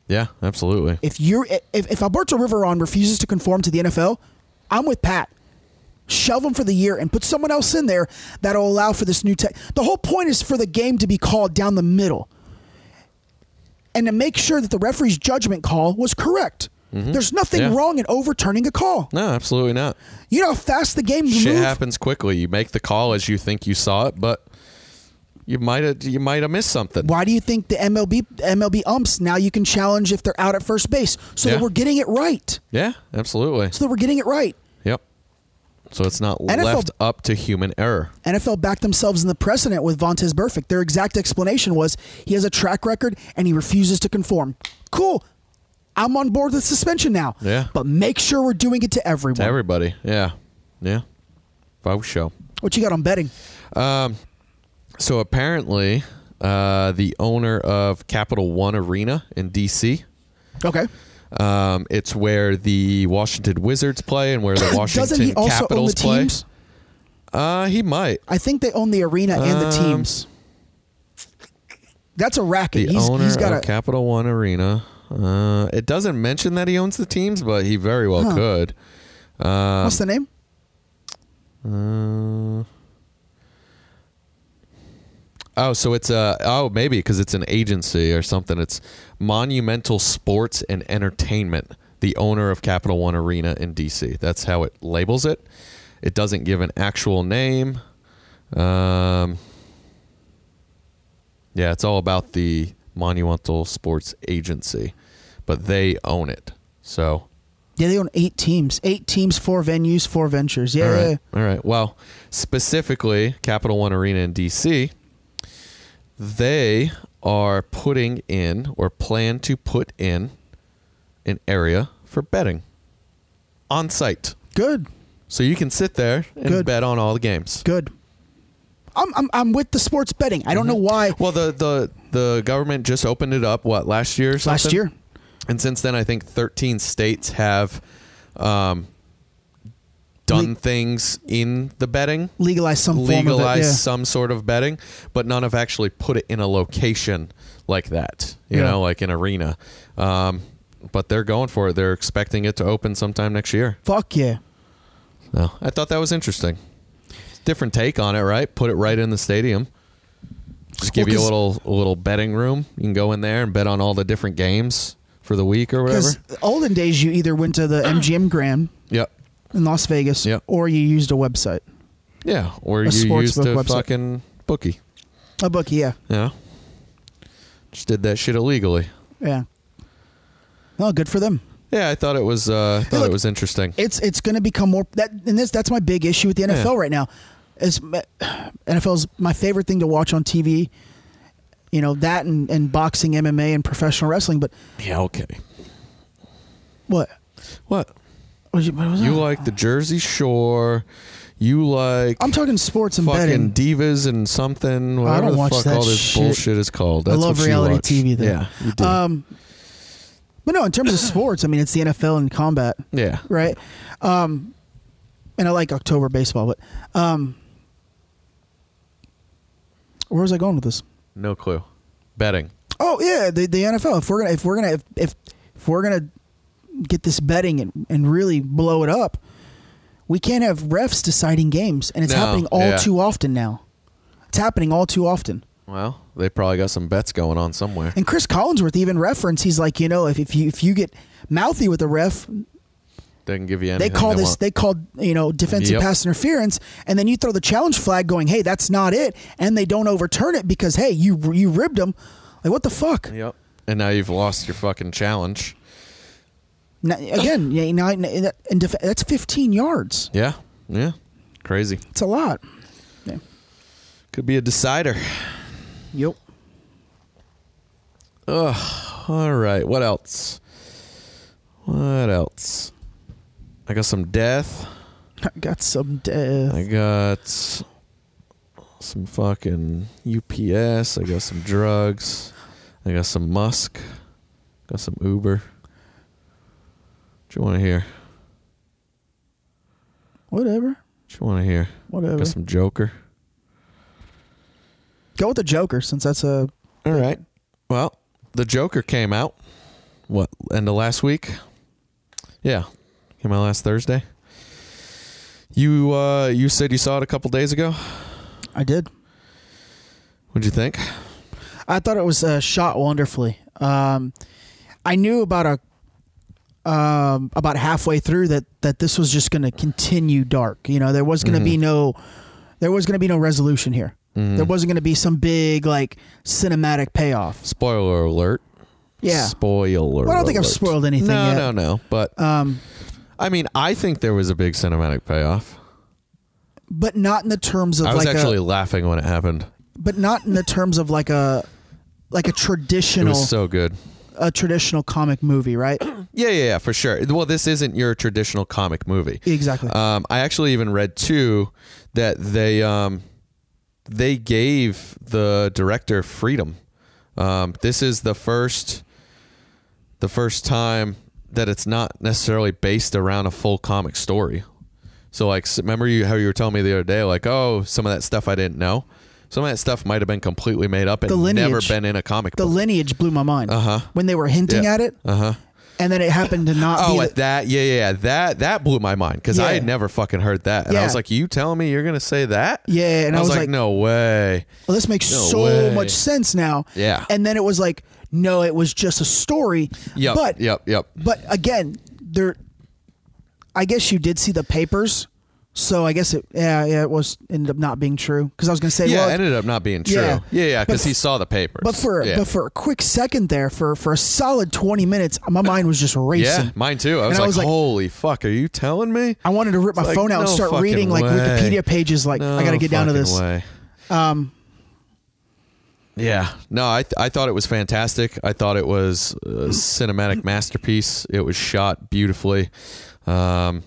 [SPEAKER 3] Yeah, absolutely.
[SPEAKER 8] if you if, if Alberto Riveron refuses to conform to the NFL, I'm with Pat. Shelve him for the year and put someone else in there that'll allow for this new tech. The whole point is for the game to be called down the middle, and to make sure that the referee's judgment call was correct. There's nothing
[SPEAKER 3] Mm-hmm. Yeah.
[SPEAKER 8] wrong in overturning a call.
[SPEAKER 3] No, absolutely not.
[SPEAKER 8] You know how fast the game
[SPEAKER 3] Shit
[SPEAKER 8] moved.
[SPEAKER 3] happens quickly. You make the call as you think you saw it, but you might have you might have missed something.
[SPEAKER 8] Why do you think the MLB MLB umps now you can challenge if they're out at first base? So
[SPEAKER 3] Yeah.
[SPEAKER 8] that we're getting it right.
[SPEAKER 3] Yeah, absolutely.
[SPEAKER 8] So that we're getting it right.
[SPEAKER 3] Yep. So it's not
[SPEAKER 8] NFL
[SPEAKER 3] left up to human error.
[SPEAKER 8] NFL backed themselves in the precedent with Vontez Burfict. Their exact explanation was he has a track record and he refuses to conform. Cool. I'm on board with suspension now.
[SPEAKER 3] Yeah.
[SPEAKER 8] But make sure we're doing it to everyone.
[SPEAKER 3] To everybody. Yeah. Yeah. Faux show.
[SPEAKER 8] what you got on betting?
[SPEAKER 3] So apparently, uh, the owner of Capital One Arena in DC,
[SPEAKER 8] Okay.
[SPEAKER 3] um, it's where the Washington Wizards play and where
[SPEAKER 8] [coughs]
[SPEAKER 3] the Washington
[SPEAKER 8] Doesn't he also own
[SPEAKER 3] Capitals
[SPEAKER 8] the teams?
[SPEAKER 3] play. Uh, he might.
[SPEAKER 8] I think they own the arena and the
[SPEAKER 3] Um,
[SPEAKER 8] teams. That's a
[SPEAKER 3] The
[SPEAKER 8] racket. he's,
[SPEAKER 3] owner
[SPEAKER 8] he's got
[SPEAKER 3] of
[SPEAKER 8] a
[SPEAKER 3] Capital One Arena. Uh, it doesn't mention that he owns the teams, but he very well could.
[SPEAKER 8] what's the name?
[SPEAKER 3] Uh, Oh, so it's uh oh maybe because it's an agency or something. It's Monumental Sports and Entertainment, the owner of Capital One Arena in DC. That's how it labels it. It doesn't give an actual name. Um, yeah, it's all about the Monumental Sports Agency, but they own it. So
[SPEAKER 8] Yeah, they own eight teams. Eight teams, four venues, four ventures. Yeah.
[SPEAKER 3] all
[SPEAKER 8] yeah.
[SPEAKER 3] right, all right. Well, specifically, Capital One Arena in DC, they are putting in or plan to put in an area for betting on site,
[SPEAKER 8] Good.
[SPEAKER 3] so you can sit there and
[SPEAKER 8] Good.
[SPEAKER 3] bet on all the games.
[SPEAKER 8] Good. I'm, I'm, I'm with the sports betting. I don't know why.
[SPEAKER 3] Mm-hmm. Well, the the the government just opened it up. What last year? Or something?
[SPEAKER 8] Last year.
[SPEAKER 3] and since then, I think 13 states have um, done
[SPEAKER 8] Le-
[SPEAKER 3] things in the betting.
[SPEAKER 8] legalize some form of
[SPEAKER 3] legalize
[SPEAKER 8] it. Yeah.
[SPEAKER 3] some sort of betting, but none have actually put it in a location like that. You
[SPEAKER 8] Yeah.
[SPEAKER 3] know, like an arena. Um, but they're going for it. They're expecting it to open sometime next year.
[SPEAKER 8] Fuck yeah.
[SPEAKER 3] So I thought that was interesting. Different take on it, right? Put it right in the stadium. Just give
[SPEAKER 8] Well,
[SPEAKER 3] you a
[SPEAKER 8] 'cause-
[SPEAKER 3] little a little betting room. You can go in there and bet on all the different games for the week or whatever.
[SPEAKER 8] Because olden days, you either went
[SPEAKER 3] [clears throat]
[SPEAKER 8] to the MGM Grand
[SPEAKER 3] Yep.
[SPEAKER 8] in Las Vegas,
[SPEAKER 3] Yeah.
[SPEAKER 8] or you used a website,
[SPEAKER 3] Yeah. Or you used
[SPEAKER 8] sports book
[SPEAKER 3] a
[SPEAKER 8] website.
[SPEAKER 3] fucking bookie.
[SPEAKER 8] a bookie. Yeah,
[SPEAKER 3] Yeah. Just did that shit illegally.
[SPEAKER 8] yeah. Well, good for them.
[SPEAKER 3] Yeah, I thought it was. Uh, I thought
[SPEAKER 8] look,
[SPEAKER 3] it was interesting.
[SPEAKER 8] It's it's going to become more that and this that's my big issue with the NFL
[SPEAKER 3] Yeah.
[SPEAKER 8] right now. Is NFL's my favorite thing to watch on TV. You know that and, and boxing, MMA, and professional wrestling. But
[SPEAKER 3] yeah. Okay.
[SPEAKER 8] what?
[SPEAKER 3] What
[SPEAKER 8] what, you, what was
[SPEAKER 3] you
[SPEAKER 8] that?
[SPEAKER 3] like the Jersey Shore? You like
[SPEAKER 8] I'm talking sports and
[SPEAKER 3] fucking
[SPEAKER 8] betting.
[SPEAKER 3] divas and something? Whatever
[SPEAKER 8] I don't
[SPEAKER 3] the
[SPEAKER 8] watch
[SPEAKER 3] fuck
[SPEAKER 8] that
[SPEAKER 3] all this
[SPEAKER 8] shit.
[SPEAKER 3] bullshit is called. That's
[SPEAKER 8] I love
[SPEAKER 3] what you
[SPEAKER 8] reality
[SPEAKER 3] watch.
[SPEAKER 8] TV. Though.
[SPEAKER 3] Yeah, you do.
[SPEAKER 8] Um, but no, in terms
[SPEAKER 3] [coughs]
[SPEAKER 8] of sports, I mean, it's the NFL and combat,
[SPEAKER 3] yeah,
[SPEAKER 8] right? Um, and I like October baseball, but um, where was I going with this?
[SPEAKER 3] no clue. Betting.
[SPEAKER 8] Oh yeah, the the NFL. If we're gonna if we're gonna if if, if we're gonna get this betting and, and really blow it up, we can't have refs deciding games, and it's
[SPEAKER 3] No,
[SPEAKER 8] happening all
[SPEAKER 3] yeah.
[SPEAKER 8] too often now. It's happening all too often.
[SPEAKER 3] Well, they probably got some bets going on somewhere.
[SPEAKER 8] And Chris Collinsworth even referenced he's like, you know, if, if you if you get mouthy with a ref,
[SPEAKER 3] They can give you
[SPEAKER 8] they
[SPEAKER 3] anything.
[SPEAKER 8] call this
[SPEAKER 3] want.
[SPEAKER 8] they called you know defensive
[SPEAKER 3] Yep.
[SPEAKER 8] pass interference, and then you throw the challenge flag, going, hey, that's not it, and they don't overturn it because hey, you you ribbed them. Like what the fuck?
[SPEAKER 3] Yep. And now you've lost your fucking challenge.
[SPEAKER 8] Now, again, yeah, now, and def- that's 15 yards.
[SPEAKER 3] Yeah. Yeah. Crazy.
[SPEAKER 8] It's a lot.
[SPEAKER 3] Could be a decider.
[SPEAKER 8] Yep.
[SPEAKER 3] All right. What else? What else? I got some death.
[SPEAKER 8] [laughs] I got some uh, death.
[SPEAKER 3] I got some fucking UPS. I got some drugs. I got some Musk. Got some Uber. What you want to hear?
[SPEAKER 8] Whatever.
[SPEAKER 3] What you want to hear?
[SPEAKER 8] Whatever.
[SPEAKER 3] Got some Joker.
[SPEAKER 8] Go with the Joker since that's a
[SPEAKER 3] All right. Well, the Joker came out. What end of last week? Yeah, came out last Thursday. You uh, you said you saw it a couple days ago.
[SPEAKER 8] I did.
[SPEAKER 3] What'd you think?
[SPEAKER 8] I thought it was uh, shot wonderfully. Um, I knew about a um, about halfway through that that this was just going to continue dark. You know, there was going to
[SPEAKER 3] Mm-hmm.
[SPEAKER 8] be no there was going to be no resolution here. There wasn't going to be some big like cinematic payoff.
[SPEAKER 3] Spoiler alert.
[SPEAKER 8] Yeah.
[SPEAKER 3] Spoiler.
[SPEAKER 8] Well, I don't think I've
[SPEAKER 3] alert.
[SPEAKER 8] spoiled anything
[SPEAKER 3] No,
[SPEAKER 8] yet.
[SPEAKER 3] no, no. But
[SPEAKER 8] Um,
[SPEAKER 3] I mean, I think there was a big cinematic payoff.
[SPEAKER 8] but not in the terms of
[SPEAKER 3] I was
[SPEAKER 8] like
[SPEAKER 3] actually
[SPEAKER 8] a,
[SPEAKER 3] laughing when it happened.
[SPEAKER 8] but not in the terms of like a like a
[SPEAKER 3] It
[SPEAKER 8] traditional
[SPEAKER 3] was so good.
[SPEAKER 8] a traditional comic movie, right?
[SPEAKER 3] Yeah, yeah, yeah, for sure. Well, this isn't your traditional comic movie.
[SPEAKER 8] Exactly.
[SPEAKER 3] Um, I actually even read too that they um, they gave the director freedom. Um, this is the first the first time that it's not necessarily based around a full comic story. So like, s- remember you how you were telling me the other day, like, oh, some of that stuff I didn't know. Some of that stuff might have been completely made up and
[SPEAKER 8] The
[SPEAKER 3] never
[SPEAKER 8] lineage.
[SPEAKER 3] been in a comic
[SPEAKER 8] the
[SPEAKER 3] book.
[SPEAKER 8] lineage blew my mind when they were hinting
[SPEAKER 3] Uh-huh. Yeah.
[SPEAKER 8] at it, uh-huh. and then it happened to not.
[SPEAKER 3] Oh,
[SPEAKER 8] be
[SPEAKER 3] at that, yeah, yeah, yeah, that that blew my mind because I
[SPEAKER 8] Yeah.
[SPEAKER 3] had never fucking heard that, and I
[SPEAKER 8] Yeah.
[SPEAKER 3] was like, "You telling me you're gonna say that?"
[SPEAKER 8] Yeah, and I
[SPEAKER 3] I was,
[SPEAKER 8] was
[SPEAKER 3] like,
[SPEAKER 8] like-
[SPEAKER 3] "No way."
[SPEAKER 8] well, this makes
[SPEAKER 3] No
[SPEAKER 8] so
[SPEAKER 3] way.
[SPEAKER 8] much sense now.
[SPEAKER 3] Yeah.
[SPEAKER 8] and then it was like, no, it was just a story.
[SPEAKER 3] Yep,
[SPEAKER 8] but
[SPEAKER 3] yep, yep.
[SPEAKER 8] but again, there. I guess you did see the papers, so I guess it. Yeah, yeah, it was ended up not being true because I was gonna say,
[SPEAKER 3] yeah,
[SPEAKER 8] well,
[SPEAKER 3] it ended up not being true. Yeah,
[SPEAKER 8] yeah.
[SPEAKER 3] yeah, because
[SPEAKER 8] But-
[SPEAKER 3] he saw the papers.
[SPEAKER 8] but for
[SPEAKER 3] yeah.
[SPEAKER 8] but for a quick second there, for for a solid twenty minutes, my mind was just racing.
[SPEAKER 3] yeah, mine too. I was,
[SPEAKER 8] And
[SPEAKER 3] like, "Holy fuck, are you telling me?"
[SPEAKER 8] I wanted to rip my
[SPEAKER 3] It's like,
[SPEAKER 8] phone out and
[SPEAKER 3] no
[SPEAKER 8] start
[SPEAKER 3] fucking
[SPEAKER 8] reading like
[SPEAKER 3] way.
[SPEAKER 8] Wikipedia pages. Like I got to
[SPEAKER 3] No
[SPEAKER 8] get down to
[SPEAKER 3] fucking
[SPEAKER 8] this.
[SPEAKER 3] Way. Um. Yeah. No, I th- I thought it was fantastic. I thought it was a cinematic masterpiece. It was shot beautifully. Um,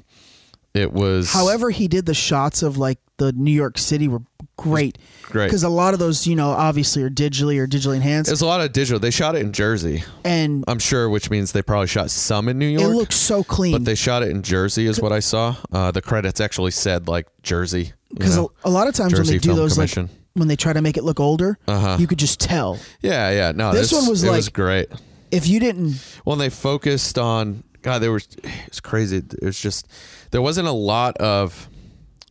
[SPEAKER 3] it was.
[SPEAKER 8] However, he did the shots of like the New York City were great.
[SPEAKER 3] Great.
[SPEAKER 8] Because a lot of those, you know, obviously are digitally or digitally enhanced,
[SPEAKER 3] There's a lot of digital. They shot it in Jersey,
[SPEAKER 8] and
[SPEAKER 3] I'm sure, which means they probably shot some in New York.
[SPEAKER 8] it looks so clean.
[SPEAKER 3] but they shot it in Jersey, is what I saw. Uh, the credits actually said like Jersey. you
[SPEAKER 8] Because
[SPEAKER 3] know?
[SPEAKER 8] a, a lot of times when
[SPEAKER 3] Jersey
[SPEAKER 8] they do
[SPEAKER 3] Film
[SPEAKER 8] those,
[SPEAKER 3] Commission. Uh-huh.
[SPEAKER 8] like when they try to make it look older, you could just tell
[SPEAKER 3] yeah, yeah. No,
[SPEAKER 8] This one was
[SPEAKER 3] it
[SPEAKER 8] like-
[SPEAKER 3] was great.
[SPEAKER 8] if you didn't.
[SPEAKER 3] Well, they focused on God. There was it's crazy. It was just there wasn't a lot of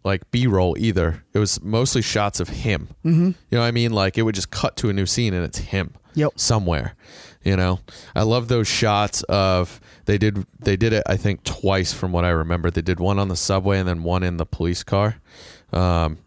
[SPEAKER 3] like B roll either. It was mostly shots of him. Mm-hmm. You know what I mean? Like it would just cut to a new scene and it's him.
[SPEAKER 8] Yep.
[SPEAKER 3] Somewhere. You know, I love those shots of they did they did it. I think twice from what I remember. They did one on the subway and then one in the police car. Um,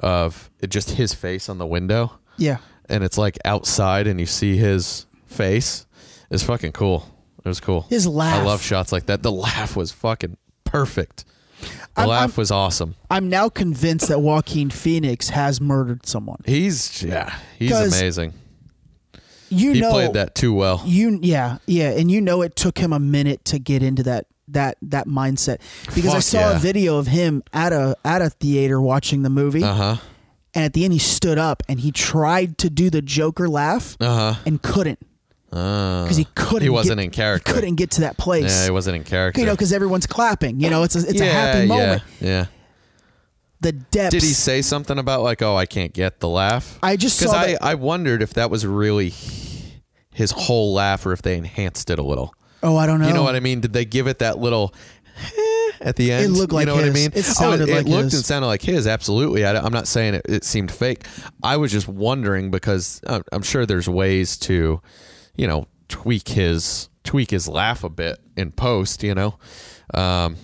[SPEAKER 3] of it just his face on the window
[SPEAKER 8] Yeah,
[SPEAKER 3] and it's like outside and you see his face It's fucking cool. It was cool.
[SPEAKER 8] His laugh.
[SPEAKER 3] I love shots like that. The laugh was fucking perfect. The
[SPEAKER 8] I'm-
[SPEAKER 3] laugh
[SPEAKER 8] I'm-
[SPEAKER 3] was awesome.
[SPEAKER 8] I'm now convinced that Joaquin Phoenix has murdered someone.
[SPEAKER 3] He's yeah, he's
[SPEAKER 8] 'Cause
[SPEAKER 3] amazing.
[SPEAKER 8] You
[SPEAKER 3] He
[SPEAKER 8] know,
[SPEAKER 3] played that too well.
[SPEAKER 8] you yeah yeah and you know it took him a minute to get into that that that mindset because i
[SPEAKER 3] Fuck
[SPEAKER 8] saw
[SPEAKER 3] yeah.
[SPEAKER 8] a video of him at a at a theater watching the movie uh-huh and at the end he stood up and he tried to do the joker laugh uh-huh and couldn't because he couldn't
[SPEAKER 3] Uh, He wasn't
[SPEAKER 8] get-
[SPEAKER 3] in character.
[SPEAKER 8] he couldn't get to that place
[SPEAKER 3] yeah, he wasn't in character.
[SPEAKER 8] you know because everyone's clapping you know it's a, it's
[SPEAKER 3] yeah,
[SPEAKER 8] a happy
[SPEAKER 3] yeah,
[SPEAKER 8] moment
[SPEAKER 3] Yeah.
[SPEAKER 8] the depths
[SPEAKER 3] Did he say something about like, oh, I can't get the laugh?
[SPEAKER 8] I just
[SPEAKER 3] because
[SPEAKER 8] saw
[SPEAKER 3] I
[SPEAKER 8] that-
[SPEAKER 3] I wondered if that was really his whole laugh or if they enhanced it a little.
[SPEAKER 8] oh i don't know
[SPEAKER 3] You know what I mean? Did they give it that little eh, at the end?
[SPEAKER 8] looked
[SPEAKER 3] you
[SPEAKER 8] like
[SPEAKER 3] know what I
[SPEAKER 8] his.
[SPEAKER 3] mean?
[SPEAKER 8] It sounded
[SPEAKER 3] oh, it,
[SPEAKER 8] like
[SPEAKER 3] it looked
[SPEAKER 8] his.
[SPEAKER 3] and sounded like his. Absolutely. I, am not saying it, it seemed fake. I was just wondering because I'm, I'm sure there's ways to, you know, tweak his tweak his laugh a bit in post. You know, um,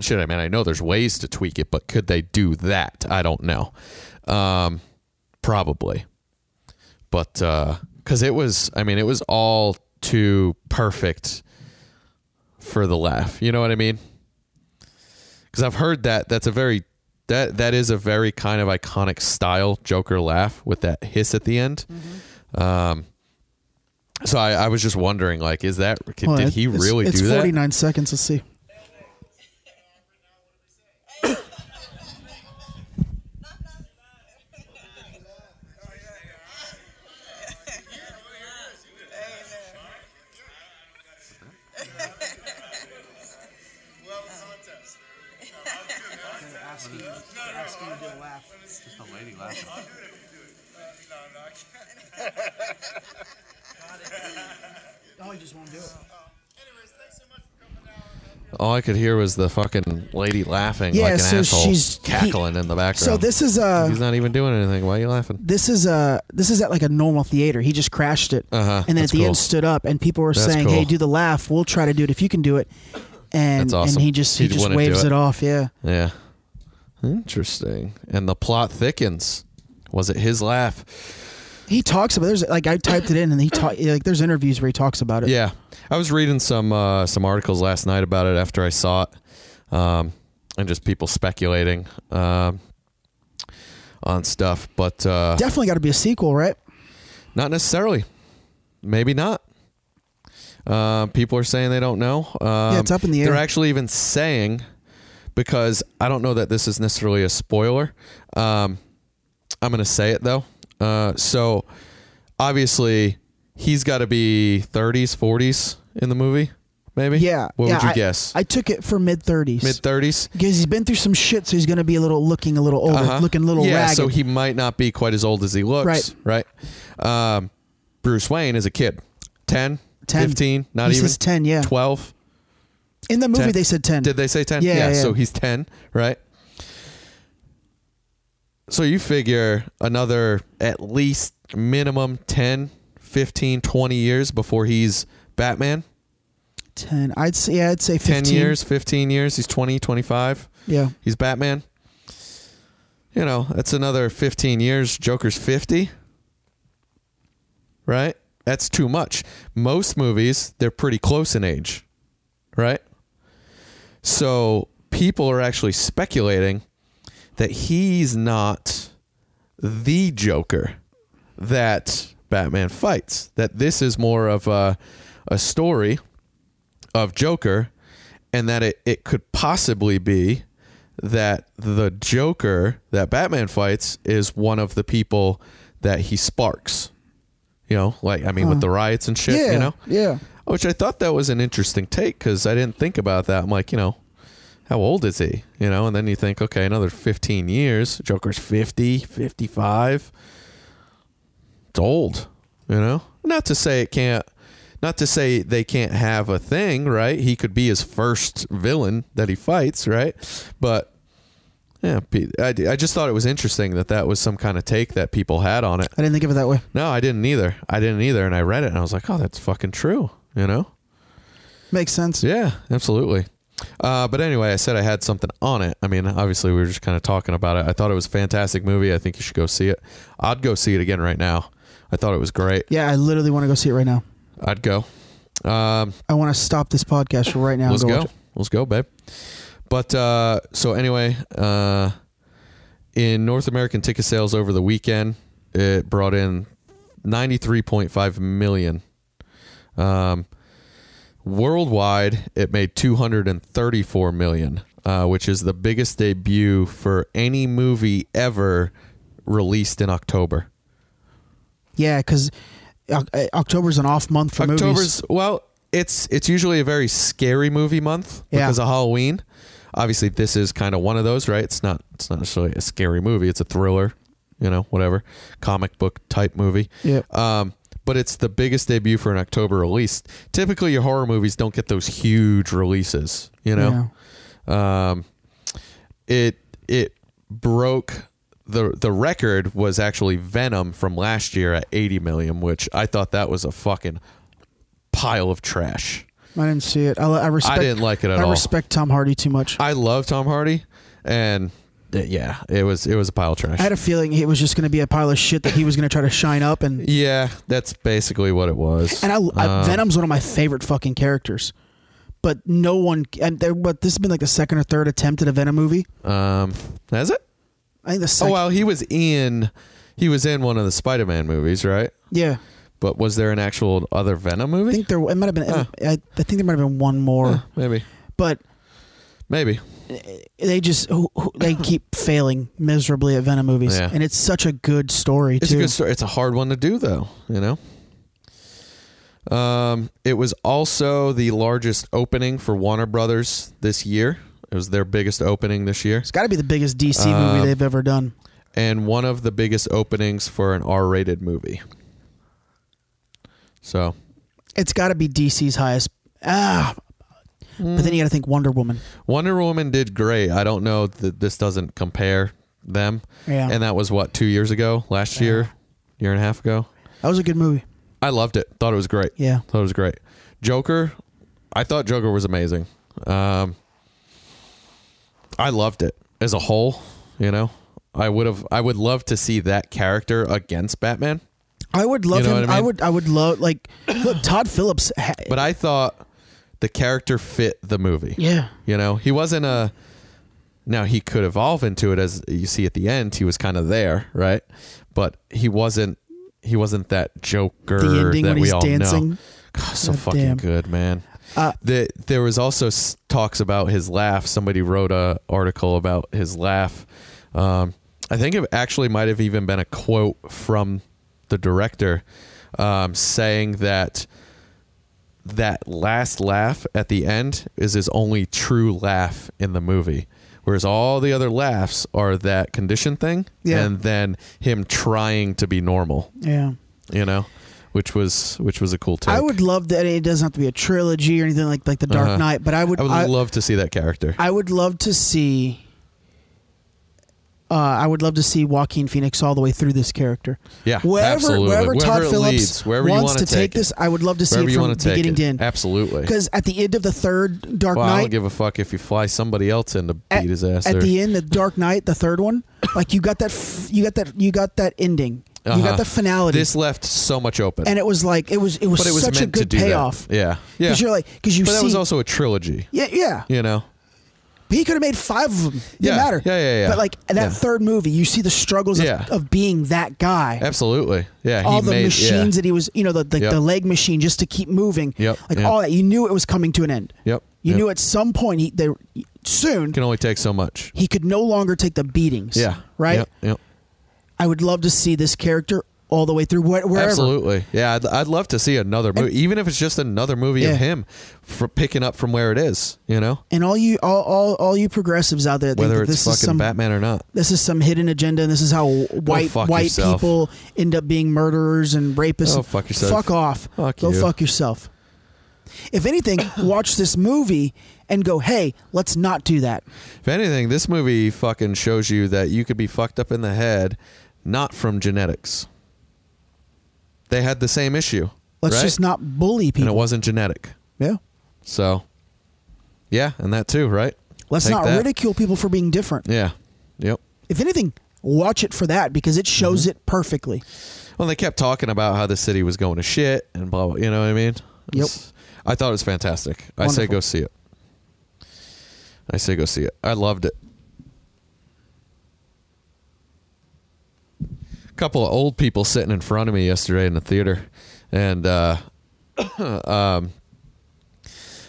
[SPEAKER 3] shit. I mean, I know there's ways to tweak it, but could they do that? I don't know. Um, probably but because it was i mean it was all too perfect for the laugh you know what i mean because i've heard that that's a very that that is a very kind of iconic style Joker laugh with that hiss at the end.
[SPEAKER 8] Mm-hmm.
[SPEAKER 3] Um, so I, I was just wondering, like, is that did
[SPEAKER 8] Hold on,
[SPEAKER 3] he
[SPEAKER 8] it's-
[SPEAKER 3] really
[SPEAKER 8] it's
[SPEAKER 3] do that?
[SPEAKER 8] 49 seconds. Let's see.
[SPEAKER 2] Oh, he just won't do it.
[SPEAKER 3] All I could hear was the fucking lady laughing
[SPEAKER 8] Yeah,
[SPEAKER 3] like an
[SPEAKER 8] so
[SPEAKER 3] asshole,
[SPEAKER 8] she's- he-
[SPEAKER 3] cackling in the background.
[SPEAKER 8] So this is uh
[SPEAKER 3] he's not even doing anything. Why are you laughing?
[SPEAKER 8] this is uh this is at like a normal theater. He just crashed it,
[SPEAKER 3] Uh-huh,
[SPEAKER 8] and then
[SPEAKER 3] that's
[SPEAKER 8] at the
[SPEAKER 3] cool.
[SPEAKER 8] end stood up, and people were
[SPEAKER 3] That's
[SPEAKER 8] saying,
[SPEAKER 3] cool.
[SPEAKER 8] "Hey, do the laugh. We'll try to do it if you can do it." And
[SPEAKER 3] That's awesome.
[SPEAKER 8] and he just he
[SPEAKER 3] He
[SPEAKER 8] just
[SPEAKER 3] wouldn't
[SPEAKER 8] waves
[SPEAKER 3] do it.
[SPEAKER 8] it. off. Yeah,
[SPEAKER 3] Yeah, interesting. And the plot thickens. Was it his laugh?
[SPEAKER 8] he talks about there's like I typed it in, and he talk like there's interviews where he talks about it.
[SPEAKER 3] Yeah, I was reading some uh, some articles last night about it after I saw it, um, and just people speculating um, on stuff, but uh,
[SPEAKER 8] definitely got to be a sequel, right?
[SPEAKER 3] not necessarily. Maybe not. Uh, people are saying they don't know. Um,
[SPEAKER 8] it's up in the
[SPEAKER 3] They're
[SPEAKER 8] air.
[SPEAKER 3] actually even saying because I don't know that this is necessarily a spoiler. Um, I'm going to say it though. Uh, so obviously he's got to be 30s, 40s in the movie, maybe.
[SPEAKER 8] Yeah.
[SPEAKER 3] What
[SPEAKER 8] yeah,
[SPEAKER 3] would you
[SPEAKER 8] I,
[SPEAKER 3] guess?
[SPEAKER 8] I took it for mid thirties.
[SPEAKER 3] Mid 30s.
[SPEAKER 8] because he's been through some shit, so he's gonna be a little looking a little older, looking a little
[SPEAKER 3] Uh-huh. yeah,
[SPEAKER 8] ragged.
[SPEAKER 3] so he might not be quite as old as he looks. Right. Right. Um, Bruce Wayne is a kid. 10,
[SPEAKER 8] 10.
[SPEAKER 3] 15, not
[SPEAKER 8] He
[SPEAKER 3] even.
[SPEAKER 8] says 10, yeah.
[SPEAKER 3] 12.
[SPEAKER 8] in the movie,
[SPEAKER 3] 10.
[SPEAKER 8] they said ten.
[SPEAKER 3] Did they say 10?
[SPEAKER 8] Yeah, yeah.
[SPEAKER 3] So he's 10, right? So you figure another at least minimum 10, 15, 20 years before he's Batman.
[SPEAKER 8] ten? I'd say yeah, I'd say
[SPEAKER 3] 10
[SPEAKER 8] fifteen
[SPEAKER 3] years, 15 years. He's 20, 25.
[SPEAKER 8] Yeah,
[SPEAKER 3] He's Batman. You know, that's another 15 years. Joker's 50. Right? That's too much. Most movies, they're pretty close in age. Right? So people are actually speculating that he's not the Joker that Batman fights, that this is more of a, a story of Joker, and that it, it could possibly be that the Joker that Batman fights is one of the people that he sparks. You know, like, I mean, with the riots and shit,
[SPEAKER 8] yeah,
[SPEAKER 3] you know?
[SPEAKER 8] yeah.
[SPEAKER 3] Which I thought that was an interesting take because I didn't think about that. I'm like, you know, how old is he? You know, and then you think, okay, another 15 years. Joker's 50, 55. It's old, you know? Not to say it can't, not to say they can't have a thing, right? He could be his first villain that he fights, right? But. Yeah, Pete, I, I just thought it was interesting that that was some kind of take that people had on it.
[SPEAKER 8] I didn't think of it that way.
[SPEAKER 3] No, I didn't either. I didn't either. And I read it and I was like, oh, that's fucking true. You know?
[SPEAKER 8] Makes sense.
[SPEAKER 3] Yeah, absolutely. Uh, but anyway, I said I had something on it. I mean, obviously, we were just kind of talking about it. I thought it was a fantastic movie. I think you should go see it. I'd go see it again right now. I thought it was great.
[SPEAKER 8] Yeah, I literally want to go see it right now.
[SPEAKER 3] I'd go. Um,
[SPEAKER 8] I want to stop this podcast right now.
[SPEAKER 3] Let's
[SPEAKER 8] and go.
[SPEAKER 3] go.
[SPEAKER 8] watch it.
[SPEAKER 3] Let's go, babe. But uh, so anyway, uh, in North American ticket sales over the weekend, it brought in 93.5 million. Um, worldwide, it made 234 million, uh, which is the biggest debut for any movie ever released in October.
[SPEAKER 8] Yeah, because October's an off month for movies.
[SPEAKER 3] October's well, it's it's usually a very scary movie month
[SPEAKER 8] Yeah.
[SPEAKER 3] because of Halloween. Obviously, this is kind of one of those, right? It's not it's not necessarily a scary movie. It's a thriller, you know, whatever comic book type movie.
[SPEAKER 8] Yeah.
[SPEAKER 3] Um, but it's the biggest debut for an October release. Typically, your horror movies don't get those huge releases, you know
[SPEAKER 8] Yeah.
[SPEAKER 3] um, it it broke the the record was actually Venom from last year at 80 million, which I thought that was a fucking pile of trash.
[SPEAKER 8] I didn't see it. I, I respect.
[SPEAKER 3] didn't like it at
[SPEAKER 8] I
[SPEAKER 3] all.
[SPEAKER 8] respect Tom Hardy too much. I,
[SPEAKER 3] I love Tom Hardy, and uh, yeah, it was it was a pile of trash.
[SPEAKER 8] had a feeling it was just going to be a pile of shit that he was going to try to shine up and.
[SPEAKER 3] yeah, that's basically what it was. Uh.
[SPEAKER 8] And I, I Venom's one of my favorite fucking characters but no one. And there, but this has been like the second or third attempt at a Venom movie.
[SPEAKER 3] Um, has it?
[SPEAKER 8] I think the
[SPEAKER 3] Oh
[SPEAKER 8] second.
[SPEAKER 3] well, he was in he was in one of the Spider-Man movies, right?
[SPEAKER 8] Yeah,
[SPEAKER 3] But was there an actual other Venom
[SPEAKER 8] I
[SPEAKER 3] movie?
[SPEAKER 8] think there. It might have been. I, I think there might have been one more,
[SPEAKER 3] maybe,
[SPEAKER 8] but
[SPEAKER 3] maybe.
[SPEAKER 8] they just who- who-
[SPEAKER 3] [laughs]
[SPEAKER 8] they keep failing miserably at Venom movies,
[SPEAKER 3] Yeah.
[SPEAKER 8] and it's such a good story
[SPEAKER 3] It's
[SPEAKER 8] too.
[SPEAKER 3] a good story. It's a hard one to do, though. You know. Um, it was also the largest opening for Warner Brothers this year. It was their biggest opening this year,
[SPEAKER 8] It's got to be the biggest DC
[SPEAKER 3] Uh,
[SPEAKER 8] movie they've ever done.
[SPEAKER 3] and one of the biggest openings for an R-rated movie. So,
[SPEAKER 8] It's got to be DC's highest. Ah, but then you got to think Wonder Woman.
[SPEAKER 3] Wonder Woman did great. I don't know that this doesn't compare them.
[SPEAKER 8] Yeah.
[SPEAKER 3] And that was what two years ago, last year, year and a half ago.
[SPEAKER 8] That was a good movie.
[SPEAKER 3] I loved it. Thought it was great.
[SPEAKER 8] Yeah.
[SPEAKER 3] Thought it was great. Joker, I thought Joker was amazing. Um, I loved it as a whole. You know, I would have. I would love to see that character against Batman.
[SPEAKER 8] I would love
[SPEAKER 3] You know
[SPEAKER 8] him. I,
[SPEAKER 3] what I mean?
[SPEAKER 8] would. I would love like look. Todd Phillips. Ha-
[SPEAKER 3] But I thought the character fit the movie.
[SPEAKER 8] yeah,
[SPEAKER 3] You know, he wasn't a. Now he could evolve into it as you see at the end. He was kind of there, right? But he wasn't. He wasn't that Joker
[SPEAKER 8] The ending
[SPEAKER 3] that
[SPEAKER 8] when
[SPEAKER 3] we
[SPEAKER 8] he's
[SPEAKER 3] all
[SPEAKER 8] dancing.
[SPEAKER 3] know. God, so
[SPEAKER 8] God
[SPEAKER 3] fucking
[SPEAKER 8] damn.
[SPEAKER 3] good, man.
[SPEAKER 8] Uh,
[SPEAKER 3] the, there was also s- talks about his laugh. Somebody wrote a article about his laugh. Um, I think it actually might have even been a quote from the director um, saying that that last laugh at the end is his only true laugh in the movie. Whereas all the other laughs are that condition thing
[SPEAKER 8] Yeah.
[SPEAKER 3] and then him trying to be normal,
[SPEAKER 8] yeah.
[SPEAKER 3] you know, which was which was a cool take.
[SPEAKER 8] I would love that. It doesn't have to be a trilogy or anything like like the Dark
[SPEAKER 3] Uh-huh.
[SPEAKER 8] Knight. But I would.
[SPEAKER 3] I would
[SPEAKER 8] I,
[SPEAKER 3] love to see that character.
[SPEAKER 8] I would love to see. Uh, I would love to see Joaquin Phoenix all the way through this character.
[SPEAKER 3] Yeah,
[SPEAKER 8] wherever
[SPEAKER 3] absolutely.
[SPEAKER 8] wherever Todd
[SPEAKER 3] Wherever it
[SPEAKER 8] Phillips
[SPEAKER 3] leads, wherever you
[SPEAKER 8] wants
[SPEAKER 3] wanna
[SPEAKER 8] to take
[SPEAKER 3] take it.
[SPEAKER 8] this, I would love to see
[SPEAKER 3] Wherever
[SPEAKER 8] it
[SPEAKER 3] you
[SPEAKER 8] from
[SPEAKER 3] wanna take
[SPEAKER 8] beginning
[SPEAKER 3] it.
[SPEAKER 8] to end.
[SPEAKER 3] Absolutely.
[SPEAKER 8] Because at the end of the third Dark
[SPEAKER 3] Well, I don't
[SPEAKER 8] Knight,
[SPEAKER 3] give a fuck if you fly somebody else in to beat
[SPEAKER 8] at,
[SPEAKER 3] his ass.
[SPEAKER 8] at
[SPEAKER 3] or-
[SPEAKER 8] the end of Dark Knight, the third one, like you got that, f- you got that, you got that ending, you
[SPEAKER 3] Uh-huh.
[SPEAKER 8] got the finality,
[SPEAKER 3] This left so much open,
[SPEAKER 8] and it was like it was it was
[SPEAKER 3] but it was
[SPEAKER 8] such
[SPEAKER 3] meant
[SPEAKER 8] a good
[SPEAKER 3] to do that.
[SPEAKER 8] payoff.
[SPEAKER 3] Yeah, yeah.
[SPEAKER 8] because you're like because you
[SPEAKER 3] but
[SPEAKER 8] see,
[SPEAKER 3] that was also a trilogy.
[SPEAKER 8] yeah, yeah,
[SPEAKER 3] You know,
[SPEAKER 8] He could have made five of them. Didn't
[SPEAKER 3] Yeah,
[SPEAKER 8] matter.
[SPEAKER 3] yeah, yeah, yeah.
[SPEAKER 8] But like that
[SPEAKER 3] Yeah.
[SPEAKER 8] third movie, you see the struggles of,
[SPEAKER 3] Yeah.
[SPEAKER 8] of being that guy.
[SPEAKER 3] absolutely. Yeah,
[SPEAKER 8] all
[SPEAKER 3] he
[SPEAKER 8] the
[SPEAKER 3] made,
[SPEAKER 8] machines
[SPEAKER 3] Yeah.
[SPEAKER 8] that he was, you know, the the,
[SPEAKER 3] Yep.
[SPEAKER 8] the leg machine just to keep moving.
[SPEAKER 3] Yep,
[SPEAKER 8] Like
[SPEAKER 3] yep.
[SPEAKER 8] all that, you knew it was coming to an end.
[SPEAKER 3] Yep,
[SPEAKER 8] You
[SPEAKER 3] yep.
[SPEAKER 8] knew at some point he they soon
[SPEAKER 3] can only take so much.
[SPEAKER 8] he could no longer take the beatings.
[SPEAKER 3] Yeah,
[SPEAKER 8] Right.
[SPEAKER 3] Yep, yep.
[SPEAKER 8] I would love to see this character all the way through wh- wherever.
[SPEAKER 3] Absolutely. Yeah, I'd, I'd love to see another movie, even if it's just another movie
[SPEAKER 8] Yeah.
[SPEAKER 3] of him for picking up from where it is. You know,
[SPEAKER 8] And all you all all, all you progressives out there, think
[SPEAKER 3] whether
[SPEAKER 8] that
[SPEAKER 3] it's
[SPEAKER 8] this
[SPEAKER 3] fucking
[SPEAKER 8] is some
[SPEAKER 3] Batman or not.
[SPEAKER 8] this is some hidden agenda and this is how white
[SPEAKER 3] fuck
[SPEAKER 8] white
[SPEAKER 3] yourself.
[SPEAKER 8] people end up being murderers and rapists.
[SPEAKER 3] Go fuck yourself.
[SPEAKER 8] Fuck off.
[SPEAKER 3] Fuck
[SPEAKER 8] go
[SPEAKER 3] you.
[SPEAKER 8] fuck yourself. If anything,
[SPEAKER 3] [coughs]
[SPEAKER 8] watch this movie and go, hey, let's not do that.
[SPEAKER 3] If anything, this movie fucking shows you that you could be fucked up in the head, not from genetics. They had the same issue.
[SPEAKER 8] Let's
[SPEAKER 3] right?
[SPEAKER 8] just not bully
[SPEAKER 3] And
[SPEAKER 8] people.
[SPEAKER 3] it wasn't genetic.
[SPEAKER 8] yeah.
[SPEAKER 3] So, yeah, and that too, right?
[SPEAKER 8] Let's
[SPEAKER 3] Take
[SPEAKER 8] not
[SPEAKER 3] that.
[SPEAKER 8] ridicule people for being different.
[SPEAKER 3] Yeah. Yep.
[SPEAKER 8] If anything, watch it for that because it
[SPEAKER 3] Mm-hmm.
[SPEAKER 8] shows it perfectly.
[SPEAKER 3] Well, they kept talking about how the city was going to shit and blah blah. You know what I mean? It's- I thought it was fantastic. I say
[SPEAKER 8] Wonderful.
[SPEAKER 3] go see it. I say go see it. I loved it. A couple of old people sitting in front of me yesterday in the theater, and uh, [coughs] um,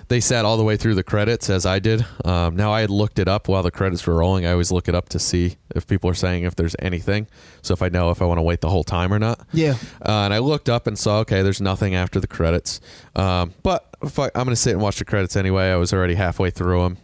[SPEAKER 3] they sat all the way through the credits as I did. Um, now I had looked it up while the credits were rolling. I always look it up to see if people are saying if there's anything, so if I know if I want to wait the whole time or not.
[SPEAKER 8] Yeah.
[SPEAKER 3] Uh, and I looked up and saw, okay, there's nothing after the credits. Um, but fuck, I'm going to sit and watch the credits anyway. I was already halfway through them.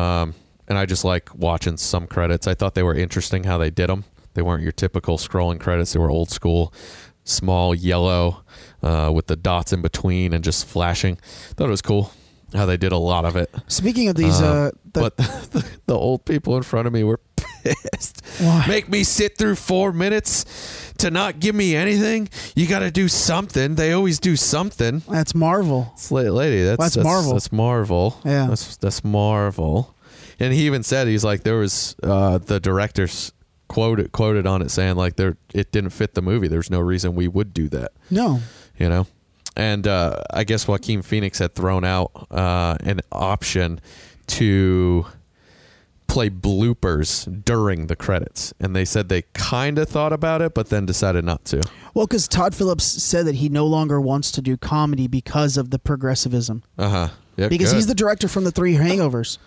[SPEAKER 3] Um, and I just like watching some credits. I thought they were interesting how they did them. They weren't your typical scrolling credits, they were old school, small, yellow, uh, with the dots in between and just flashing. Thought it was cool how they did a lot of it.
[SPEAKER 8] Speaking of these, uh, the,
[SPEAKER 3] but [laughs] the, the old people in front of me were [laughs] pissed.
[SPEAKER 8] Why?
[SPEAKER 3] Make me sit through four minutes to not give me anything. You got to do something. They always do something.
[SPEAKER 8] that's Marvel.
[SPEAKER 3] It's la- lady. That's,
[SPEAKER 8] That's Marvel.
[SPEAKER 3] That's Marvel.
[SPEAKER 8] Yeah.
[SPEAKER 3] That's that's Marvel. And he even said he's like there was uh, the director's quoted quoted on it saying like there it didn't fit the movie. There's no reason we would do that.
[SPEAKER 8] No.
[SPEAKER 3] You know. and uh, I guess Joaquin Phoenix had thrown out uh, an option to play bloopers during the credits, and they said they kind of thought about it, but then decided not to.
[SPEAKER 8] Well, because Todd Phillips said that he no longer wants to do comedy because of the progressivism.
[SPEAKER 3] Uh huh. Yeah,
[SPEAKER 8] Because
[SPEAKER 3] good.
[SPEAKER 8] he's the director from the Three Hangovers,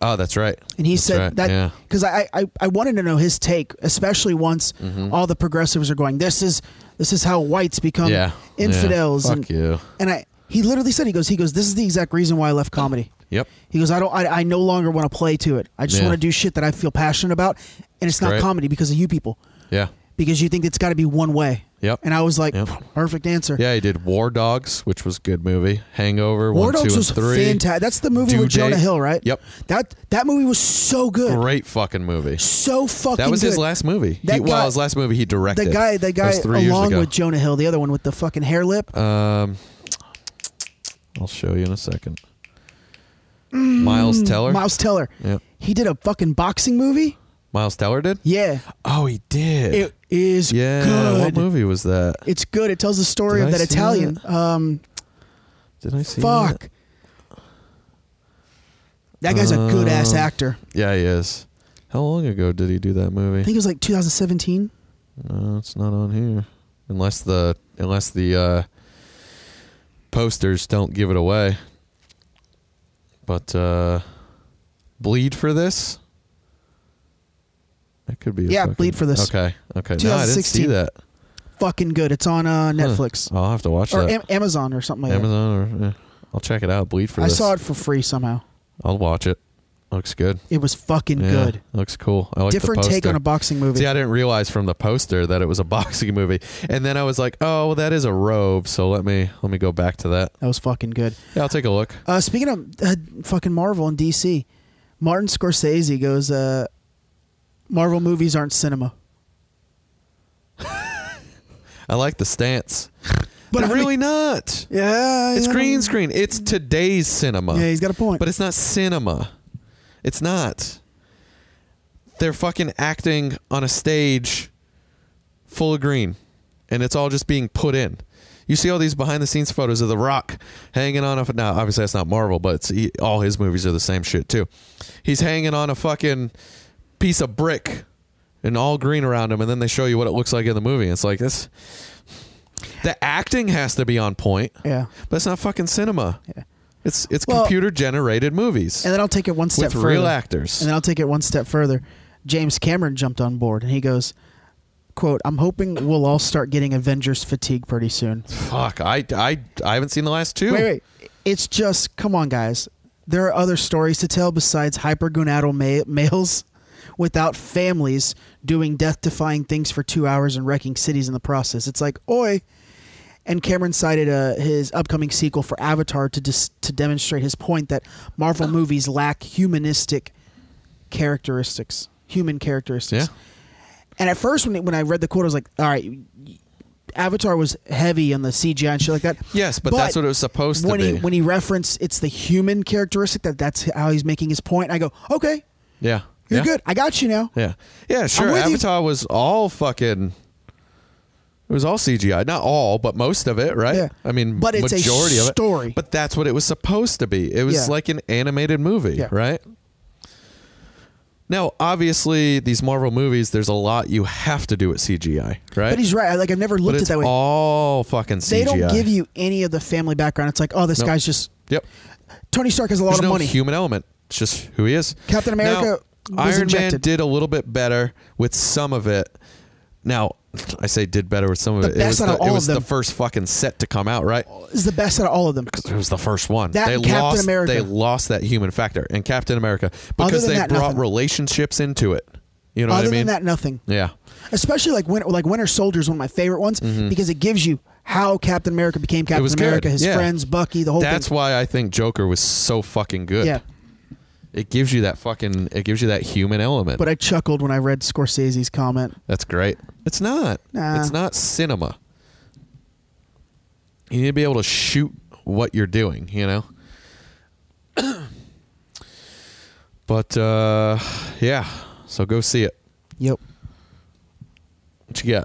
[SPEAKER 3] Oh, that's right.
[SPEAKER 8] and he
[SPEAKER 3] That's
[SPEAKER 8] said
[SPEAKER 3] right, yeah.
[SPEAKER 8] that because I, I I wanted to know his take, especially once
[SPEAKER 3] Mm-hmm.
[SPEAKER 8] all the progressives are going. This is this is how whites become
[SPEAKER 3] Yeah. Yeah.
[SPEAKER 8] infidels.
[SPEAKER 3] Fuck
[SPEAKER 8] and,
[SPEAKER 3] you.
[SPEAKER 8] And I he literally said he goes he goes this is the exact reason why I left comedy.
[SPEAKER 3] Yep.
[SPEAKER 8] He goes, I don't, I, I no longer want to play to it. I just
[SPEAKER 3] Yeah.
[SPEAKER 8] want to do shit that I feel passionate about, and it's not
[SPEAKER 3] Right.
[SPEAKER 8] comedy because of you people,
[SPEAKER 3] Yeah.
[SPEAKER 8] because you think it's got to be one way.
[SPEAKER 3] Yep.
[SPEAKER 8] And I was like,
[SPEAKER 3] Yep.
[SPEAKER 8] perfect answer.
[SPEAKER 3] Yeah, he did War Dogs, which was a good movie. Hangover,
[SPEAKER 8] War
[SPEAKER 3] one,
[SPEAKER 8] Dogs
[SPEAKER 3] two,
[SPEAKER 8] was
[SPEAKER 3] and three.
[SPEAKER 8] fantastic. That's the movie
[SPEAKER 3] Due
[SPEAKER 8] with Jonah
[SPEAKER 3] Date.
[SPEAKER 8] Hill, right?
[SPEAKER 3] Yep.
[SPEAKER 8] That that movie was so good,
[SPEAKER 3] Great fucking movie.
[SPEAKER 8] so fucking.
[SPEAKER 3] That was his
[SPEAKER 8] good.
[SPEAKER 3] last movie. He,
[SPEAKER 8] That guy-
[SPEAKER 3] well, his last movie he directed.
[SPEAKER 8] The guy, the
[SPEAKER 3] That
[SPEAKER 8] guy
[SPEAKER 3] was three years
[SPEAKER 8] along
[SPEAKER 3] ago.
[SPEAKER 8] with Jonah Hill, the other one with the fucking hair lip.
[SPEAKER 3] Um, I'll show you in a second. Miles Teller.
[SPEAKER 8] Mm, Miles Teller.
[SPEAKER 3] Yep.
[SPEAKER 8] He did a fucking boxing movie.
[SPEAKER 3] Miles Teller did.
[SPEAKER 8] Yeah,
[SPEAKER 3] Oh, he did.
[SPEAKER 8] it is
[SPEAKER 3] yeah.
[SPEAKER 8] good.
[SPEAKER 3] What movie was that?
[SPEAKER 8] It's good. It tells the story
[SPEAKER 3] Did
[SPEAKER 8] of
[SPEAKER 3] I
[SPEAKER 8] that
[SPEAKER 3] see
[SPEAKER 8] Italian.
[SPEAKER 3] that?
[SPEAKER 8] Um,
[SPEAKER 3] Did I see?
[SPEAKER 8] Fuck.
[SPEAKER 3] That?
[SPEAKER 8] That guy's a good ass
[SPEAKER 3] Um,
[SPEAKER 8] actor.
[SPEAKER 3] Yeah, he is. How long ago did he do that movie?
[SPEAKER 8] I think it was like 2017.
[SPEAKER 3] No, Uh, it's not on here. Unless the unless the uh, posters don't give it away. But uh, bleed for this. That could be. a
[SPEAKER 8] Yeah,
[SPEAKER 3] fucking-
[SPEAKER 8] Bleed for This.
[SPEAKER 3] Okay, okay. No, I didn't see
[SPEAKER 8] 2016.
[SPEAKER 3] that.
[SPEAKER 8] Fucking good. It's on uh,
[SPEAKER 3] Huh.
[SPEAKER 8] Netflix
[SPEAKER 3] I'll have to watch
[SPEAKER 8] or
[SPEAKER 3] that.
[SPEAKER 8] Am- Amazon or something like
[SPEAKER 3] Amazon. Or, yeah. I'll check it out. Bleed for
[SPEAKER 8] that. I
[SPEAKER 3] this.
[SPEAKER 8] saw it for free somehow.
[SPEAKER 3] I'll watch it. Looks good.
[SPEAKER 8] It was fucking
[SPEAKER 3] Yeah,
[SPEAKER 8] good.
[SPEAKER 3] Looks cool. I like the
[SPEAKER 8] Different take
[SPEAKER 3] poster.
[SPEAKER 8] on a boxing movie.
[SPEAKER 3] See, I didn't realize from the poster that it was a [laughs] boxing movie, and then I was like, "Oh, well, that is a robe." So let me let me go back to that.
[SPEAKER 8] that was fucking good.
[SPEAKER 3] Yeah, I'll take a look.
[SPEAKER 8] Uh, speaking of uh, fucking Marvel and DC, Martin Scorsese goes, uh, Marvel movies aren't cinema.
[SPEAKER 3] I like the stance, but
[SPEAKER 8] [laughs] I mean-
[SPEAKER 3] really not.
[SPEAKER 8] yeah,
[SPEAKER 3] It's
[SPEAKER 8] yeah.
[SPEAKER 3] green screen. It's today's cinema.
[SPEAKER 8] Yeah, he's got a point.
[SPEAKER 3] But it's not cinema. It's not. They're fucking acting on a stage full of green. And it's all just being put in. You see all these behind the scenes photos of The Rock hanging on a. f- Now, obviously, that's not Marvel, but it's, he, all his movies are the same shit, too. He's hanging on a fucking piece of brick and all green around him, and then they show you what it looks like in the movie. It's like this. The acting has to be on point.
[SPEAKER 8] Yeah.
[SPEAKER 3] But it's not fucking cinema. It's it's
[SPEAKER 8] Well-
[SPEAKER 3] computer generated movies
[SPEAKER 8] And then I'll take it one step
[SPEAKER 3] with
[SPEAKER 8] further.
[SPEAKER 3] real actors.
[SPEAKER 8] And then I'll take it one step further. James Cameron jumped on board and he goes, quote, I'm hoping we'll all start getting Avengers fatigue pretty soon.
[SPEAKER 3] Fuck, I, I I haven't seen the last two.
[SPEAKER 8] Wait, wait. It's just, come on, guys. There are other stories to tell besides hypergonadal ma- males without families doing death defying things for two hours and wrecking cities in the process. It's like, oi. And Cameron cited uh, his upcoming sequel for Avatar to, dis- to demonstrate his point that Marvel movies lack humanistic characteristics, human characteristics.
[SPEAKER 3] Yeah.
[SPEAKER 8] And at first, when, it, when I read the quote, I was like, all right, Avatar was heavy on the CGI and shit like that.
[SPEAKER 3] Yes, but that's what it was supposed to
[SPEAKER 8] when He,
[SPEAKER 3] be.
[SPEAKER 8] when he referenced it's the human characteristic that that's how he's making his point, I go, okay,
[SPEAKER 3] Yeah.
[SPEAKER 8] you're
[SPEAKER 3] yeah.
[SPEAKER 8] good. I got you now.
[SPEAKER 3] Yeah. Yeah, sure.
[SPEAKER 8] with you.
[SPEAKER 3] Avatar was all fucking it was all CGI, not all, but most of it, right?
[SPEAKER 8] Yeah.
[SPEAKER 3] I mean,
[SPEAKER 8] But it's a
[SPEAKER 3] majority of it.
[SPEAKER 8] story.
[SPEAKER 3] But that's what it was supposed to be. It was
[SPEAKER 8] Yeah.
[SPEAKER 3] like an animated movie,
[SPEAKER 8] Yeah.
[SPEAKER 3] right? Now, obviously, these Marvel movies, there's a lot you have to do with CGI, right?
[SPEAKER 8] But he's right. I, like I've never
[SPEAKER 3] But
[SPEAKER 8] looked at
[SPEAKER 3] it's
[SPEAKER 8] it that way.
[SPEAKER 3] all fucking CGI.
[SPEAKER 8] they don't give you any of the family background. It's like, oh, this
[SPEAKER 3] Nope.
[SPEAKER 8] guy's just
[SPEAKER 3] Yep.
[SPEAKER 8] Tony Stark has a lot
[SPEAKER 3] There's
[SPEAKER 8] of
[SPEAKER 3] no
[SPEAKER 8] money.
[SPEAKER 3] human element. It's just who he is.
[SPEAKER 8] Captain
[SPEAKER 3] Now,
[SPEAKER 8] America was
[SPEAKER 3] Iron Man
[SPEAKER 8] injected.
[SPEAKER 3] did a little bit better with some of it. Now, I say did better with some of
[SPEAKER 8] The
[SPEAKER 3] it. it was,
[SPEAKER 8] best out
[SPEAKER 3] the,
[SPEAKER 8] of all
[SPEAKER 3] it
[SPEAKER 8] of
[SPEAKER 3] was the
[SPEAKER 8] them.
[SPEAKER 3] first fucking set to come out, right?
[SPEAKER 8] is the best out of all of them.
[SPEAKER 3] It was the first one.
[SPEAKER 8] That
[SPEAKER 3] they
[SPEAKER 8] and Captain
[SPEAKER 3] lost,
[SPEAKER 8] America.
[SPEAKER 3] They lost that human factor in Captain America
[SPEAKER 8] Other
[SPEAKER 3] because
[SPEAKER 8] than
[SPEAKER 3] they
[SPEAKER 8] that,
[SPEAKER 3] brought
[SPEAKER 8] nothing.
[SPEAKER 3] relationships into it. You know
[SPEAKER 8] Other
[SPEAKER 3] what I mean?
[SPEAKER 8] than that, nothing.
[SPEAKER 3] yeah.
[SPEAKER 8] Especially like Winter, like Winter Soldier is one of my favorite ones because it gives you how Captain America became Captain
[SPEAKER 3] Mm-hmm. was good.
[SPEAKER 8] America, his
[SPEAKER 3] Yeah.
[SPEAKER 8] friends, Bucky, the whole
[SPEAKER 3] That's
[SPEAKER 8] thing.
[SPEAKER 3] why I think Joker was so fucking good.
[SPEAKER 8] yeah.
[SPEAKER 3] It gives you that fucking it gives you that human element.
[SPEAKER 8] But I chuckled when I read Scorsese's comment.
[SPEAKER 3] That's great. It's not.
[SPEAKER 8] Nah.
[SPEAKER 3] It's not cinema. You need to be able to shoot what you're doing, you know? [clears throat] but uh yeah. So go see it.
[SPEAKER 8] Yep.
[SPEAKER 3] What you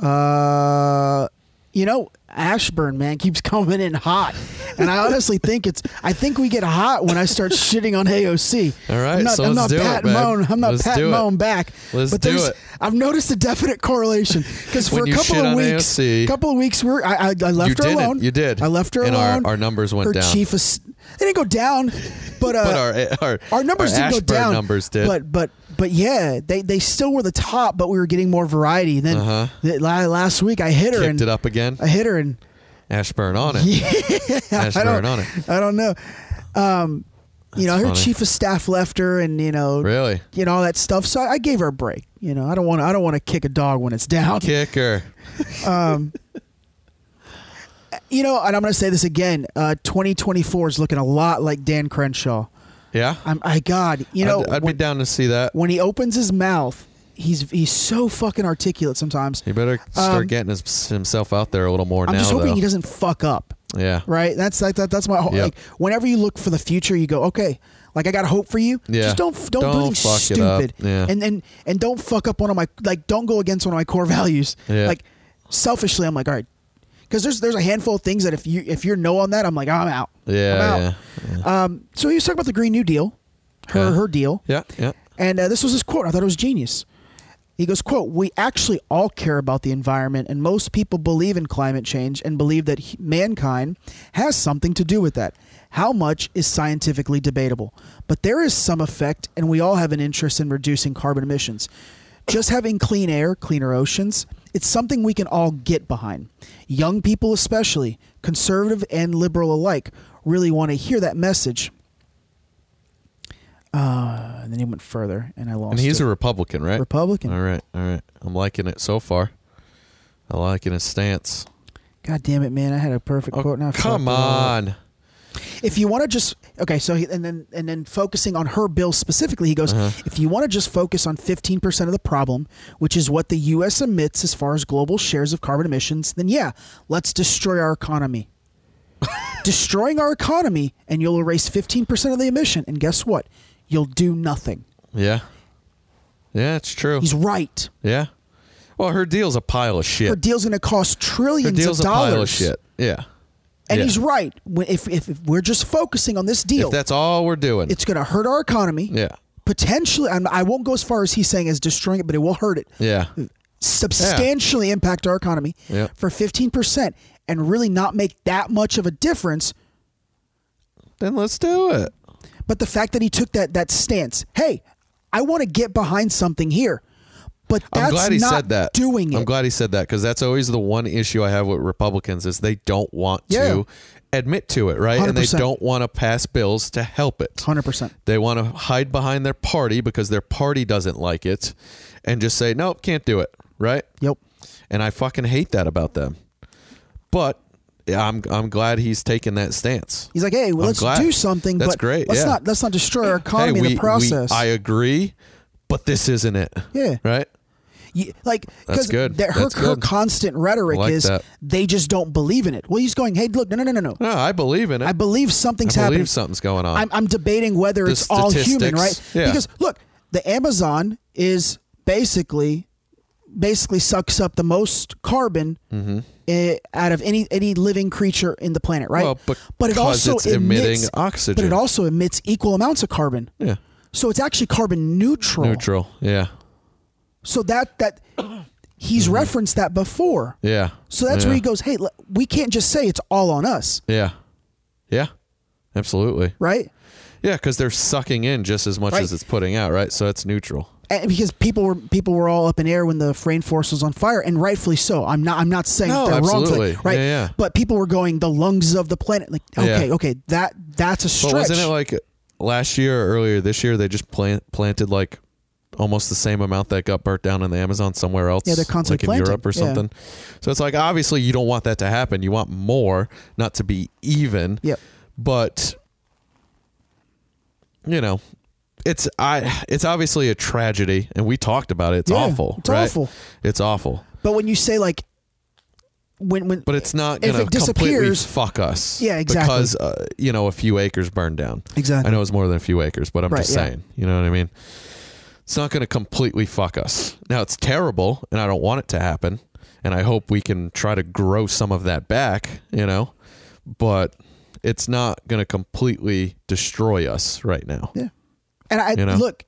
[SPEAKER 3] got?
[SPEAKER 8] Uh, you know, Ashburn man keeps [laughs] coming in hot, and I honestly think it's. I think we get hot when I start shitting on AOC.
[SPEAKER 3] All right,
[SPEAKER 8] I'm not,
[SPEAKER 3] so
[SPEAKER 8] I'm
[SPEAKER 3] let's do
[SPEAKER 8] not
[SPEAKER 3] it,
[SPEAKER 8] pat
[SPEAKER 3] man.
[SPEAKER 8] moan. I'm not
[SPEAKER 3] Let's
[SPEAKER 8] pat
[SPEAKER 3] do it.
[SPEAKER 8] moan back.
[SPEAKER 3] Let's
[SPEAKER 8] but
[SPEAKER 3] do
[SPEAKER 8] there's-
[SPEAKER 3] it.
[SPEAKER 8] I've noticed a definite correlation because for
[SPEAKER 3] When
[SPEAKER 8] a
[SPEAKER 3] you
[SPEAKER 8] couple
[SPEAKER 3] shit
[SPEAKER 8] of
[SPEAKER 3] on
[SPEAKER 8] weeks,
[SPEAKER 3] AOC,
[SPEAKER 8] couple of weeks, we were, I, I, I
[SPEAKER 3] You
[SPEAKER 8] left her
[SPEAKER 3] didn't.
[SPEAKER 8] alone.
[SPEAKER 3] You did.
[SPEAKER 8] I left her
[SPEAKER 3] And our-
[SPEAKER 8] alone.
[SPEAKER 3] our numbers went
[SPEAKER 8] her
[SPEAKER 3] down.
[SPEAKER 8] Chief, as- they didn't go down, but
[SPEAKER 3] [laughs]
[SPEAKER 8] uh,
[SPEAKER 3] But our eh, our,
[SPEAKER 8] our numbers
[SPEAKER 3] our
[SPEAKER 8] did go
[SPEAKER 3] Ashburn
[SPEAKER 8] down.
[SPEAKER 3] Numbers did.
[SPEAKER 8] But but but yeah, they they still were the top, but we were getting more variety. Then th- la- last week I hit
[SPEAKER 3] Uh-huh.
[SPEAKER 8] her
[SPEAKER 3] kicked
[SPEAKER 8] and
[SPEAKER 3] it up again.
[SPEAKER 8] I hit her and
[SPEAKER 3] Ashburn on it. Ashburn on it.
[SPEAKER 8] [laughs] I don't know. Um, you know, her
[SPEAKER 3] funny.
[SPEAKER 8] chief of staff left her, and you know,
[SPEAKER 3] Really?
[SPEAKER 8] you know all that stuff. So I, I gave her a break. You know, I don't want I don't want to kick a dog when it's down.
[SPEAKER 3] Kicker.
[SPEAKER 8] [laughs] You know, and I'm going to say this again. Uh, 2024 is looking a lot like Dan Crenshaw.
[SPEAKER 3] Yeah.
[SPEAKER 8] I'm, I God, you know,
[SPEAKER 3] I'd, I'd be
[SPEAKER 8] when-
[SPEAKER 3] down to see that.
[SPEAKER 8] when he opens his mouth, he's he's so fucking articulate sometimes.
[SPEAKER 3] He better start getting his, himself out there a little more
[SPEAKER 8] Um, I'm
[SPEAKER 3] now.
[SPEAKER 8] just hoping
[SPEAKER 3] though.
[SPEAKER 8] he doesn't fuck up.
[SPEAKER 3] Yeah.
[SPEAKER 8] Right? That's like that, that's my whole
[SPEAKER 3] Yep.
[SPEAKER 8] like whenever you look for the future, you go, "Okay, like I got hope for you.
[SPEAKER 3] Yeah.
[SPEAKER 8] Just don't f- don't, do
[SPEAKER 3] Don't
[SPEAKER 8] anything
[SPEAKER 3] fuck it up.
[SPEAKER 8] stupid.
[SPEAKER 3] Yeah.
[SPEAKER 8] And and and don't fuck up one of my like don't go against one of my core [laughs] values.
[SPEAKER 3] Yeah.
[SPEAKER 8] Like selfishly, I'm like, "All right, because there's there's a handful of things that if you if you're no on that, I'm like "Oh, I'm out. I'm out.
[SPEAKER 3] Yeah.
[SPEAKER 8] Um, so he was talking about the Green New Deal, her
[SPEAKER 3] Yeah.
[SPEAKER 8] her deal.
[SPEAKER 3] Yeah. Yeah.
[SPEAKER 8] And uh, this was his quote. I thought it was genius. He goes, "quote We actually all care about the environment, and most people believe in climate change and believe that he- mankind has something to do with that. How much is scientifically debatable, but there is some effect, and we all have an interest in reducing carbon emissions. Just having clean air, cleaner oceans." It's something we can all get behind. Young people, especially, conservative and liberal alike, really want to hear that message. Uh, and then he went further, and I lost.
[SPEAKER 3] And he's
[SPEAKER 8] it.
[SPEAKER 3] a Republican, right?
[SPEAKER 8] Republican.
[SPEAKER 3] All right. All right. I'm liking it so far. I'm liking his stance.
[SPEAKER 8] God damn it, man! I had a perfect quote. Now I
[SPEAKER 3] Oh, Come
[SPEAKER 8] fucked it all up.
[SPEAKER 3] on.
[SPEAKER 8] If you want to just okay, so he, and then and then focusing on her bill specifically, he goes,
[SPEAKER 3] Uh-huh.
[SPEAKER 8] if you want to just focus on fifteen percent of the problem, which is what the U.S. emits as far as global shares of carbon emissions, then yeah, let's destroy
[SPEAKER 3] [laughs]
[SPEAKER 8] our economy. Destroying our economy, and you'll erase fifteen percent of the emission. And guess what? You'll do nothing.
[SPEAKER 3] Yeah. Yeah, it's true.
[SPEAKER 8] He's right.
[SPEAKER 3] yeah. Well, her deal's a pile of shit.
[SPEAKER 8] Her deal's going to cost
[SPEAKER 3] Her
[SPEAKER 8] trillions
[SPEAKER 3] deal's
[SPEAKER 8] of
[SPEAKER 3] a
[SPEAKER 8] dollars.
[SPEAKER 3] pile of shit. Yeah.
[SPEAKER 8] And
[SPEAKER 3] Yeah.
[SPEAKER 8] he's right. When- If, if, if we're just focusing on this deal,
[SPEAKER 3] If that's all we're doing.
[SPEAKER 8] it's going to hurt our economy.
[SPEAKER 3] yeah.
[SPEAKER 8] Potentially, I'm, I won't go as far as he's saying as destroying it, but it will hurt it.
[SPEAKER 3] Yeah.
[SPEAKER 8] Substantially impact our economy
[SPEAKER 3] Yep.
[SPEAKER 8] for 15% and really not make that much of a difference.
[SPEAKER 3] Then let's do it.
[SPEAKER 8] But the fact that he took that, that stance, hey, I want to get behind something here. But that's
[SPEAKER 3] I'm glad he
[SPEAKER 8] not
[SPEAKER 3] said that.
[SPEAKER 8] doing it.
[SPEAKER 3] I'm glad he said that because that's always the one issue I have with Republicans is they don't want
[SPEAKER 8] Yeah.
[SPEAKER 3] to admit to it, right? And they
[SPEAKER 8] 100%.
[SPEAKER 3] don't want to pass bills to help it.
[SPEAKER 8] 100%.
[SPEAKER 3] They want to hide behind their party because their party doesn't like it and just say, nope, can't do it, right?
[SPEAKER 8] Yep.
[SPEAKER 3] And I fucking hate that about them. But I'm I'm glad he's taken that stance.
[SPEAKER 8] He's like, hey, well,
[SPEAKER 3] I'm
[SPEAKER 8] let's
[SPEAKER 3] glad.
[SPEAKER 8] do something.
[SPEAKER 3] That's
[SPEAKER 8] but
[SPEAKER 3] great,
[SPEAKER 8] Let's
[SPEAKER 3] yeah.
[SPEAKER 8] not let's not destroy our economy
[SPEAKER 3] hey,
[SPEAKER 8] in
[SPEAKER 3] we,
[SPEAKER 8] the process.
[SPEAKER 3] We, I agree, but this isn't it.
[SPEAKER 8] Yeah.
[SPEAKER 3] Right?
[SPEAKER 8] You, like
[SPEAKER 3] That's
[SPEAKER 8] because
[SPEAKER 3] good.
[SPEAKER 8] her
[SPEAKER 3] That's
[SPEAKER 8] her
[SPEAKER 3] good.
[SPEAKER 8] constant rhetoric
[SPEAKER 3] I like
[SPEAKER 8] is
[SPEAKER 3] that.
[SPEAKER 8] they just don't believe in it. Well, he's going, hey, look, no, no, no, no, no.
[SPEAKER 3] No, I believe in it.
[SPEAKER 8] I believe something's
[SPEAKER 3] I believe
[SPEAKER 8] happening.
[SPEAKER 3] something's going on.
[SPEAKER 8] I'm, I'm debating whether
[SPEAKER 3] The
[SPEAKER 8] it's all human,
[SPEAKER 3] statistics.
[SPEAKER 8] right?
[SPEAKER 3] Yeah.
[SPEAKER 8] Because look, the Amazon is basically basically sucks up the most carbon
[SPEAKER 3] Mm-hmm.
[SPEAKER 8] eh, out of any any living creature in the planet, right?
[SPEAKER 3] Well,
[SPEAKER 8] but it
[SPEAKER 3] because
[SPEAKER 8] also
[SPEAKER 3] it's emitting
[SPEAKER 8] emits-
[SPEAKER 3] oxygen.
[SPEAKER 8] But it also emits equal amounts of carbon.
[SPEAKER 3] yeah.
[SPEAKER 8] So it's actually carbon neutral.
[SPEAKER 3] Neutral. Yeah.
[SPEAKER 8] So that that he's
[SPEAKER 3] Mm-hmm.
[SPEAKER 8] referenced that before.
[SPEAKER 3] Yeah.
[SPEAKER 8] So that's where
[SPEAKER 3] Yeah.
[SPEAKER 8] he goes, hey, l- we can't just say it's all on us,
[SPEAKER 3] Yeah. Yeah. Absolutely.
[SPEAKER 8] right?
[SPEAKER 3] Yeah, because they're sucking in just as much
[SPEAKER 8] Right.
[SPEAKER 3] as it's putting out, right? So it's neutral.
[SPEAKER 8] And because people were people were all up in air when the rainforest was on fire, and rightfully so. I'm not I'm not saying
[SPEAKER 3] No,
[SPEAKER 8] they're wrong, for
[SPEAKER 3] absolutely.
[SPEAKER 8] that, right?
[SPEAKER 3] Yeah, yeah.
[SPEAKER 8] But people were going the lungs of the planet. Like, okay,
[SPEAKER 3] Yeah.
[SPEAKER 8] okay, that that's a
[SPEAKER 3] But
[SPEAKER 8] stretch.
[SPEAKER 3] wasn't it like last year or earlier this year they just plant, planted like almost the same amount that got burnt down in the Amazon somewhere else?
[SPEAKER 8] Yeah, they're constantly
[SPEAKER 3] like in
[SPEAKER 8] planting,
[SPEAKER 3] Europe or
[SPEAKER 8] yeah.
[SPEAKER 3] something. So it's like obviously you don't want that to happen. You want more, not to be even.
[SPEAKER 8] Yep.
[SPEAKER 3] But you know, it's I it's obviously a tragedy and we talked about it. It's
[SPEAKER 8] Yeah,
[SPEAKER 3] awful.
[SPEAKER 8] it's
[SPEAKER 3] right?
[SPEAKER 8] awful.
[SPEAKER 3] It's awful.
[SPEAKER 8] but when you say like when when
[SPEAKER 3] But it's not
[SPEAKER 8] If
[SPEAKER 3] going
[SPEAKER 8] it
[SPEAKER 3] to completely
[SPEAKER 8] disappears-
[SPEAKER 3] fuck us.
[SPEAKER 8] Yeah, exactly.
[SPEAKER 3] Because uh, you know a few acres burned down.
[SPEAKER 8] Exactly.
[SPEAKER 3] I know it's more than a few acres, but I'm
[SPEAKER 8] Right,
[SPEAKER 3] just
[SPEAKER 8] yeah.
[SPEAKER 3] saying. You know what I mean? It's not going to completely fuck us. Now it's terrible, and I don't want it to happen. and I hope we can try to grow some of that back, you know. But it's not going to completely destroy us right now.
[SPEAKER 8] Yeah. And I
[SPEAKER 3] You know?
[SPEAKER 8] look,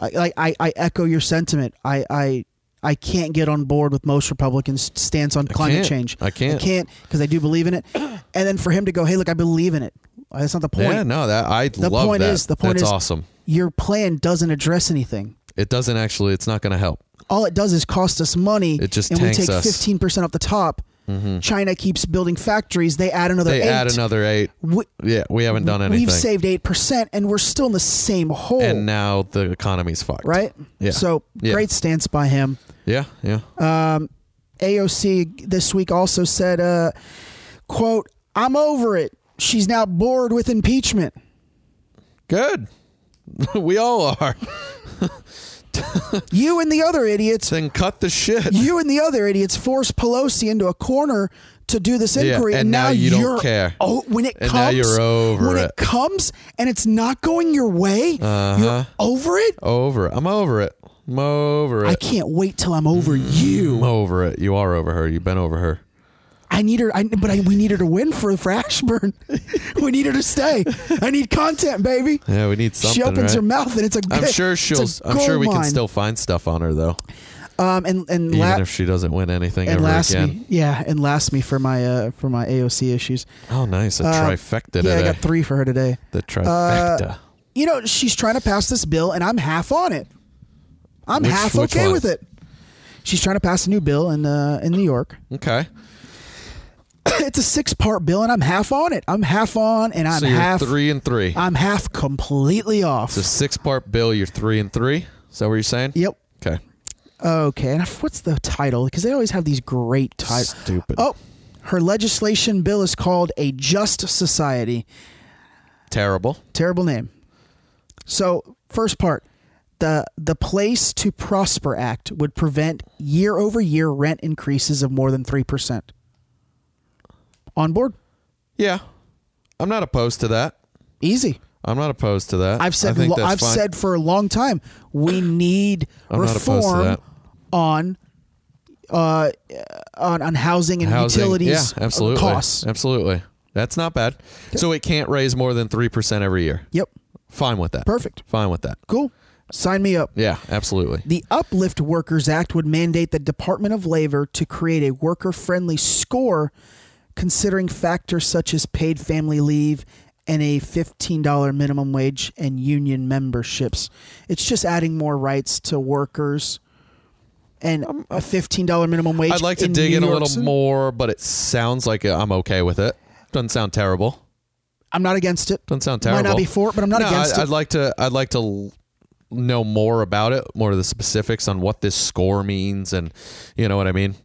[SPEAKER 8] I, like I, I echo your sentiment. I, I I can't get on board with most Republicans' stance on climate
[SPEAKER 3] can't.
[SPEAKER 8] change.
[SPEAKER 3] I can't.
[SPEAKER 8] I can't because I do
[SPEAKER 3] [clears throat]
[SPEAKER 8] believe in it. And then for him to go, hey, look, I believe in it. Uh, That's not the point.
[SPEAKER 3] Yeah, no, that I
[SPEAKER 8] the
[SPEAKER 3] love
[SPEAKER 8] point
[SPEAKER 3] that.
[SPEAKER 8] is the point
[SPEAKER 3] That's
[SPEAKER 8] is
[SPEAKER 3] awesome.
[SPEAKER 8] Your plan doesn't address anything.
[SPEAKER 3] It doesn't actually. It's not going to help.
[SPEAKER 8] All it does is cost us money.
[SPEAKER 3] It just
[SPEAKER 8] and
[SPEAKER 3] tanks
[SPEAKER 8] we take
[SPEAKER 3] us. Mm-hmm.
[SPEAKER 8] fifteen percent off the top. China keeps building factories. They add another.
[SPEAKER 3] They
[SPEAKER 8] eight.
[SPEAKER 3] add another eight.
[SPEAKER 8] We,
[SPEAKER 3] Yeah, we haven't done anything.
[SPEAKER 8] We've saved eight percent, and we're still in the same hole.
[SPEAKER 3] and now the economy's fucked.
[SPEAKER 8] Oh. right?
[SPEAKER 3] Yeah.
[SPEAKER 8] So
[SPEAKER 3] Yeah.
[SPEAKER 8] great stance by him.
[SPEAKER 3] Yeah. Yeah.
[SPEAKER 8] Uh, AOC this week also said, uh, "quote I'm over it. She's now bored with impeachment."
[SPEAKER 3] Good. [laughs] we all are.
[SPEAKER 8] You and the other idiots,
[SPEAKER 3] then cut the shit.
[SPEAKER 8] you and the other idiots, forced Pelosi into a corner to do this
[SPEAKER 3] Yeah,
[SPEAKER 8] inquiry,
[SPEAKER 3] and now you don't
[SPEAKER 8] you're-
[SPEAKER 3] care.
[SPEAKER 8] Oh, when it
[SPEAKER 3] And
[SPEAKER 8] comes,
[SPEAKER 3] now you're over
[SPEAKER 8] when
[SPEAKER 3] it.
[SPEAKER 8] it comes, and it's not going your way,
[SPEAKER 3] Uh-huh.
[SPEAKER 8] you're over it.
[SPEAKER 3] over it. I'm over it. I'm over
[SPEAKER 8] I
[SPEAKER 3] it.
[SPEAKER 8] can't wait till I'm over
[SPEAKER 3] I'm
[SPEAKER 8] you.
[SPEAKER 3] over it. You are over her. You've been over her.
[SPEAKER 8] I need her, I, but I, we need her to win [laughs] for for Ashburn. we need her to stay. I need content, baby.
[SPEAKER 3] Yeah, we need something.
[SPEAKER 8] she opens
[SPEAKER 3] right?
[SPEAKER 8] her mouth and it's a.
[SPEAKER 3] I'm sure
[SPEAKER 8] it's
[SPEAKER 3] she'll.
[SPEAKER 8] a
[SPEAKER 3] I'm sure we can
[SPEAKER 8] goldmine.
[SPEAKER 3] still find stuff on her though,
[SPEAKER 8] Um, and and
[SPEAKER 3] even
[SPEAKER 8] la-
[SPEAKER 3] if she doesn't win anything
[SPEAKER 8] and
[SPEAKER 3] ever
[SPEAKER 8] last
[SPEAKER 3] again.
[SPEAKER 8] me, yeah, and last me for my uh for my AOC issues.
[SPEAKER 3] Oh, nice. A
[SPEAKER 8] Uh,
[SPEAKER 3] trifecta
[SPEAKER 8] yeah,
[SPEAKER 3] today.
[SPEAKER 8] I got three Uh, for her today.
[SPEAKER 3] the trifecta.
[SPEAKER 8] You know, she's trying to pass this bill, and I'm half on it. I'm
[SPEAKER 3] Which-
[SPEAKER 8] half
[SPEAKER 3] which
[SPEAKER 8] okay
[SPEAKER 3] one?
[SPEAKER 8] with it. She's trying to pass a new bill in uh, in New York.
[SPEAKER 3] okay.
[SPEAKER 8] [laughs] it's a six part bill, and I'm half on it. I'm half on, and I'm
[SPEAKER 3] so you're
[SPEAKER 8] half. Uh,
[SPEAKER 3] three and three.
[SPEAKER 8] I'm half completely off.
[SPEAKER 3] it's a six part bill. You're three and three. Is that what you're saying?
[SPEAKER 8] Yep.
[SPEAKER 3] Okay.
[SPEAKER 8] Okay, and I- what's the title? Because they always have these great titles.
[SPEAKER 3] Stupid.
[SPEAKER 8] Oh, her legislation bill is called a Just Society.
[SPEAKER 3] Terrible.
[SPEAKER 8] Terrible name. So, first part, the the Place to Prosper Act would prevent year over year rent increases of more than three percent. On board,
[SPEAKER 3] Yeah. I'm not opposed to that.
[SPEAKER 8] easy.
[SPEAKER 3] I'm not opposed to that.
[SPEAKER 8] I've
[SPEAKER 3] I
[SPEAKER 8] said
[SPEAKER 3] think
[SPEAKER 8] lo-
[SPEAKER 3] that's
[SPEAKER 8] I've
[SPEAKER 3] fine.
[SPEAKER 8] said for a long time we need
[SPEAKER 3] I'm not opposed to
[SPEAKER 8] reform
[SPEAKER 3] that.
[SPEAKER 8] on uh on on housing and
[SPEAKER 3] housing.
[SPEAKER 8] utilities uh,
[SPEAKER 3] yeah, absolutely.
[SPEAKER 8] costs.
[SPEAKER 3] Absolutely. That's not bad. So it can't raise more than 3% every year.
[SPEAKER 8] Yep.
[SPEAKER 3] Fine with that.
[SPEAKER 8] Perfect.
[SPEAKER 3] Fine with that.
[SPEAKER 8] Cool. Sign me up.
[SPEAKER 3] Yeah, absolutely.
[SPEAKER 8] The Uplift Workers Act would mandate the Department of Labor to create a worker friendly score considering factors such as paid family leave and a $15 minimum wage and union memberships. It's just adding more rights to workers and a $15 minimum wage.
[SPEAKER 3] I'd like to
[SPEAKER 8] in
[SPEAKER 3] dig
[SPEAKER 8] New
[SPEAKER 3] in a
[SPEAKER 8] York
[SPEAKER 3] little
[SPEAKER 8] City.
[SPEAKER 3] more, but it sounds like I'm okay with it. Doesn't sound terrible.
[SPEAKER 8] I'm not against it.
[SPEAKER 3] Doesn't sound terrible.
[SPEAKER 8] Might not be for it, but I'm not
[SPEAKER 3] No,
[SPEAKER 8] against
[SPEAKER 3] I,
[SPEAKER 8] it.
[SPEAKER 3] I'd like to. I'd like to l- know more about it, more of the specifics on what this score means, and you know what I mean.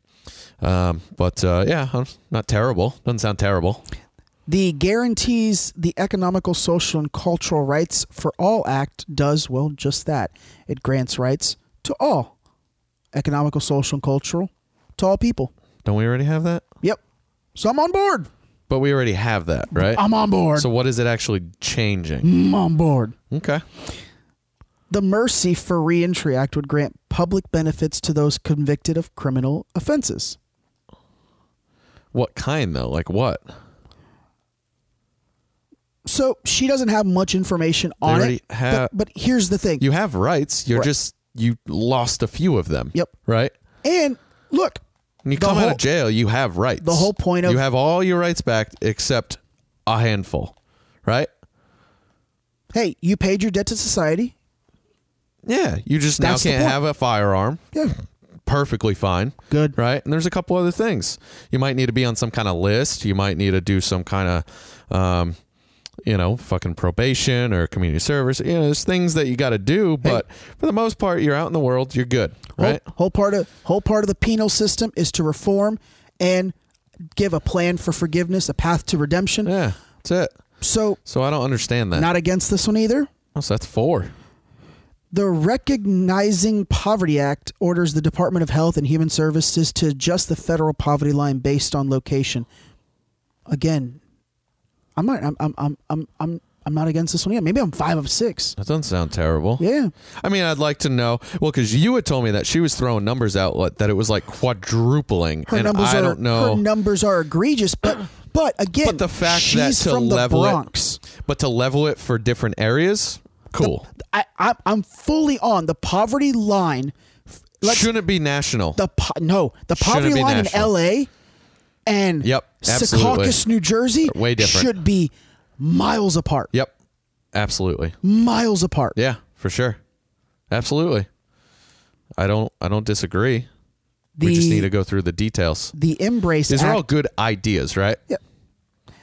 [SPEAKER 3] Um, but uh, yeah, I'm not terrible. Doesn't sound terrible.
[SPEAKER 8] The Guarantees the Economical, Social, and Cultural Rights for All Act does, well, just that. It grants rights to all economical, social, and cultural, to all people.
[SPEAKER 3] Don't we already have that?
[SPEAKER 8] Yep. So I'm on board.
[SPEAKER 3] But we already have that, right?
[SPEAKER 8] I'm on board. Mm.
[SPEAKER 3] so what is it actually changing?
[SPEAKER 8] I'm on board.
[SPEAKER 3] Okay.
[SPEAKER 8] The Mercy for Reentry Act would grant public benefits to those convicted of criminal offenses.
[SPEAKER 3] What kind though? Like what? They
[SPEAKER 8] So she doesn't have much information on
[SPEAKER 3] already
[SPEAKER 8] it.
[SPEAKER 3] have.
[SPEAKER 8] but, but here's the thing.
[SPEAKER 3] you have rights. You're
[SPEAKER 8] Right.
[SPEAKER 3] just you lost a few of them.
[SPEAKER 8] Yep.
[SPEAKER 3] Right.
[SPEAKER 8] and look,
[SPEAKER 3] When you
[SPEAKER 8] The
[SPEAKER 3] come out
[SPEAKER 8] whole-
[SPEAKER 3] of jail, you have rights.
[SPEAKER 8] the whole point of-
[SPEAKER 3] you have all your rights back except a handful, right?
[SPEAKER 8] hey, you paid your debt to society.
[SPEAKER 3] Yeah, you just
[SPEAKER 8] That's the
[SPEAKER 3] now can't
[SPEAKER 8] point.
[SPEAKER 3] have a firearm.
[SPEAKER 8] Yeah.
[SPEAKER 3] Perfectly fine.
[SPEAKER 8] Good.
[SPEAKER 3] Right? And there's a couple other things. You might need to be on some kind of list. You might need to do some kind of, um, you know, fucking probation or community service. You know, there's things that you got to do, but for the most part, you're out in the world. You're good. Right?
[SPEAKER 8] Whole, whole part of whole part of the penal system is to reform and give a plan for forgiveness, a path to redemption.
[SPEAKER 3] Yeah, that's it.
[SPEAKER 8] So
[SPEAKER 3] So I don't understand that.
[SPEAKER 8] not against this one either.
[SPEAKER 3] oh, so that's four.
[SPEAKER 8] The Recognizing Poverty Act orders the Department of Health and Human Services to adjust the federal poverty line based on location. Again, I'm not, I'm I'm I'm I'm I'm I'm not against this one yet. Maybe I'm five of six.
[SPEAKER 3] That doesn't sound terrible.
[SPEAKER 8] Yeah.
[SPEAKER 3] I mean, I'd like to know. Well, because you had told me that she was throwing numbers out, what, that it was like quadrupling,
[SPEAKER 8] Her
[SPEAKER 3] and
[SPEAKER 8] numbers
[SPEAKER 3] I
[SPEAKER 8] are
[SPEAKER 3] don't know.
[SPEAKER 8] her numbers are egregious, but but again,
[SPEAKER 3] but the fact
[SPEAKER 8] she's
[SPEAKER 3] that to
[SPEAKER 8] from the
[SPEAKER 3] level
[SPEAKER 8] Bronx.
[SPEAKER 3] it, but to level it for different areas, cool.
[SPEAKER 8] I, I I'm fully on the poverty line. F- Let's
[SPEAKER 3] Shouldn't it be national?
[SPEAKER 8] the po- no the
[SPEAKER 3] Shouldn't
[SPEAKER 8] poverty
[SPEAKER 3] be
[SPEAKER 8] line
[SPEAKER 3] national.
[SPEAKER 8] in L.A. and
[SPEAKER 3] Yep, absolutely.
[SPEAKER 8] Secaucus, New Jersey,
[SPEAKER 3] Way different.
[SPEAKER 8] should be miles apart.
[SPEAKER 3] yep, absolutely.
[SPEAKER 8] miles apart.
[SPEAKER 3] Yeah, for sure, absolutely. I don't, I don't disagree.
[SPEAKER 8] the,
[SPEAKER 3] we just need to go through the details.
[SPEAKER 8] the embrace
[SPEAKER 3] These
[SPEAKER 8] act.
[SPEAKER 3] are all good ideas, right?
[SPEAKER 8] Yeah.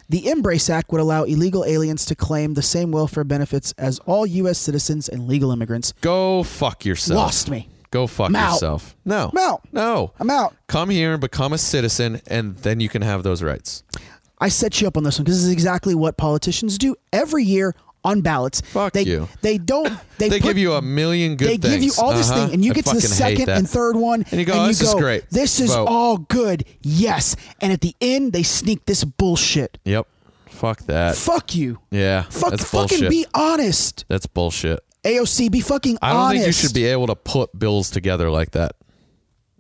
[SPEAKER 8] The Embrace Act would allow illegal aliens to claim the same welfare benefits as all U.S. citizens and legal immigrants.
[SPEAKER 3] Go fuck yourself.
[SPEAKER 8] Lost me.
[SPEAKER 3] Go fuck
[SPEAKER 8] I'm out.
[SPEAKER 3] yourself. No.
[SPEAKER 8] I'm out.
[SPEAKER 3] No.
[SPEAKER 8] I'm out.
[SPEAKER 3] Come here and become a citizen, and then you can have those rights.
[SPEAKER 8] I set you up on this one because this is exactly what politicians do every year on ballots.
[SPEAKER 3] Fuck
[SPEAKER 8] they,
[SPEAKER 3] you.
[SPEAKER 8] They don't. They,
[SPEAKER 3] They
[SPEAKER 8] put-
[SPEAKER 3] give you a million good
[SPEAKER 8] They
[SPEAKER 3] things.
[SPEAKER 8] give you all this
[SPEAKER 3] Uh-huh.
[SPEAKER 8] thing, and you
[SPEAKER 3] I
[SPEAKER 8] get to the
[SPEAKER 3] fucking hate
[SPEAKER 8] second
[SPEAKER 3] that.
[SPEAKER 8] and third one,
[SPEAKER 3] And you go, "Oh, this is great.
[SPEAKER 8] This is
[SPEAKER 3] Vote."
[SPEAKER 8] all good. Yes. And at the end, they sneak this bullshit.
[SPEAKER 3] Yep. Fuck that.
[SPEAKER 8] Fuck you.
[SPEAKER 3] yeah.
[SPEAKER 8] Fuck.
[SPEAKER 3] That's
[SPEAKER 8] Fucking
[SPEAKER 3] bullshit.
[SPEAKER 8] be honest.
[SPEAKER 3] That's bullshit.
[SPEAKER 8] AOC, be fucking
[SPEAKER 3] I don't
[SPEAKER 8] honest.
[SPEAKER 3] think you should be able to put bills together like that.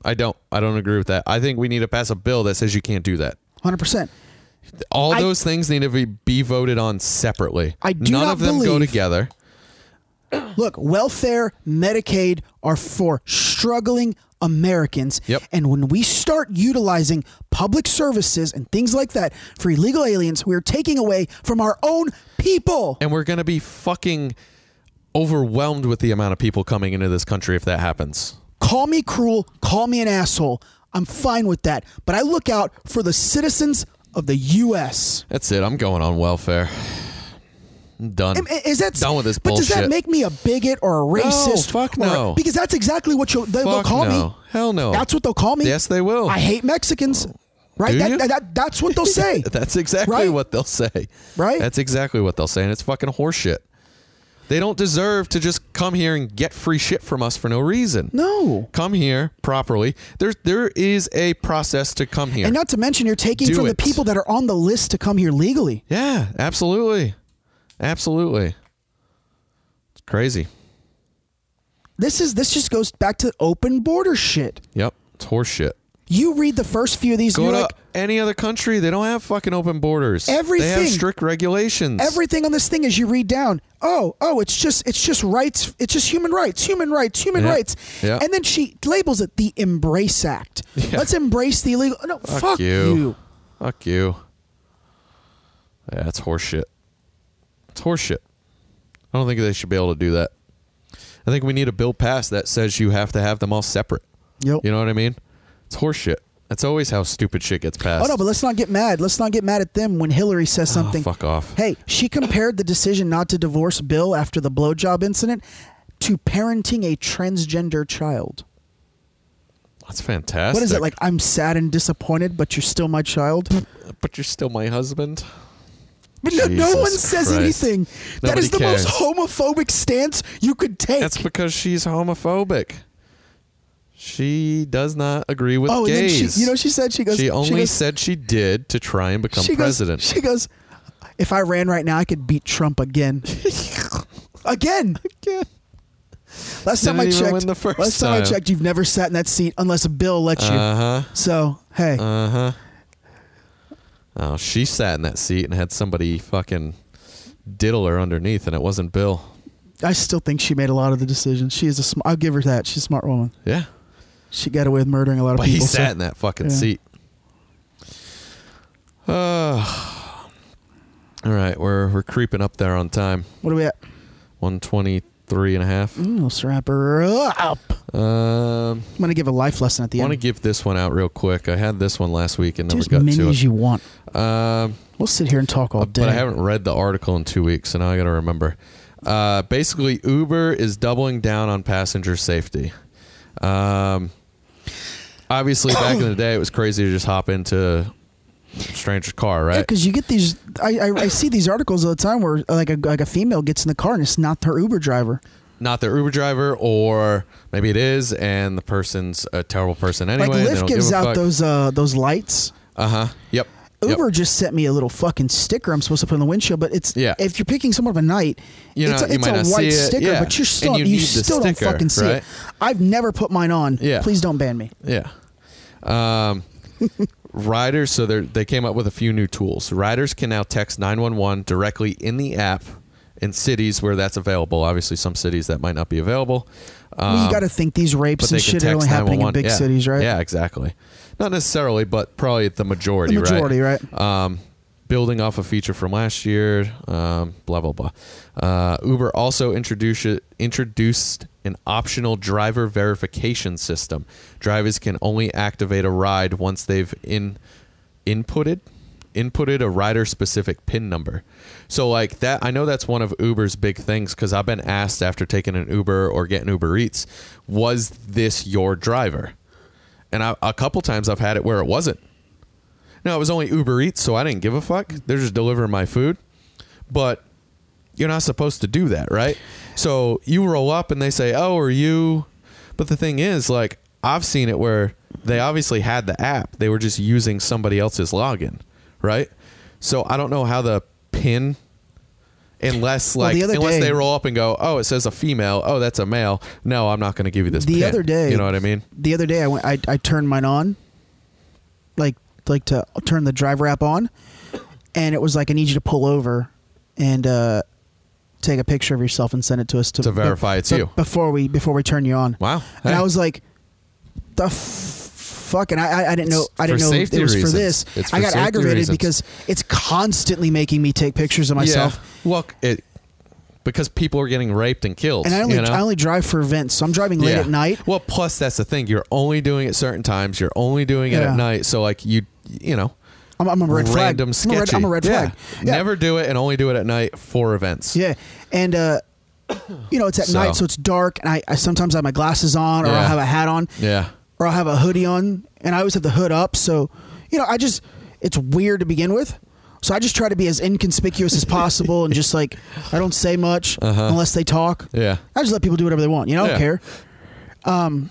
[SPEAKER 3] I don't. I don't agree with that. I think we need to pass a bill that says you can't do that.
[SPEAKER 8] 100%.
[SPEAKER 3] All
[SPEAKER 8] I-
[SPEAKER 3] those things need to be, be voted on separately.
[SPEAKER 8] I do
[SPEAKER 3] None
[SPEAKER 8] not
[SPEAKER 3] of them go
[SPEAKER 8] believe-
[SPEAKER 3] together.
[SPEAKER 8] Look, welfare, Medicaid are for struggling Americans.
[SPEAKER 3] Yep.
[SPEAKER 8] And when we start utilizing public services and things like that for illegal aliens, we're taking away from our own people.
[SPEAKER 3] and we're going to be fucking overwhelmed with the amount of people coming into this country if that happens.
[SPEAKER 8] Call me cruel, call me an asshole. I'm fine with that. But I look out for the citizens of the U.S.
[SPEAKER 3] That's it. I'm going on welfare. I'm done.
[SPEAKER 8] Am- Is that
[SPEAKER 3] done with this
[SPEAKER 8] But
[SPEAKER 3] bullshit?
[SPEAKER 8] does that make me a bigot or a racist?
[SPEAKER 3] fuck
[SPEAKER 8] or-
[SPEAKER 3] no.
[SPEAKER 8] because that's exactly what you'll, they, will
[SPEAKER 3] Fuck
[SPEAKER 8] call
[SPEAKER 3] no.
[SPEAKER 8] me.
[SPEAKER 3] Hell no.
[SPEAKER 8] That's what they'll call me.
[SPEAKER 3] Yes, they will. Oh.
[SPEAKER 8] I hate Mexicans. Right?
[SPEAKER 3] Do
[SPEAKER 8] That,
[SPEAKER 3] you?
[SPEAKER 8] that, that- that's what
[SPEAKER 3] [laughs]
[SPEAKER 8] they'll say.
[SPEAKER 3] That's exactly
[SPEAKER 8] Right?
[SPEAKER 3] what they'll say.
[SPEAKER 8] Right?
[SPEAKER 3] That's exactly what they'll say, and it's fucking horseshit. They don't deserve to just come here and get free shit from us for no reason.
[SPEAKER 8] no.
[SPEAKER 3] Come here properly. There, there is a process to come here.
[SPEAKER 8] And not to mention, you're taking
[SPEAKER 3] Do
[SPEAKER 8] from
[SPEAKER 3] it.
[SPEAKER 8] the people that are on the list to come here legally.
[SPEAKER 3] Yeah, absolutely. Absolutely. It's crazy.
[SPEAKER 8] This is this just goes back to open border shit.
[SPEAKER 3] Yep. It's horseshit.
[SPEAKER 8] You read the first few of these, and
[SPEAKER 3] Go
[SPEAKER 8] you're
[SPEAKER 3] to
[SPEAKER 8] like,
[SPEAKER 3] any other country. They don't have fucking open borders. They have
[SPEAKER 8] Everything-
[SPEAKER 3] strict regulations.
[SPEAKER 8] everything on this thing as you read down. Oh, oh, it's just it's just rights. It's just human rights, human rights, human
[SPEAKER 3] Yeah.
[SPEAKER 8] rights.
[SPEAKER 3] Yeah.
[SPEAKER 8] And then she labels it the
[SPEAKER 3] [laughs]
[SPEAKER 8] Embrace Act. Let's embrace the illegal. No, fuck,
[SPEAKER 3] you.
[SPEAKER 8] you.
[SPEAKER 3] Fuck you. Yeah, it's horseshit. It's horseshit. I don't think they should be able to do that. I think we need a bill passed that says you have to have them all separate.
[SPEAKER 8] Yep.
[SPEAKER 3] You know what I mean? It's horseshit. That's always how stupid shit gets passed.
[SPEAKER 8] Oh no, but let's not get mad. Let's not get mad at them when Hillary says something.
[SPEAKER 3] Oh, fuck off.
[SPEAKER 8] Hey, she compared the decision not to divorce Bill after the blowjob incident to parenting a transgender child.
[SPEAKER 3] That's fantastic.
[SPEAKER 8] What is it like? I'm sad and disappointed, but you're still my child.
[SPEAKER 3] But you're still my husband.
[SPEAKER 8] But no, no
[SPEAKER 3] Jesus
[SPEAKER 8] one says
[SPEAKER 3] Christ.
[SPEAKER 8] anything. that
[SPEAKER 3] Nobody
[SPEAKER 8] is the
[SPEAKER 3] cares.
[SPEAKER 8] most homophobic stance you could take.
[SPEAKER 3] That's because she's homophobic. She does not agree with
[SPEAKER 8] oh,
[SPEAKER 3] gays.
[SPEAKER 8] and then she, you know, she said she goes.
[SPEAKER 3] She only said she did to try and become
[SPEAKER 8] she
[SPEAKER 3] president.
[SPEAKER 8] Goes, she [laughs] goes. If I ran right now, I could beat Trump again. again.
[SPEAKER 3] Again.
[SPEAKER 8] Last time
[SPEAKER 3] Didn't
[SPEAKER 8] I
[SPEAKER 3] even
[SPEAKER 8] checked,
[SPEAKER 3] win the first
[SPEAKER 8] last time, I
[SPEAKER 3] time.
[SPEAKER 8] checked, you've never sat in that seat unless Bill let you.
[SPEAKER 3] Uh huh.
[SPEAKER 8] So hey,
[SPEAKER 3] Uh huh. Oh, she sat in that seat and had somebody fucking diddle her underneath, and it wasn't Bill.
[SPEAKER 8] I still think she made a lot of the decisions. She is a. Sm- I'll give her that. She's a smart woman.
[SPEAKER 3] Yeah.
[SPEAKER 8] She got away with murdering a lot of
[SPEAKER 3] But he
[SPEAKER 8] people. so-
[SPEAKER 3] sat in that fucking
[SPEAKER 8] yeah.
[SPEAKER 3] seat. [sighs] Uh, all right, we're we're creeping up there on time.
[SPEAKER 8] What are we at?
[SPEAKER 3] 123 and a half.
[SPEAKER 8] Mm, Let's wrap her up. I'm
[SPEAKER 3] Um,
[SPEAKER 8] gonna give a life lesson at the
[SPEAKER 3] I want to
[SPEAKER 8] end.
[SPEAKER 3] give this one out real quick. I had this one last week and
[SPEAKER 8] Do
[SPEAKER 3] never
[SPEAKER 8] as
[SPEAKER 3] got
[SPEAKER 8] many
[SPEAKER 3] to
[SPEAKER 8] as
[SPEAKER 3] it.
[SPEAKER 8] you want.
[SPEAKER 3] Um,
[SPEAKER 8] We'll sit here and talk all day.
[SPEAKER 3] but I haven't read the article in two weeks, so now I got to remember. Uh, basically, Uber is doubling down on passenger safety. Um, obviously, back in the day, it was crazy to just hop into a stranger's car, right?
[SPEAKER 8] because you get these. I, I, I see these articles all the time where like a like a female gets in the car and it's not her Uber driver.
[SPEAKER 3] Not their Uber driver, or maybe it is, and the person's a terrible person anyway.
[SPEAKER 8] Like
[SPEAKER 3] and they
[SPEAKER 8] Lyft
[SPEAKER 3] don't
[SPEAKER 8] gives
[SPEAKER 3] give a
[SPEAKER 8] out
[SPEAKER 3] fuck.
[SPEAKER 8] those uh those lights,
[SPEAKER 3] Uh huh. Yep.
[SPEAKER 8] Uber just sent me a little fucking sticker I'm supposed to put on the windshield, but it's
[SPEAKER 3] Yeah.
[SPEAKER 8] if you're picking someone up at night,
[SPEAKER 3] You
[SPEAKER 8] it's
[SPEAKER 3] know,
[SPEAKER 8] a,
[SPEAKER 3] you
[SPEAKER 8] it's
[SPEAKER 3] might
[SPEAKER 8] a
[SPEAKER 3] not see
[SPEAKER 8] white
[SPEAKER 3] it,
[SPEAKER 8] sticker,
[SPEAKER 3] yeah.
[SPEAKER 8] but you're still
[SPEAKER 3] And
[SPEAKER 8] you,
[SPEAKER 3] you need the
[SPEAKER 8] still don't
[SPEAKER 3] sticker,
[SPEAKER 8] fucking see
[SPEAKER 3] right?
[SPEAKER 8] it. I've never put mine on.
[SPEAKER 3] Yeah.
[SPEAKER 8] Please don't ban me.
[SPEAKER 3] Yeah.
[SPEAKER 8] [laughs]
[SPEAKER 3] Um, riders, so they they came up with a few new tools. Riders can now text 911 directly in the app in cities where that's available. Obviously, some cities that might not be available. Um,
[SPEAKER 8] Well, you got to think these
[SPEAKER 3] but
[SPEAKER 8] rapes
[SPEAKER 3] they
[SPEAKER 8] and
[SPEAKER 3] can
[SPEAKER 8] shit
[SPEAKER 3] text
[SPEAKER 8] are only happening in
[SPEAKER 3] 911.
[SPEAKER 8] big
[SPEAKER 3] yeah.
[SPEAKER 8] cities, right?
[SPEAKER 3] Yeah, exactly. Not necessarily, but probably the majority,
[SPEAKER 8] The majority, right?
[SPEAKER 3] Um, building off a feature from last year, um, blah, blah, blah. Uh, Uber also introduce, introduced an optional driver verification system. Drivers can only activate a ride once they've in inputted inputted a rider specific pin number. So like that I know that's one of Uber's big things cuz I've been asked after taking an Uber or getting Uber Eats was this your driver? And I, a couple times I've had it where it wasn't. No, it was only Uber Eats, so I didn't give a fuck. They're just delivering my food. But you're not supposed to do that, right? So you roll up and they say, "Oh, are you?" But the thing is, like, I've seen it where they obviously had the app; they were just using somebody else's login, right? So I don't know how the pin, unless
[SPEAKER 8] Well,
[SPEAKER 3] like,
[SPEAKER 8] the other
[SPEAKER 3] unless
[SPEAKER 8] day-
[SPEAKER 3] they roll up and go, "Oh, it says a female. Oh, that's a male. No, I'm not going to give you this."
[SPEAKER 8] The
[SPEAKER 3] pin."
[SPEAKER 8] other day-
[SPEAKER 3] you know what I mean?
[SPEAKER 8] The other day, I went, I, I turned mine on, like like to turn the driver app on, and it was like I need you to pull over and uh, take a picture of yourself and send it to us to,
[SPEAKER 3] To verify it's
[SPEAKER 8] be-
[SPEAKER 3] you.
[SPEAKER 8] before we before we turn you on.
[SPEAKER 3] Wow.
[SPEAKER 8] And
[SPEAKER 3] Hey.
[SPEAKER 8] I was like, the f- fuck, and I I- I didn't know
[SPEAKER 3] It's
[SPEAKER 8] I didn't
[SPEAKER 3] for
[SPEAKER 8] know it
[SPEAKER 3] safety
[SPEAKER 8] was
[SPEAKER 3] reasons.
[SPEAKER 8] for this.
[SPEAKER 3] It's
[SPEAKER 8] I
[SPEAKER 3] for
[SPEAKER 8] got
[SPEAKER 3] safety
[SPEAKER 8] aggravated
[SPEAKER 3] reasons.
[SPEAKER 8] because it's constantly making me take pictures of myself.
[SPEAKER 3] Yeah. Well, it because people are getting raped and killed.
[SPEAKER 8] And I only
[SPEAKER 3] you know?
[SPEAKER 8] I only drive for events, so I'm driving late
[SPEAKER 3] Yeah.
[SPEAKER 8] at night.
[SPEAKER 3] Well, plus that's the thing. You're only doing it certain times. You're only doing it
[SPEAKER 8] Yeah.
[SPEAKER 3] at night. So like you, you know,
[SPEAKER 8] I'm, I'm a red flag.
[SPEAKER 3] random
[SPEAKER 8] I'm a red,
[SPEAKER 3] sketchy.
[SPEAKER 8] I'm a red
[SPEAKER 3] Yeah.
[SPEAKER 8] flag. Yeah.
[SPEAKER 3] Never do it and only do it at night for events.
[SPEAKER 8] Yeah, and uh, you know it's at
[SPEAKER 3] So.
[SPEAKER 8] night, so it's dark, and I, I sometimes have my glasses on, or
[SPEAKER 3] Yeah.
[SPEAKER 8] I'll have a hat on,
[SPEAKER 3] Yeah.
[SPEAKER 8] or I'll have a hoodie on, and I always have the hood up. So, you know, I just it's weird to begin with. So I just try to be as inconspicuous as possible, and just like I don't say
[SPEAKER 3] [laughs]
[SPEAKER 8] much unless they talk.
[SPEAKER 3] Uh-huh. Yeah.
[SPEAKER 8] I just let people do whatever they want. You know, I
[SPEAKER 3] Yeah.
[SPEAKER 8] don't care. Um,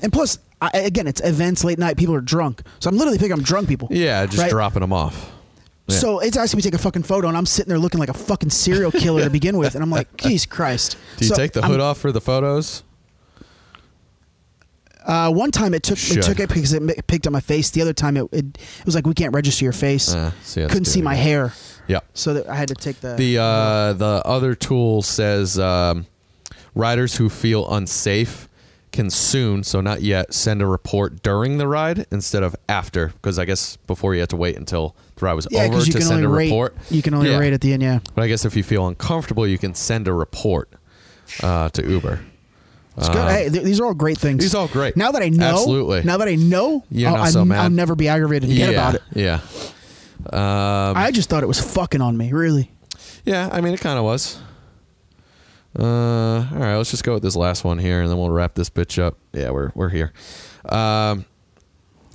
[SPEAKER 8] and plus, I, again, it's events, late night. People are drunk, so I'm literally picking up drunk people.
[SPEAKER 3] Yeah, Just
[SPEAKER 8] right?
[SPEAKER 3] dropping them off. Yeah.
[SPEAKER 8] So it's asking me to take a fucking photo, and I'm sitting there looking like a fucking serial killer to begin with, and I'm
[SPEAKER 3] [laughs]
[SPEAKER 8] like, Jesus Christ!
[SPEAKER 3] Do you
[SPEAKER 8] So um,
[SPEAKER 3] take the
[SPEAKER 8] I'm-
[SPEAKER 3] hood off for the photos?
[SPEAKER 8] Uh, one time it took
[SPEAKER 3] Should.
[SPEAKER 8] it took it because it mi- picked up my face. The other time it it, it was like we can't register your face.
[SPEAKER 3] Uh, see, that's
[SPEAKER 8] Couldn't see
[SPEAKER 3] good.
[SPEAKER 8] my hair,
[SPEAKER 3] Yeah.
[SPEAKER 8] so that I had to take the.
[SPEAKER 3] The uh, the other tool says um, riders who feel unsafe can soon, so not yet, send a report during the ride instead of after, because I guess before you had to wait until the ride was
[SPEAKER 8] yeah,
[SPEAKER 3] over
[SPEAKER 8] because you
[SPEAKER 3] to
[SPEAKER 8] can
[SPEAKER 3] send
[SPEAKER 8] only
[SPEAKER 3] a
[SPEAKER 8] rate.
[SPEAKER 3] report.
[SPEAKER 8] You can only
[SPEAKER 3] Yeah.
[SPEAKER 8] rate at the end. Yeah.
[SPEAKER 3] But I guess if you feel uncomfortable, you can send a report uh, to Uber.
[SPEAKER 8] It's good. Hey, th- these are all great
[SPEAKER 3] Ah.
[SPEAKER 8] things.
[SPEAKER 3] these are all great.
[SPEAKER 8] Now that I know,
[SPEAKER 3] Absolutely.
[SPEAKER 8] Now that I know,
[SPEAKER 3] You're
[SPEAKER 8] I'll,
[SPEAKER 3] not so
[SPEAKER 8] I'm-
[SPEAKER 3] mad.
[SPEAKER 8] I'll never be aggravated again
[SPEAKER 3] yeah, um,
[SPEAKER 8] about it.
[SPEAKER 3] yeah,
[SPEAKER 8] I just thought it was fucking on me. Really,
[SPEAKER 3] yeah. I mean, it kind of was. Uh, all right, let's just go with this last one here, and then we'll wrap this bitch up. Yeah, we're we're here. Um,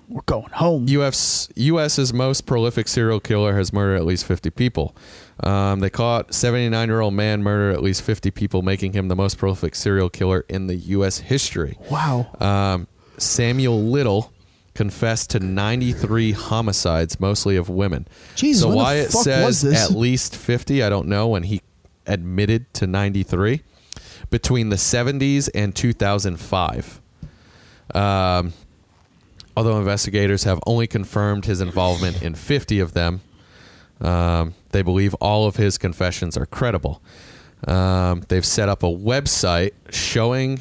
[SPEAKER 8] we're going home.
[SPEAKER 3] UF's, US's most prolific serial killer has murdered at least 50 people. Um, they caught 79 year old man murdered at least 50 people, making him the most prolific serial killer in the U.S. history.
[SPEAKER 8] wow.
[SPEAKER 3] Um, Samuel Little confessed to 93 homicides, mostly of women.
[SPEAKER 8] Jesus,
[SPEAKER 3] so
[SPEAKER 8] when the
[SPEAKER 3] why it
[SPEAKER 8] fuck was
[SPEAKER 3] says
[SPEAKER 8] this?
[SPEAKER 3] at least 50, I don't know, when he admitted to 93 between the 70s and 2005. Um, although investigators have only confirmed his involvement in 50 of them, um, they believe all of his confessions are credible. Um, they've set up a website showing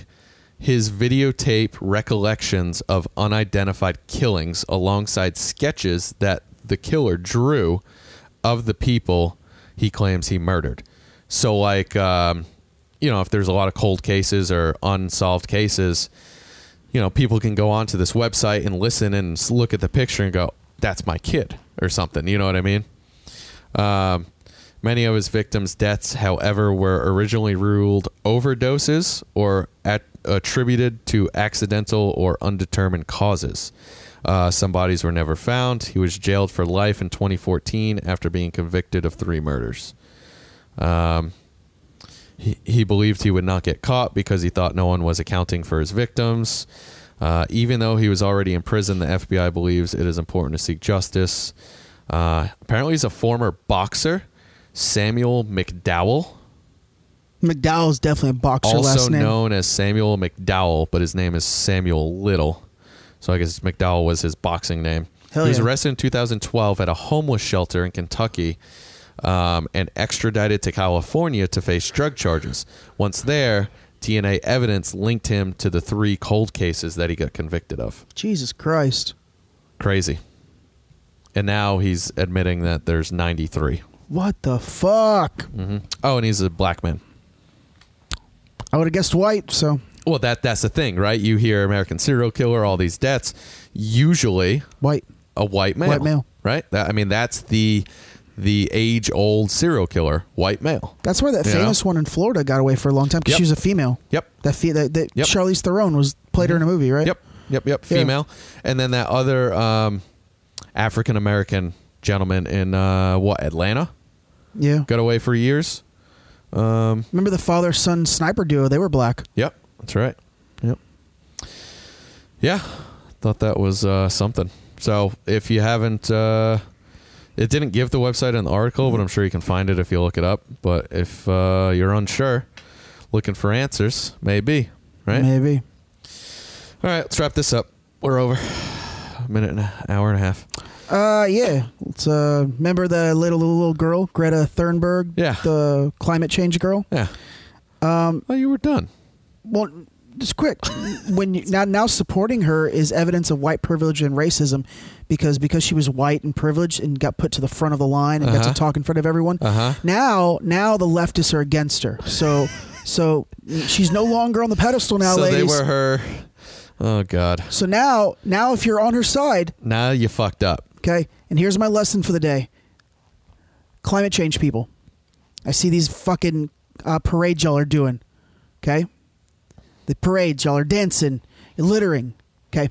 [SPEAKER 3] his videotape recollections of unidentified killings alongside sketches that the killer drew of the people he claims he murdered. So, like, um, you know, if there's a lot of cold cases or unsolved cases, you know, people can go onto this website and listen and s- look at the picture and go, that's my kid or something. You know what I mean? Um, many of his victims' deaths, however, were originally ruled overdoses or at, attributed to accidental or undetermined causes. Uh, some bodies were never found. He was jailed for life in 2014 after being convicted of three murders. Um, he, he believed he would not get caught because he thought no one was accounting for his victims. Uh, even though he was already in prison, the FBI believes it is important to seek justice. Uh, apparently, he's a former boxer, Samuel McDowell,
[SPEAKER 8] McDowell's definitely a boxer
[SPEAKER 3] also
[SPEAKER 8] last name.
[SPEAKER 3] known as Samuel McDowell, but his name is Samuel Little. So I guess McDowell was his boxing name.
[SPEAKER 8] Hell
[SPEAKER 3] he was
[SPEAKER 8] yeah.
[SPEAKER 3] arrested in 2012 at a homeless shelter in Kentucky um, and extradited to California to face drug charges. Once there, DNA evidence linked him to the three cold cases that he got convicted of.
[SPEAKER 8] Jesus Christ.
[SPEAKER 3] Crazy. And now he's admitting that there's 93.
[SPEAKER 8] What the fuck?
[SPEAKER 3] Oh, and he's a black man.
[SPEAKER 8] I would have guessed white, so
[SPEAKER 3] Well, that that's the thing, right? You hear American serial killer, all these deaths, usually
[SPEAKER 8] white.
[SPEAKER 3] a white male.
[SPEAKER 8] White male.
[SPEAKER 3] right? That, I mean, that's the the age old serial killer, white male.
[SPEAKER 8] That's why that
[SPEAKER 3] Yeah.
[SPEAKER 8] famous one in Florida got away for a long time because
[SPEAKER 3] Yep.
[SPEAKER 8] she was a female.
[SPEAKER 3] Yep.
[SPEAKER 8] That fe- that, that
[SPEAKER 3] Yep. Mm-hmm.
[SPEAKER 8] Charlize Theron was played her in a movie, right?
[SPEAKER 3] Yep, yep, yep.
[SPEAKER 8] Yeah.
[SPEAKER 3] Female, and then that other um, African American gentleman in uh, what Atlanta
[SPEAKER 8] Yeah.
[SPEAKER 3] got away for years.
[SPEAKER 8] Remember the father son sniper duo? They were black.
[SPEAKER 3] Yep, that's right. Yep. Yeah, thought that was uh, something. So if you haven't, uh, it didn't give the website in the article, but I'm sure you can find it if you look it up. But if uh, you're unsure, looking for answers, maybe. Right.
[SPEAKER 8] Maybe.
[SPEAKER 3] All right, let's wrap this up. We're over. A minute and an hour and a half.
[SPEAKER 8] Uh, yeah. It's, uh, remember the little, little little girl, Greta Thunberg?
[SPEAKER 3] Yeah.
[SPEAKER 8] The climate change girl.
[SPEAKER 3] Yeah. Um, oh, you were done.
[SPEAKER 8] Well, just quick. when you, now now supporting her is evidence of white privilege and racism, because because she was white and privileged and got put to the front of the line and got
[SPEAKER 3] Uh-huh.
[SPEAKER 8] to talk in front of everyone.
[SPEAKER 3] Uh-huh.
[SPEAKER 8] Now now the leftists are against her. So so she's no longer on the pedestal now,
[SPEAKER 3] so
[SPEAKER 8] ladies.
[SPEAKER 3] they were her. Oh God.
[SPEAKER 8] so now now if you're on her side,
[SPEAKER 3] Now you fucked up.
[SPEAKER 8] Okay. And here's my lesson for the day climate change people. I see these fucking uh, parades y'all are doing. Okay. The parades y'all are dancing, you're littering. Okay.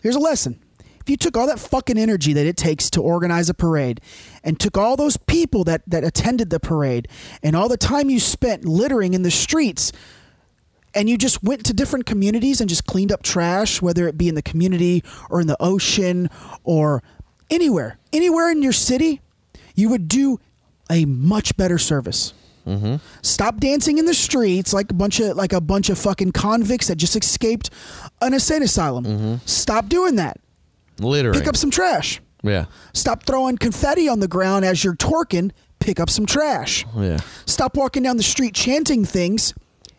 [SPEAKER 8] Here's a lesson. If you took all that fucking energy that it takes to organize a parade and took all those people that, that attended the parade and all the time you spent littering in the streets and you just went to different communities and just cleaned up trash, whether it be in the community or in the ocean or anywhere, anywhere in your city, you would do a much better service. Mm-hmm. Stop dancing in the streets like a bunch of like a bunch of fucking convicts that just escaped an insane asylum. Stop doing that.
[SPEAKER 3] Littering.
[SPEAKER 8] Pick up some trash.
[SPEAKER 3] yeah.
[SPEAKER 8] Stop throwing confetti on the ground as you're twerking. Pick up some trash.
[SPEAKER 3] Yeah.
[SPEAKER 8] Stop walking down the street chanting things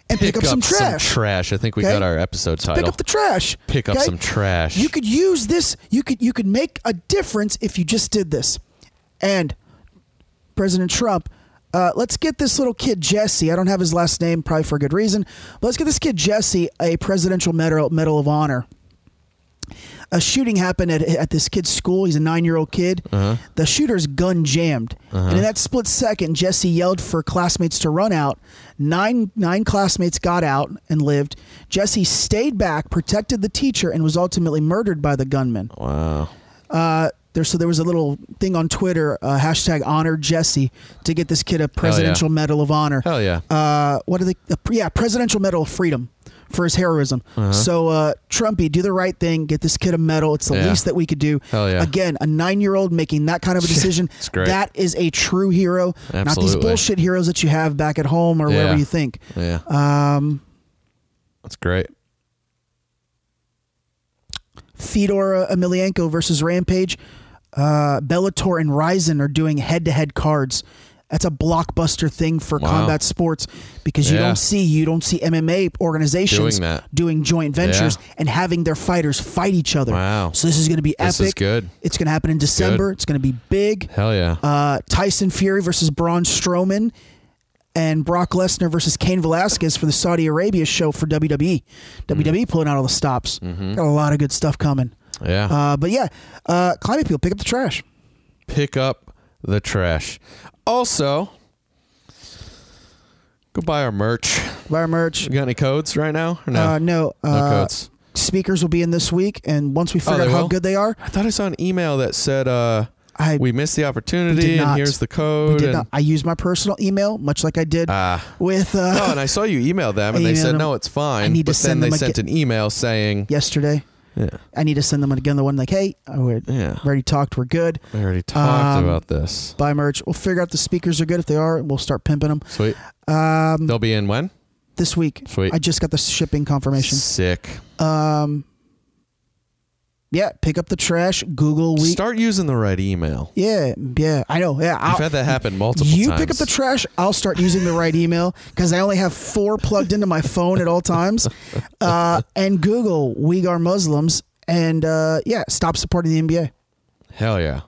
[SPEAKER 8] and pick, up, some trash.
[SPEAKER 3] trash. I think we
[SPEAKER 8] Okay?
[SPEAKER 3] got our episode title.
[SPEAKER 8] Pick up the trash.
[SPEAKER 3] Pick up
[SPEAKER 8] okay?
[SPEAKER 3] some trash.
[SPEAKER 8] You could use this. You could you could make a difference if you just did this. And President Trump, uh, let's get this little kid Jesse. I don't have his last name, probably for a good reason. But let's get this kid Jesse a Presidential Medal Medal of Honor. A shooting happened at, at this kid's school. He's a nine year old kid. The shooter's gun jammed, and in that split second, Jesse yelled for classmates to run out. Nine nine classmates got out and lived. Jesse stayed back, protected the teacher, and was ultimately murdered by the gunman
[SPEAKER 3] wow.
[SPEAKER 8] there so there was a little thing on Twitter uh, hashtag honor Jesse to get this kid a presidential medal of honor.
[SPEAKER 3] Hell yeah.
[SPEAKER 8] Uh, what are they? Uh, yeah, presidential medal of freedom for his heroism.
[SPEAKER 3] Uh-huh.
[SPEAKER 8] So uh, Trumpy, do the right thing. Get this kid a medal. It's the
[SPEAKER 3] Yeah.
[SPEAKER 8] least that we could do.
[SPEAKER 3] Hell yeah.
[SPEAKER 8] Again, a nine-year-old making that kind of
[SPEAKER 3] [laughs]
[SPEAKER 8] a decision.
[SPEAKER 3] It's great.
[SPEAKER 8] That is a true hero, not these
[SPEAKER 3] Absolutely.
[SPEAKER 8] bullshit heroes that you have back at home or
[SPEAKER 3] Yeah.
[SPEAKER 8] wherever you think.
[SPEAKER 3] yeah.
[SPEAKER 8] Um,
[SPEAKER 3] That's great.
[SPEAKER 8] Fedor Emelianenko versus Rampage. Uh, Bellator and Ryzen are doing head-to-head cards. That's a blockbuster thing for
[SPEAKER 3] Wow.
[SPEAKER 8] combat sports because you
[SPEAKER 3] Yeah.
[SPEAKER 8] don't see you don't see MMA organizations
[SPEAKER 3] Doing that.
[SPEAKER 8] doing joint ventures
[SPEAKER 3] Yeah.
[SPEAKER 8] and having their fighters fight each other.
[SPEAKER 3] Wow.
[SPEAKER 8] So this is going to be
[SPEAKER 3] This
[SPEAKER 8] epic.
[SPEAKER 3] is good.
[SPEAKER 8] It's going to happen in December.
[SPEAKER 3] Good.
[SPEAKER 8] It's going to be big.
[SPEAKER 3] Hell yeah.
[SPEAKER 8] Uh, Tyson Fury versus Braun Strowman and Brock Lesnar versus Kane Velasquez for the Saudi Arabia show for E. WWE.
[SPEAKER 3] Mm-hmm.
[SPEAKER 8] WWE pulling out all the stops. Got a lot of good stuff coming.
[SPEAKER 3] yeah.
[SPEAKER 8] Uh, but yeah, uh, climate people, pick up the trash.
[SPEAKER 3] Pick up the trash. Also, go buy our merch.
[SPEAKER 8] Buy our merch.
[SPEAKER 3] You got any codes right now? Or no.
[SPEAKER 8] Uh, no, uh,
[SPEAKER 3] codes.
[SPEAKER 8] Speakers will be in this week, and once we figure
[SPEAKER 3] they
[SPEAKER 8] out how
[SPEAKER 3] will?
[SPEAKER 8] good they are,
[SPEAKER 3] I thought I saw an email that said uh,
[SPEAKER 8] I
[SPEAKER 3] we missed the
[SPEAKER 8] we
[SPEAKER 3] opportunity
[SPEAKER 8] did
[SPEAKER 3] and
[SPEAKER 8] not.
[SPEAKER 3] here's the code.
[SPEAKER 8] We did
[SPEAKER 3] and,
[SPEAKER 8] not. I used my personal email, much like I did with uh,
[SPEAKER 3] Ah. Oh, and I saw you email them and
[SPEAKER 8] I
[SPEAKER 3] they
[SPEAKER 8] emailed
[SPEAKER 3] said
[SPEAKER 8] them.
[SPEAKER 3] no, it's fine.
[SPEAKER 8] I need to
[SPEAKER 3] but
[SPEAKER 8] send
[SPEAKER 3] then
[SPEAKER 8] them
[SPEAKER 3] they
[SPEAKER 8] a
[SPEAKER 3] sent
[SPEAKER 8] gi-
[SPEAKER 3] an email saying
[SPEAKER 8] [laughs] yesterday.
[SPEAKER 3] Yeah.
[SPEAKER 8] I need to send them again the one like, hey, I would,
[SPEAKER 3] Yeah.
[SPEAKER 8] already talked, we're good.
[SPEAKER 3] We already talked
[SPEAKER 8] Um,
[SPEAKER 3] about this.
[SPEAKER 8] Buy merch. We'll figure out the speakers are good. If they are, we'll start pimping them
[SPEAKER 3] Sweet. Um, They'll be in when?
[SPEAKER 8] this week.
[SPEAKER 3] Sweet.
[SPEAKER 8] I just got the shipping confirmation.
[SPEAKER 3] Sick.
[SPEAKER 8] Yeah, pick up the trash. Google week.
[SPEAKER 3] Start using the right email.
[SPEAKER 8] yeah, yeah. I know. Yeah, I'll,
[SPEAKER 3] I've had that happen multiple
[SPEAKER 8] you
[SPEAKER 3] times.
[SPEAKER 8] pick up the trash. I'll start using the right email because I only have four plugged into my phone at all times. Uh, and Google Uyghur Muslims and uh, yeah, stop supporting the NBA.
[SPEAKER 3] Hell yeah.